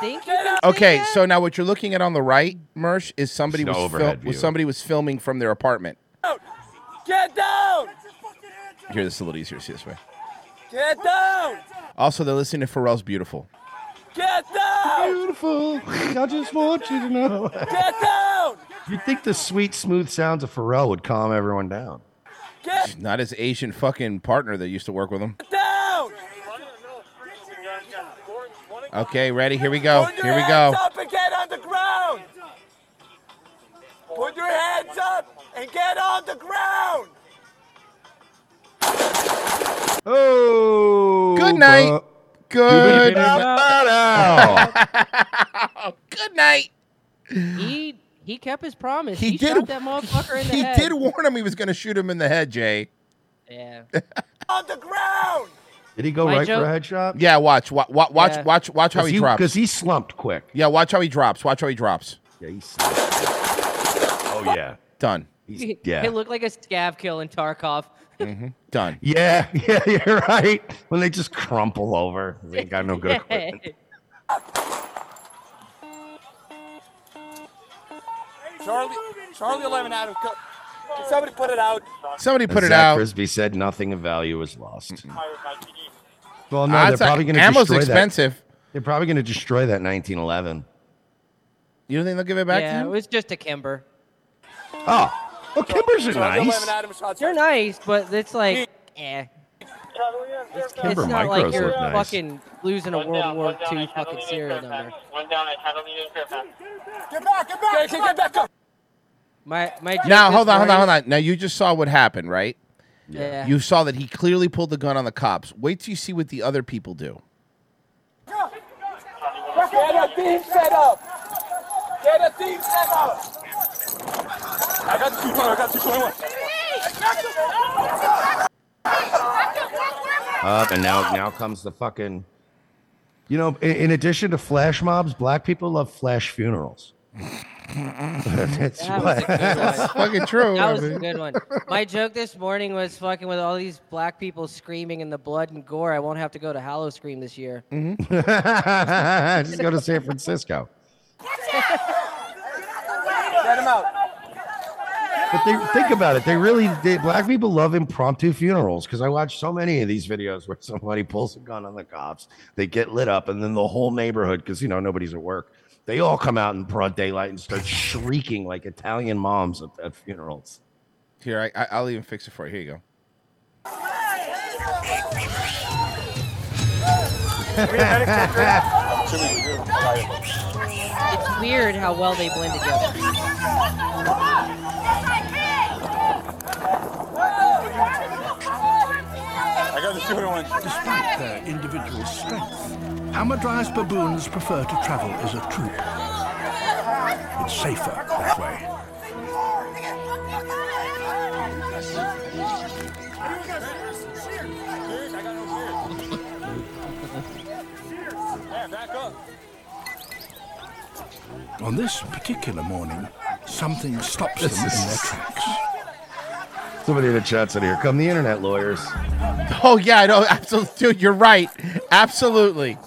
think you
can
Okay, so now what you're looking at on the right, Mersh, is somebody
It's an
was, fil-
overhead
was
view.
somebody was filming from their apartment.
Get down!
Here, this is a little easier to see this way.
Get down!
Also, they're listening to Pharrell's "Beautiful."
Get down!
Beautiful. I just want you to know.
Get down!
You'd think the sweet, smooth sounds of Pharrell would calm everyone down.
Not his Asian fucking partner that used to work with him.
Down!
Okay, ready? Here we go.
Put your
Here we go.
hands up and get on the ground! Put your hands up and get on the ground!
Oh.
Good night. Good. Oh, Good night.
He he kept his promise.
He
He,
did-
shot that motherfucker in the
He
head.
did warn him he was going to shoot him in the head, Jay.
Yeah.
on the ground!
Did he go
My
right
joke-
for a headshot?
Yeah, watch, wa- wa- watch,
Yeah.
watch, watch how
'Cause
he,
he-
drops.
'cause he slumped quick.
Yeah, watch how he drops. Watch how he drops.
Yeah, he slumped. Oh yeah.
Done.
He,
yeah.
He looked like a scav kill in Tarkov.
Mhm. Done.
Yeah, yeah, you're right. When they just crumple over, they ain't got no good. equipment.
Charlie, Charlie 11 Adam, co- can somebody put it out?
Somebody
And
put it
Zach
out.
Frisby said nothing of value was lost. Well, no,
Ah,
they're
it's like-
probably going to
ammo's
destroy
expensive.
That. They're probably going to destroy that 1911.
You don't think they'll give it back
yeah,
to
it
him?
was just a Kimber.
Oh, well, Kimbers are nice.
They're nice, but it's like, eh. It's,
Kimber
it's not like
Micros
you're
look nice.
fucking losing a World War II fucking serial number.
Get back, get back! Get, get back up!
My my. joke
Now
this
hold on, hold on,
morning-
hold on. Now you just saw what happened, right?
Yeah.
You saw that he clearly pulled the gun on the cops. Wait till you see what the other people do.
Get a thief set up. Get a thief set up. I got 221. I got 221.
Up and now now comes the fucking. You know, in, in addition to flash mobs, black people love flash funerals. That's
That was a
what-
good one. That
I
was a
mean.
good one. My joke this morning was fucking with all these black people screaming in the blood and gore. I won't have to go to Hallow Scream this year.
Mm-hmm.
Just go to San Francisco.
Get him out.
But they think about it. They really they, black people love impromptu funerals because I watch so many of these videos where somebody pulls a gun on the cops, they get lit up, and then the whole neighborhood, because you know nobody's at work, they all come out in broad daylight and start shrieking like Italian moms at, at funerals.
Here, I, I, I'll even fix it for you. Here you go.
It's weird how well they blend together.
I got the 221.
Despite their individual strength, Hamadryas baboons prefer to travel as a troop. It's safer that way. On this particular morning, something stops them
This
in their
is-
tracks.
Somebody in the chat said, "Here come the internet lawyers."
Oh yeah, I know. Absolutely, dude, you're right. Absolutely.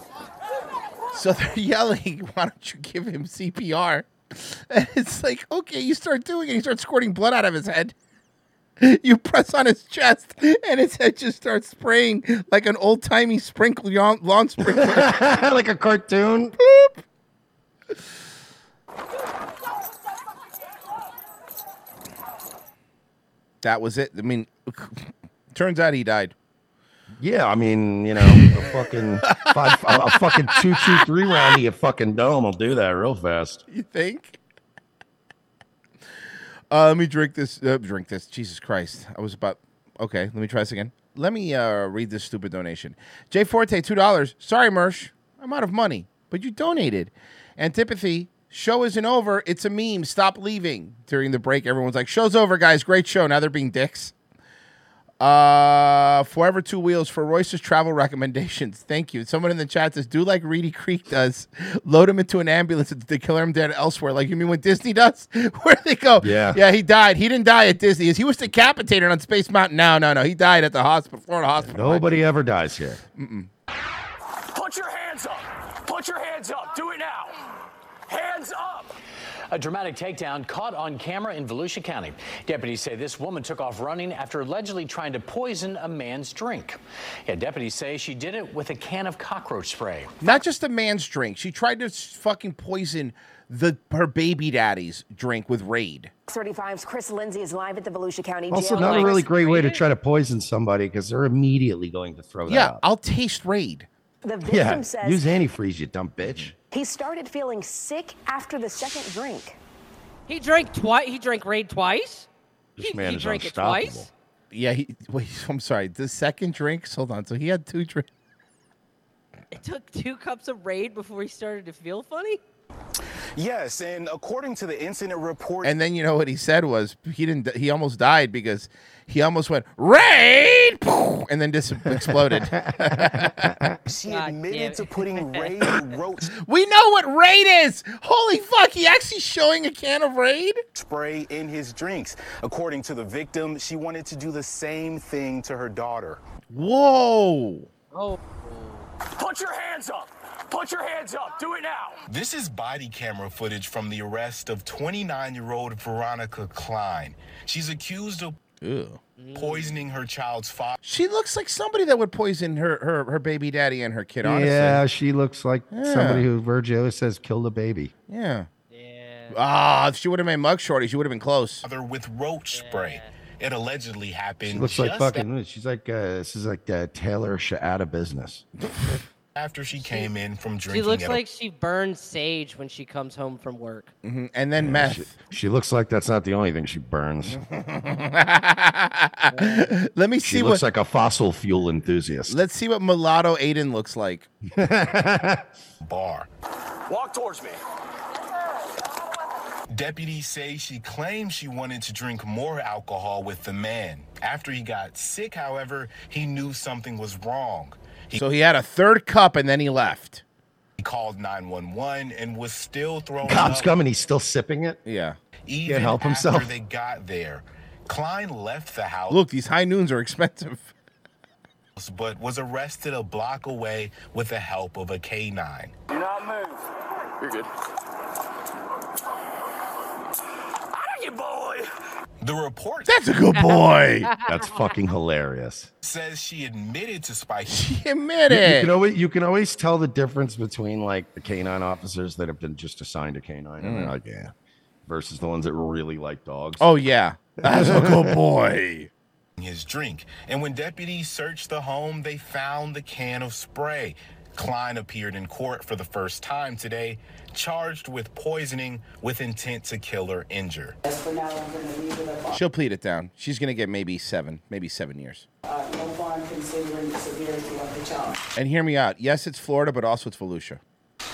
So they're yelling, "Why don't you give him CPR?" And it's like, okay, you start doing it. You start squirting blood out of his head. You press on his chest, and his head just starts spraying like an old timey sprinkle yawn- lawn sprinkler,
like a cartoon.
That was it. I mean, turns out he died.
Yeah, I mean, you know, a fucking five, a, a fucking two two three round of your fucking dome will do that real fast.
You think? Uh, let me drink this. Uh, drink this. Jesus Christ. I was about. Okay, let me try this again. Let me uh, read this stupid donation. Jay Forte, $2. Sorry, Mersh. I'm out of money, but you donated. Antipathy. Show isn't over. It's a meme. Stop leaving. During the break, everyone's like, show's over, guys. Great show. Now they're being dicks. Uh, Forever Two Wheels for Royce's travel recommendations. Thank you. Someone in the chat says, "Do like Reedy Creek does, load him into an ambulance and they kill him dead elsewhere." Like you mean what Disney does, where they go?
Yeah.
yeah. He died. He didn't die at Disney. He was decapitated on Space Mountain. No, no, no. He died at the hospital, Florida hospital.
Nobody ever dies here.
Mm-mm.
Put your hands up. Put your hands up. Do it now. Hands up.
A dramatic takedown caught on camera in Volusia County. Deputies say this woman took off running after allegedly trying to poison a man's drink. Yeah, deputies say she did it with a can of cockroach spray.
Not just a man's drink. She tried to s- fucking poison the her baby daddy's drink with Raid.
35's Chris Lindsay is live at the Volusia County Jail.
Also, not a really great way to try to poison somebody because they're immediately going to throw that
Yeah,
out.
I'll taste Raid.
The victim
Yeah,
says
use antifreeze, you dumb bitch.
he started feeling sick after the second drink.
He drank twice. He drank Raid twice. He,
man
he
is
drank it
unstoppable.
twice.
Yeah. He, wait. I'm sorry. The second drinks. Hold on. So he had two drinks.
It took two cups of Raid before he started to feel funny.
Yes, and according to the incident report,
And then you know what he said was he didn't. He almost died because he almost went raid, and then just exploded.
she admitted to putting Raid roach
we know what raid is. Holy fuck! He actually showing a can of raid.
spray in his drinks. According to the victim, she wanted to do the same thing to her daughter.
Whoa!
Oh. Put your hands up. Put your hands up. Do it now. This is body camera footage from the arrest of 29 year old Veronica Klein. She's accused of poisoning her child's father.
She looks like somebody that would poison her her, her baby daddy and her kid. Honestly.
Yeah, she looks like
Yeah.
somebody who Virgil says killed a baby.
Yeah. Ah, if she would have made mug shorty, she would have been close.
With roach spray. It allegedly happened.
She looks like
just
fucking. She's like uh, this is like uh, Taylor sh- out of business.
after she came in from
She
drinking
looks
at
like she burns sage when she comes home from work.
hmm And then meth.
She, she looks like that's not the only thing she burns.
Let me
She
see
looks
what.
like a fossil fuel enthusiast.
let's see what mulatto Aiden looks like.
Bar.
Walk towards me.
Deputies say she claimed she wanted to drink more alcohol with the man. After he got sick, however, he knew something was wrong.
so he had a third cup and then he left.
He called 911 and was still throwing
Cops
up
come and he's still sipping it.
Yeah.
even
Can't help
after
himself.
they got there. Klein left the house
Look, these high noons are expensive.
but was arrested a block away with the help of a canine.
Do not move. You're good. Out you boy.
The report
That's a
Good boy. that's fucking hilarious.
says she admitted to spiking. She
admitted.
You, you can always you can always tell the difference between like the canine officers that have been just assigned a canine and they're
Mm.
like, yeah, versus the ones that really like dogs.
Oh yeah, that's a good boy.
his drink. And when deputies searched the home, they found the can of spray. Klein appeared in court for the first time today, charged with poisoning with intent to kill or injure.
She'll plead it down. She's gonna get maybe seven, maybe seven years.
Uh, no bond considering the severity of the charge.
And hear me out. Yes, it's Florida, but also it's Volusia.
Yeah,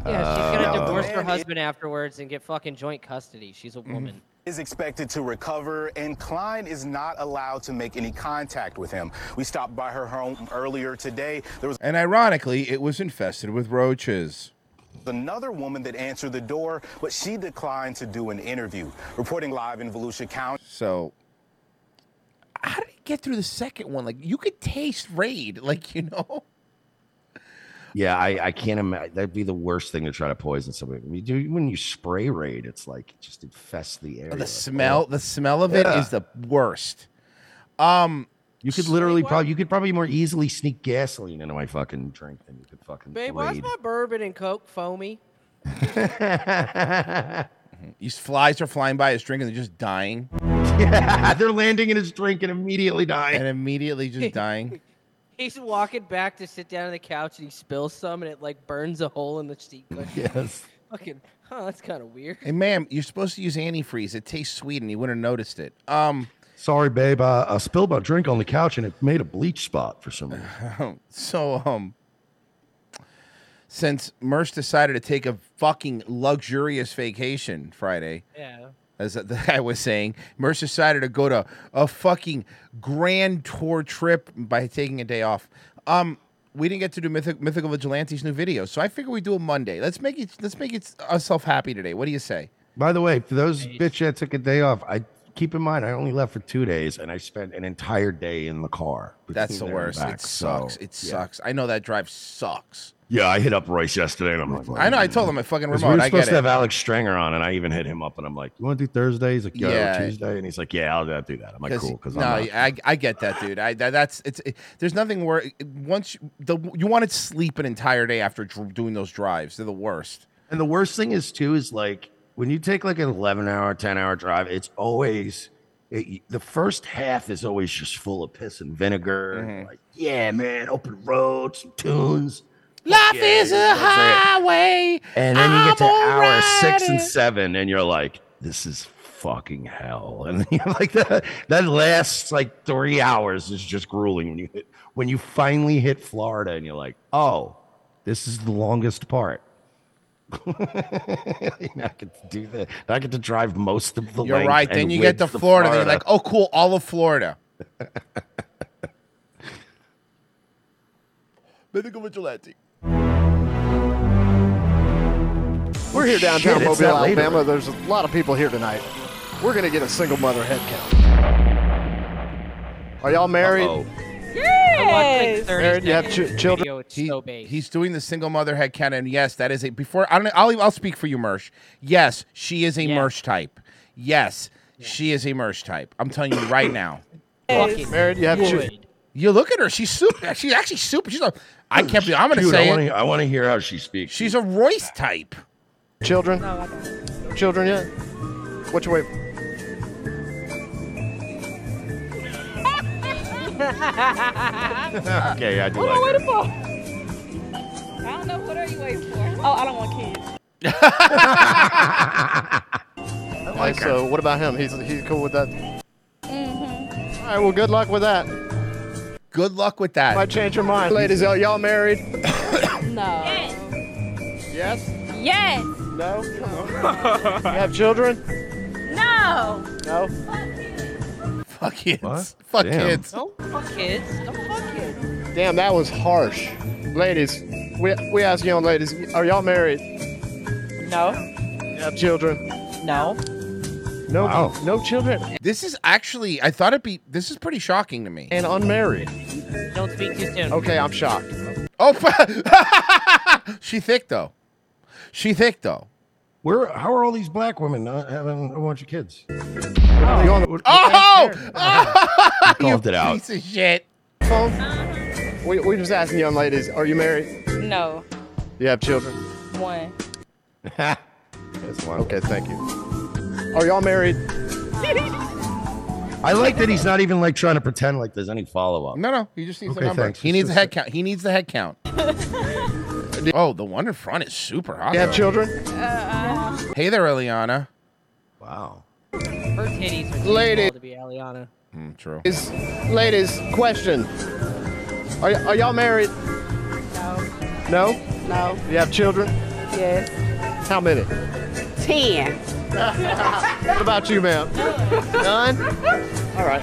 she's
Uh,
gonna divorce her
man,
husband afterwards and get fucking joint custody. She's a woman.
Is expected to recover, and Klein is not allowed to make any contact with him. We stopped by her home earlier today. There was
And ironically, it was infested with roaches.
another woman that answered the door, but she declined to do an interview. Reporting live in Volusia County.
So Get through the second one. Like you could taste raid. Like you know.
Yeah, I, I can't imagine that'd be the worst thing to try to poison somebody. When you do when you spray raid, it's like it just infests the air.
The smell, the smell of it is the worst. Um,
you could literally probably you could probably more easily sneak gasoline into my fucking drink than you could fucking
Babe, why's
raid.
my bourbon and coke foamy?
These flies are flying by his drink and they're just dying.
Yeah, they're landing in his drink and immediately dying.
And immediately just dying.
He's walking back to sit down on the couch and he spills some and it like burns a hole in the seat cushion.
Yes.
Fucking, huh? That's kind of weird.
Hey, ma'am, you're supposed to use antifreeze. It tastes sweet, and you wouldn't have noticed it. Um,
Sorry, babe. I, I spilled my drink on the couch and it made a bleach spot for some reason.
so um, since Merce decided to take a fucking luxurious vacation Friday,
Yeah.
as the guy was saying, Merce decided to go to a fucking grand tour trip by taking a day off. Um, we didn't get to do Mythic, Mythical Vigilante's new video, so I figure we do it Monday. Let's make it. Let's make it ourselves happy today. What do you say?
By the way, for those bitch that took a day off, I keep in mind I only left for two days and I spent an entire day in the car.
That's
between
the
there and
worst.
back,
it sucks.
so,
it
yeah.
sucks. I know that drive sucks.
Yeah, I hit up Royce yesterday and I'm like,
I know. I told him my fucking
'Cause
remote.
We were
I
supposed
get
to have
it.
Alex Stringer on, and I even hit him up, and I'm like, "You want to do Thursday?" He's like, "Yeah, or
Yeah.
Tuesday," and he's like, "Yeah, I'll I'll do that." I'm like, "Cool," because
no,
I'm not-
I, I get that, dude. I that, that's it's. It, there's nothing where once you- the you want to sleep an entire day after dr- doing those drives. They're the worst.
And the worst thing is too is like when you take like an 11 hour, 10 hour drive, it's always it, the first half is always just full of piss and vinegar. and,
Mm-hmm.
like, yeah, man, open road, some tunes.
Life is a
that's it.
highway.
And then you get to
I'm
hour six and
alright.
seven, and you're like, this is fucking hell. And you're like that, that lasts like three hours is just grueling when you hit, when you finally hit Florida and you're like, oh, this is the longest part. I get to do that. I get to drive most of the
You're
length
right.
and
Then you get to
width of
Florida. They're like, oh, cool, all of Florida. Mythical vigilante.
We're here downtown
Shit, it's
Mobile,
that late
Alabama.
already.
There's a lot of people here tonight. We're going to get a single mother head count. Are y'all married?
Yes.
Aaron, you have ch- children.
He- he's doing the single mother head count, and yes, that is a before. I don't, I'll I'll speak for you, Mersh. Yes, she is a Mersh type. Yes, she is a Mersh type. I'm telling you right now.
Yes. Maren, you have
Would.
children.
You look at her. She's super. She's actually super. She's a. I can't believe. I'm gonna
Dude,
say
I wanna,
it.
I want to hear how she speaks.
She's a Royce type.
Children? Children yet? What you wait for?
okay,
I do
What am I
like
waiting for?
I don't know. What are you waiting for? Oh, I don't want kids.
Like so, what about him? He's he's cool with that.
Mm-hmm.
All right. Well, good luck with that.
Good luck with that.
Might change your mind, ladies. Are y'all married?
No.
yes.
Yes.
No. you have children?
No.
No.
Fuck kids. Fuck
Damn.
kids.
Don't fuck kids. Don't fuck kids.
Damn, that was harsh. Ladies, we we ask young ladies, are y'all married?
No.
You have children?
No.
No. No children.
This is actually. I thought it'd be. This is pretty shocking to me.
And unmarried.
Don't speak too soon.
Okay, I'm shocked.
Oh, she thick though. She thick though.
Where? How are all these black women not having a bunch of kids?
Oh,
I called it out.
piece of shit.
Uh-huh.
We we just asking young ladies, are you married?
No.
You have children?
One.
That's one. Okay, thank you. Are y'all married?
I like that he's not even like trying to pretend like there's any follow up.
No, no. He just needs
Okay,
the number.
thanks.
He
It's
needs the
just-
head count. He needs the head count. oh, the one in front is super hot.
You have
though.
children?
Hey there, Eliana.
Wow.
Her titties are too
Lady. Hmm.
small to be Eliana.
Mm, true.
Is ladies question? Are, y- are y'all married? No. No?
No.
You have children?
Yes.
How many?
Ten.
What about you, ma'am? None. All right.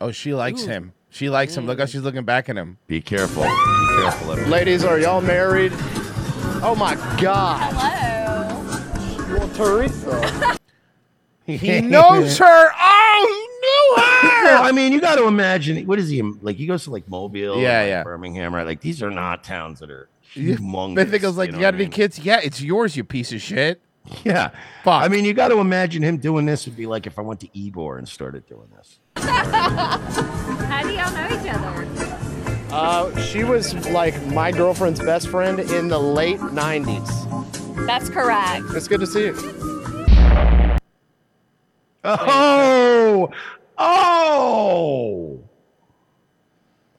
Oh, she likes him. She likes him. Look how she's looking back at him.
Be careful. Be careful. everyone.
Ladies, are y'all married? Oh my God.
Hello.
Well, Teresa.
He knows her. Oh, he knew her.
Well, I mean, you got to imagine. What is he like? He goes to like Mobile,
Yeah,
like,
yeah.
Birmingham, right? Like these are not towns that are
Yeah,
humongous.
They think it was like, you,
know what
got
I
any
mean?
kids? Yeah, it's yours, you piece of shit.
Yeah. Fuck. I mean, you got to imagine him doing this would be like if I went to Ebor and started doing this.
How do y'all know each other?
Uh, she was like my girlfriend's best friend in the late 90s.
That's correct.
It's good to see you.
Oh, oh,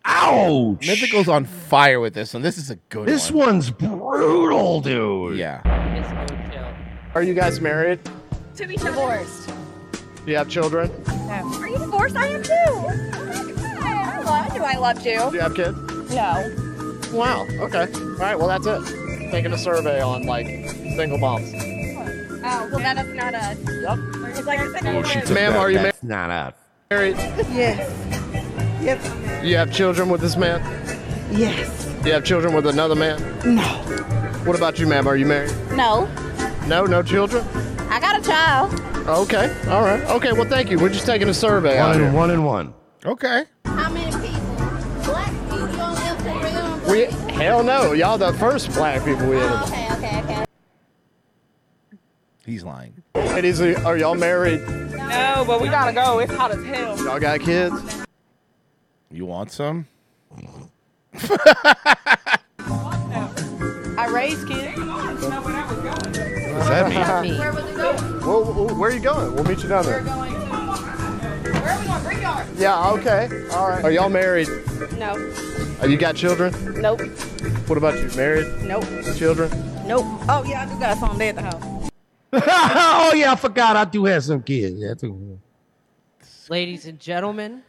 ow!
Mythical's on fire with this one. This is a good
This
one.
one's brutal, dude.
Yeah.
Are you guys married?
To be divorced.
Do you have children?
Are you divorced? I am too. Oh my God. I love you. I loved
Do you
you.
have kids?
No.
Wow. Okay. All right. Well, that's it. Taking a survey on like single moms.
Oh, well, that's not us. Yep. It's like a
Oh,
second
she
word.
took
Ma'am,
that.
are you
That's not up.
Married?
Yes. Yes.
You have children with this man?
Yes.
You have children with another man?
No.
What about you, ma'am? Are you married?
No.
No. No children.
I got a child.
Okay. All right. Okay. Well, thank you. We're just taking a survey. out
One
here.
and one and one.
Okay.
How many people? Black people you don't live for real?
We hell no. Y'all the first black people we interviewed.
Okay. Okay. Okay.
He's lying.
Ladies, are y'all married?
No, but we gotta go. It's hot as hell.
Y'all got kids?
You want some?
I raised kids.
What
does that
mean?
Where was it going?
well, well, where are you going? We'll meet you down there.
Where are we going? Brickyard.
Yeah. Okay. All right. Are y'all married?
No.
Have Uh, you got children?
Nope.
What about you? Married?
Nope.
Children?
Nope. Oh yeah, I do got some there at the house.
oh yeah, I forgot. I do have some kids. Yeah, I do.
Ladies and gentlemen,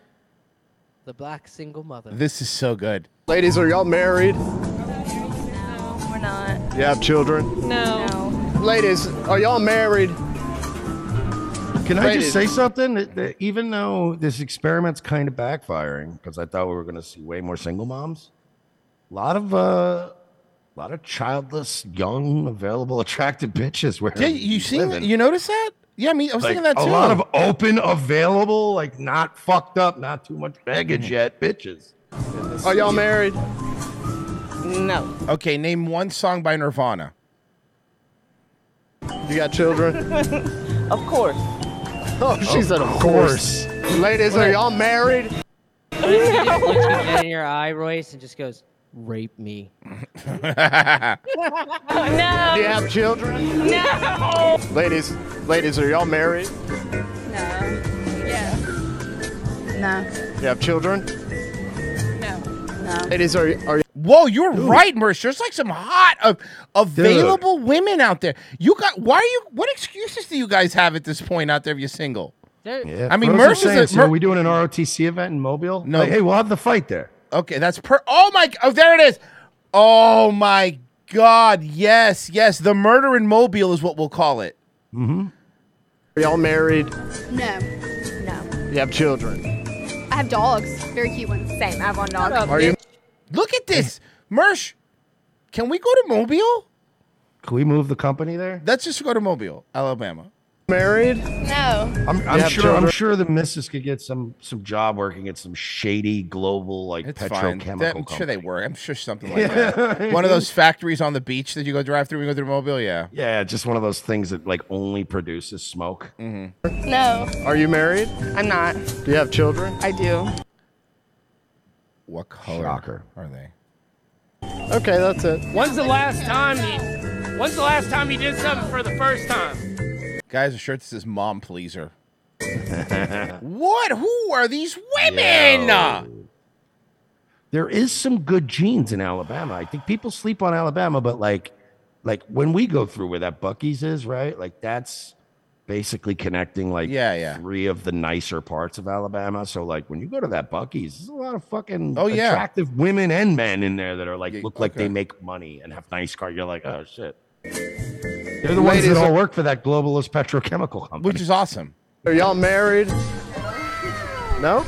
the black single mother.
This is so good.
Ladies, are y'all married?
We're not.
You have children?
No.
Ladies, are y'all married?
Can I just
Ladies.
say something? That- that even though this experiment's kind of backfiring, because I thought we were going to see way more single moms, a lot of uh, a lot of childless, young, available, attractive bitches. Where
Yeah, you seen?
living.
You notice that? Yeah, me. I was
Like,
thinking that too.
A lot of open, available, like not fucked up, not too much baggage yet, bitches.
Are y'all married?
No.
Okay, name one song by Nirvana.
You got children?
Of course.
Oh, she said, of course. Ladies, are y'all married?
What if she just looks you dead in your eye, Royce, and just goes, "Rape me."
no.
Do you have children?
No.
Ladies, ladies, are y'all married?
Yeah. No.
You have children?
No.
It is. Are, are
Whoa, you're right, Mersh. There's like some hot uh, available women out there. You got why are you? What excuses do you guys have at this point out there if you're single?
Yeah,
I mean,
Frozen
Mersh
saying,
is a,
so are
Mer-
we doing an ROTC event in Mobile?
No.
Like, hey, we'll have the fight there.
Okay, that's per. Oh my! Oh, there it is. Oh my God! Yes, yes. The murder in Mobile is what we'll call it.
Mm-hmm. Are y'all married?
No, no.
You have children.
I have dogs, very cute ones. Same, I have one dog.
Oh,
Are you?
Look at this, Mersh. Can we go to Mobile?
Can we move the company there?
Let's just go to Mobile, Alabama.
Married?
No.
I'm,
You
I'm
have
sure. I'm
children?
sure the missus could get some some job working at some shady global like
It's fine.
petrochemical.
That- I'm
company.
sure they work. I'm sure something like
Yeah.
that. One of those factories on the beach that you go drive through and go through Mobile. Yeah.
Yeah, just one of those things that like only produces smoke.
Mm-hmm.
No,
Are you married?
I'm not.
Do you have children?
I do.
What color are they?
Okay, that's it.
When's the last time you? When's the last time you did something for the first time?
Guys, a shirt that says "Mom Pleaser." what? Who are these women?
Yo. There is some good genes in Alabama. I think people sleep on Alabama, but like, like when we go through where that Bucky's is, right? Like that's basically connecting like
Yeah, yeah.
three of the nicer parts of Alabama. So like when you go to that Bucky's, there's a lot of fucking
Oh, yeah.
attractive women and men in there that are like look like they
okay.
make money and have nice cars. You're like, oh shit. They're the ones
Ladies
that all
are-
work for that globalist petrochemical company.
Which is awesome.
Are y'all married? No.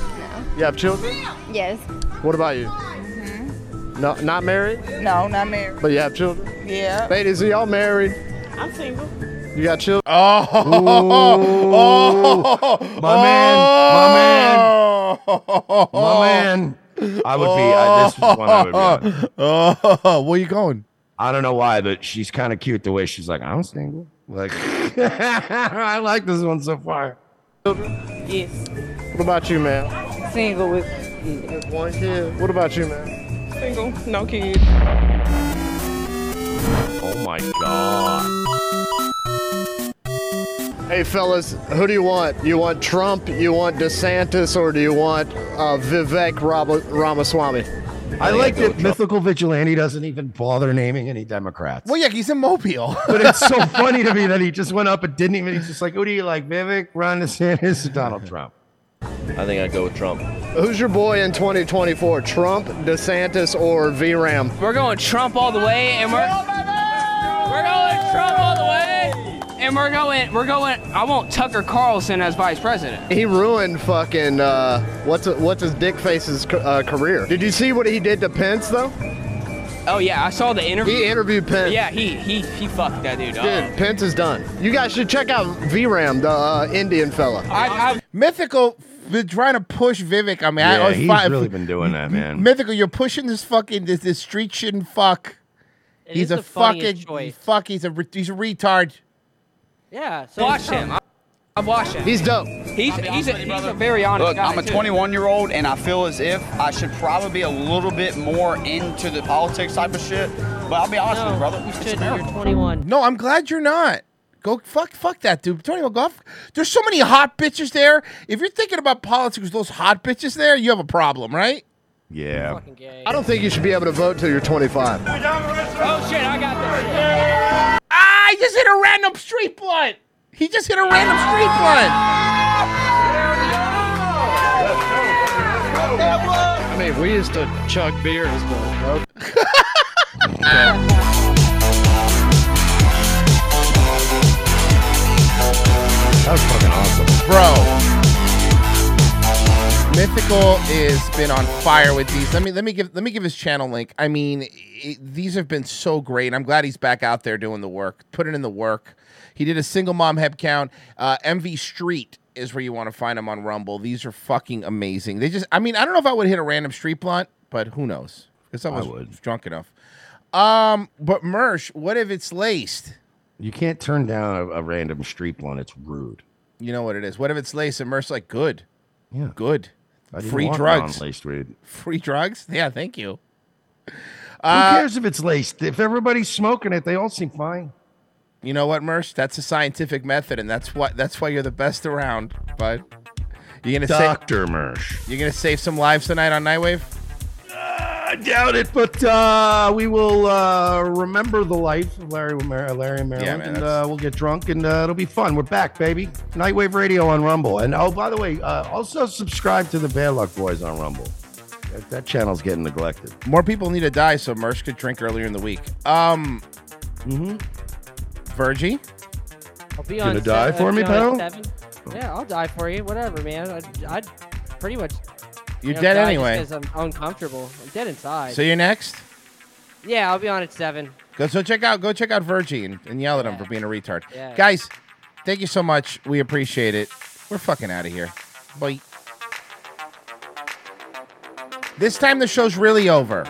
You have children?
Yes.
What about you?
Mm-hmm.
No, not married,
No, not married.
but you have children.
Yeah.
Ladies, are y'all married?
I'm single.
You got children?
Oh, oh,
my man, my man, my man. Oh. I would be. I, this was one I would be. on.
Oh, where you going?
I don't know why, but she's kind of cute the way she's like. I'm single. Like I like this one so far.
Yes.
What about you, ma'am?
Single with
one kid. What about you, ma'am?
single, no kids.
Oh my god.
Hey, fellas, who do you want? You want Trump? You want DeSantis? Or do you want uh, Vivek Rama- Ramaswamy?
I like that mythical vigilante doesn't even bother naming any Democrats.
Well, yeah, he's in Mobile.
But it's so funny to me that he just went up and didn't even. He's just like, who do you like, Vivek, Ron DeSantis, or Donald Trump?
I think I'd go with Trump.
Who's your boy in 2024? Trump, DeSantis, or VRAM?
We're going Trump all the way, and we're we're going Trump all the way, and we're going we're going. I want Tucker Carlson as vice president.
He ruined fucking uh, what's what's his dick face's ca- uh, career. Did you see what he did to Pence though?
Oh yeah, I saw the interview.
He interviewed Pence.
Yeah, he he he fucked that dude. up.
Dude, Pence is done. You guys should check out VRAM, the uh, Indian fella.
Mythical been trying to push Vivek. I mean, I,
Yeah,
was
he's
fine.
really been doing that, man.
Mythical, you're pushing this fucking this, this street shit and fuck.
It
he's
is
a
the funniest
fucking
choice.
fuck. He's a re- he's a retard.
Yeah. So
Watch him. I- I've watched him.
He's dope.
He's he's a, he's a very honest
Look,
guy.
I'm a
too.
21 year old, and I feel as if I should probably be a little bit more into the politics type of shit. But I'll be honest with you, brother. You should. You're
21.
No, I'm glad you're not. Go fuck fuck that dude. 21 go f- There's so many hot bitches there. If you're thinking about politics with those hot bitches there, you have a problem, right?
Yeah.
I don't think you should be able to vote till you're 25.
Oh shit, I got this.
Ah, he just hit a random street blunt. He just hit a random street blunt.
I mean, we used to chug beers, though.
That was fucking awesome.
Bro. Mythical has been on fire with these. Let me let me give let me give his channel link. I mean, it, these have been so great. I'm glad he's back out there doing the work, putting in the work. He did a single mom head count. Uh, MV Street is where you want to find him on Rumble. These are fucking amazing. They just I mean, I don't know if I would hit a random street blunt, but who knows? Because I
I
was
would.
drunk enough. Um, but Mersh, what if it's laced?
You can't turn down a, a random street blunt. It's rude.
You know what it is. What if it's laced? And Mersh like good.
Yeah.
Good.
I didn't
Free
want
drugs.
non-laced weed.
Free drugs? Yeah, thank you.
Who
Uh,
cares if it's laced? If everybody's smoking it, they all seem fine.
you know what, Mersh? That's a scientific method, and that's what that's why you're the best around, bud. You're gonna
Doctor Mersh.
save you're gonna save some lives tonight on Nightwave?
I doubt it, but uh, we will uh, remember the life of Larry, Mar- Larry Maryland,
Yeah, man,
and
that's-
uh, we'll get drunk, and uh, it'll be fun. We're back, baby. Nightwave Radio on Rumble, and oh, by the way, uh, also subscribe to the Bad Luck Boys on Rumble. That, that channel's getting neglected.
More people need to die so Mersh could drink earlier in the week. Um,
Mm-hmm.
Virgie,
I'll be
Gonna
on.
die
seven-
for
I'll
me,
be on
pal?
at seven. Yeah, I'll die for you. Whatever, man. I'd, I'd pretty much.
You're
you know,
dead
die just
anyway.
'cause I'm uncomfortable. I'm dead inside.
so you're next.
Yeah, I'll be on at seven.
Go so check out go check out Virgie and, and yell at him for being a retard.
Yeah.
Guys, thank you so much. We appreciate it. We're fucking out of here. Bye. This time the show's really over.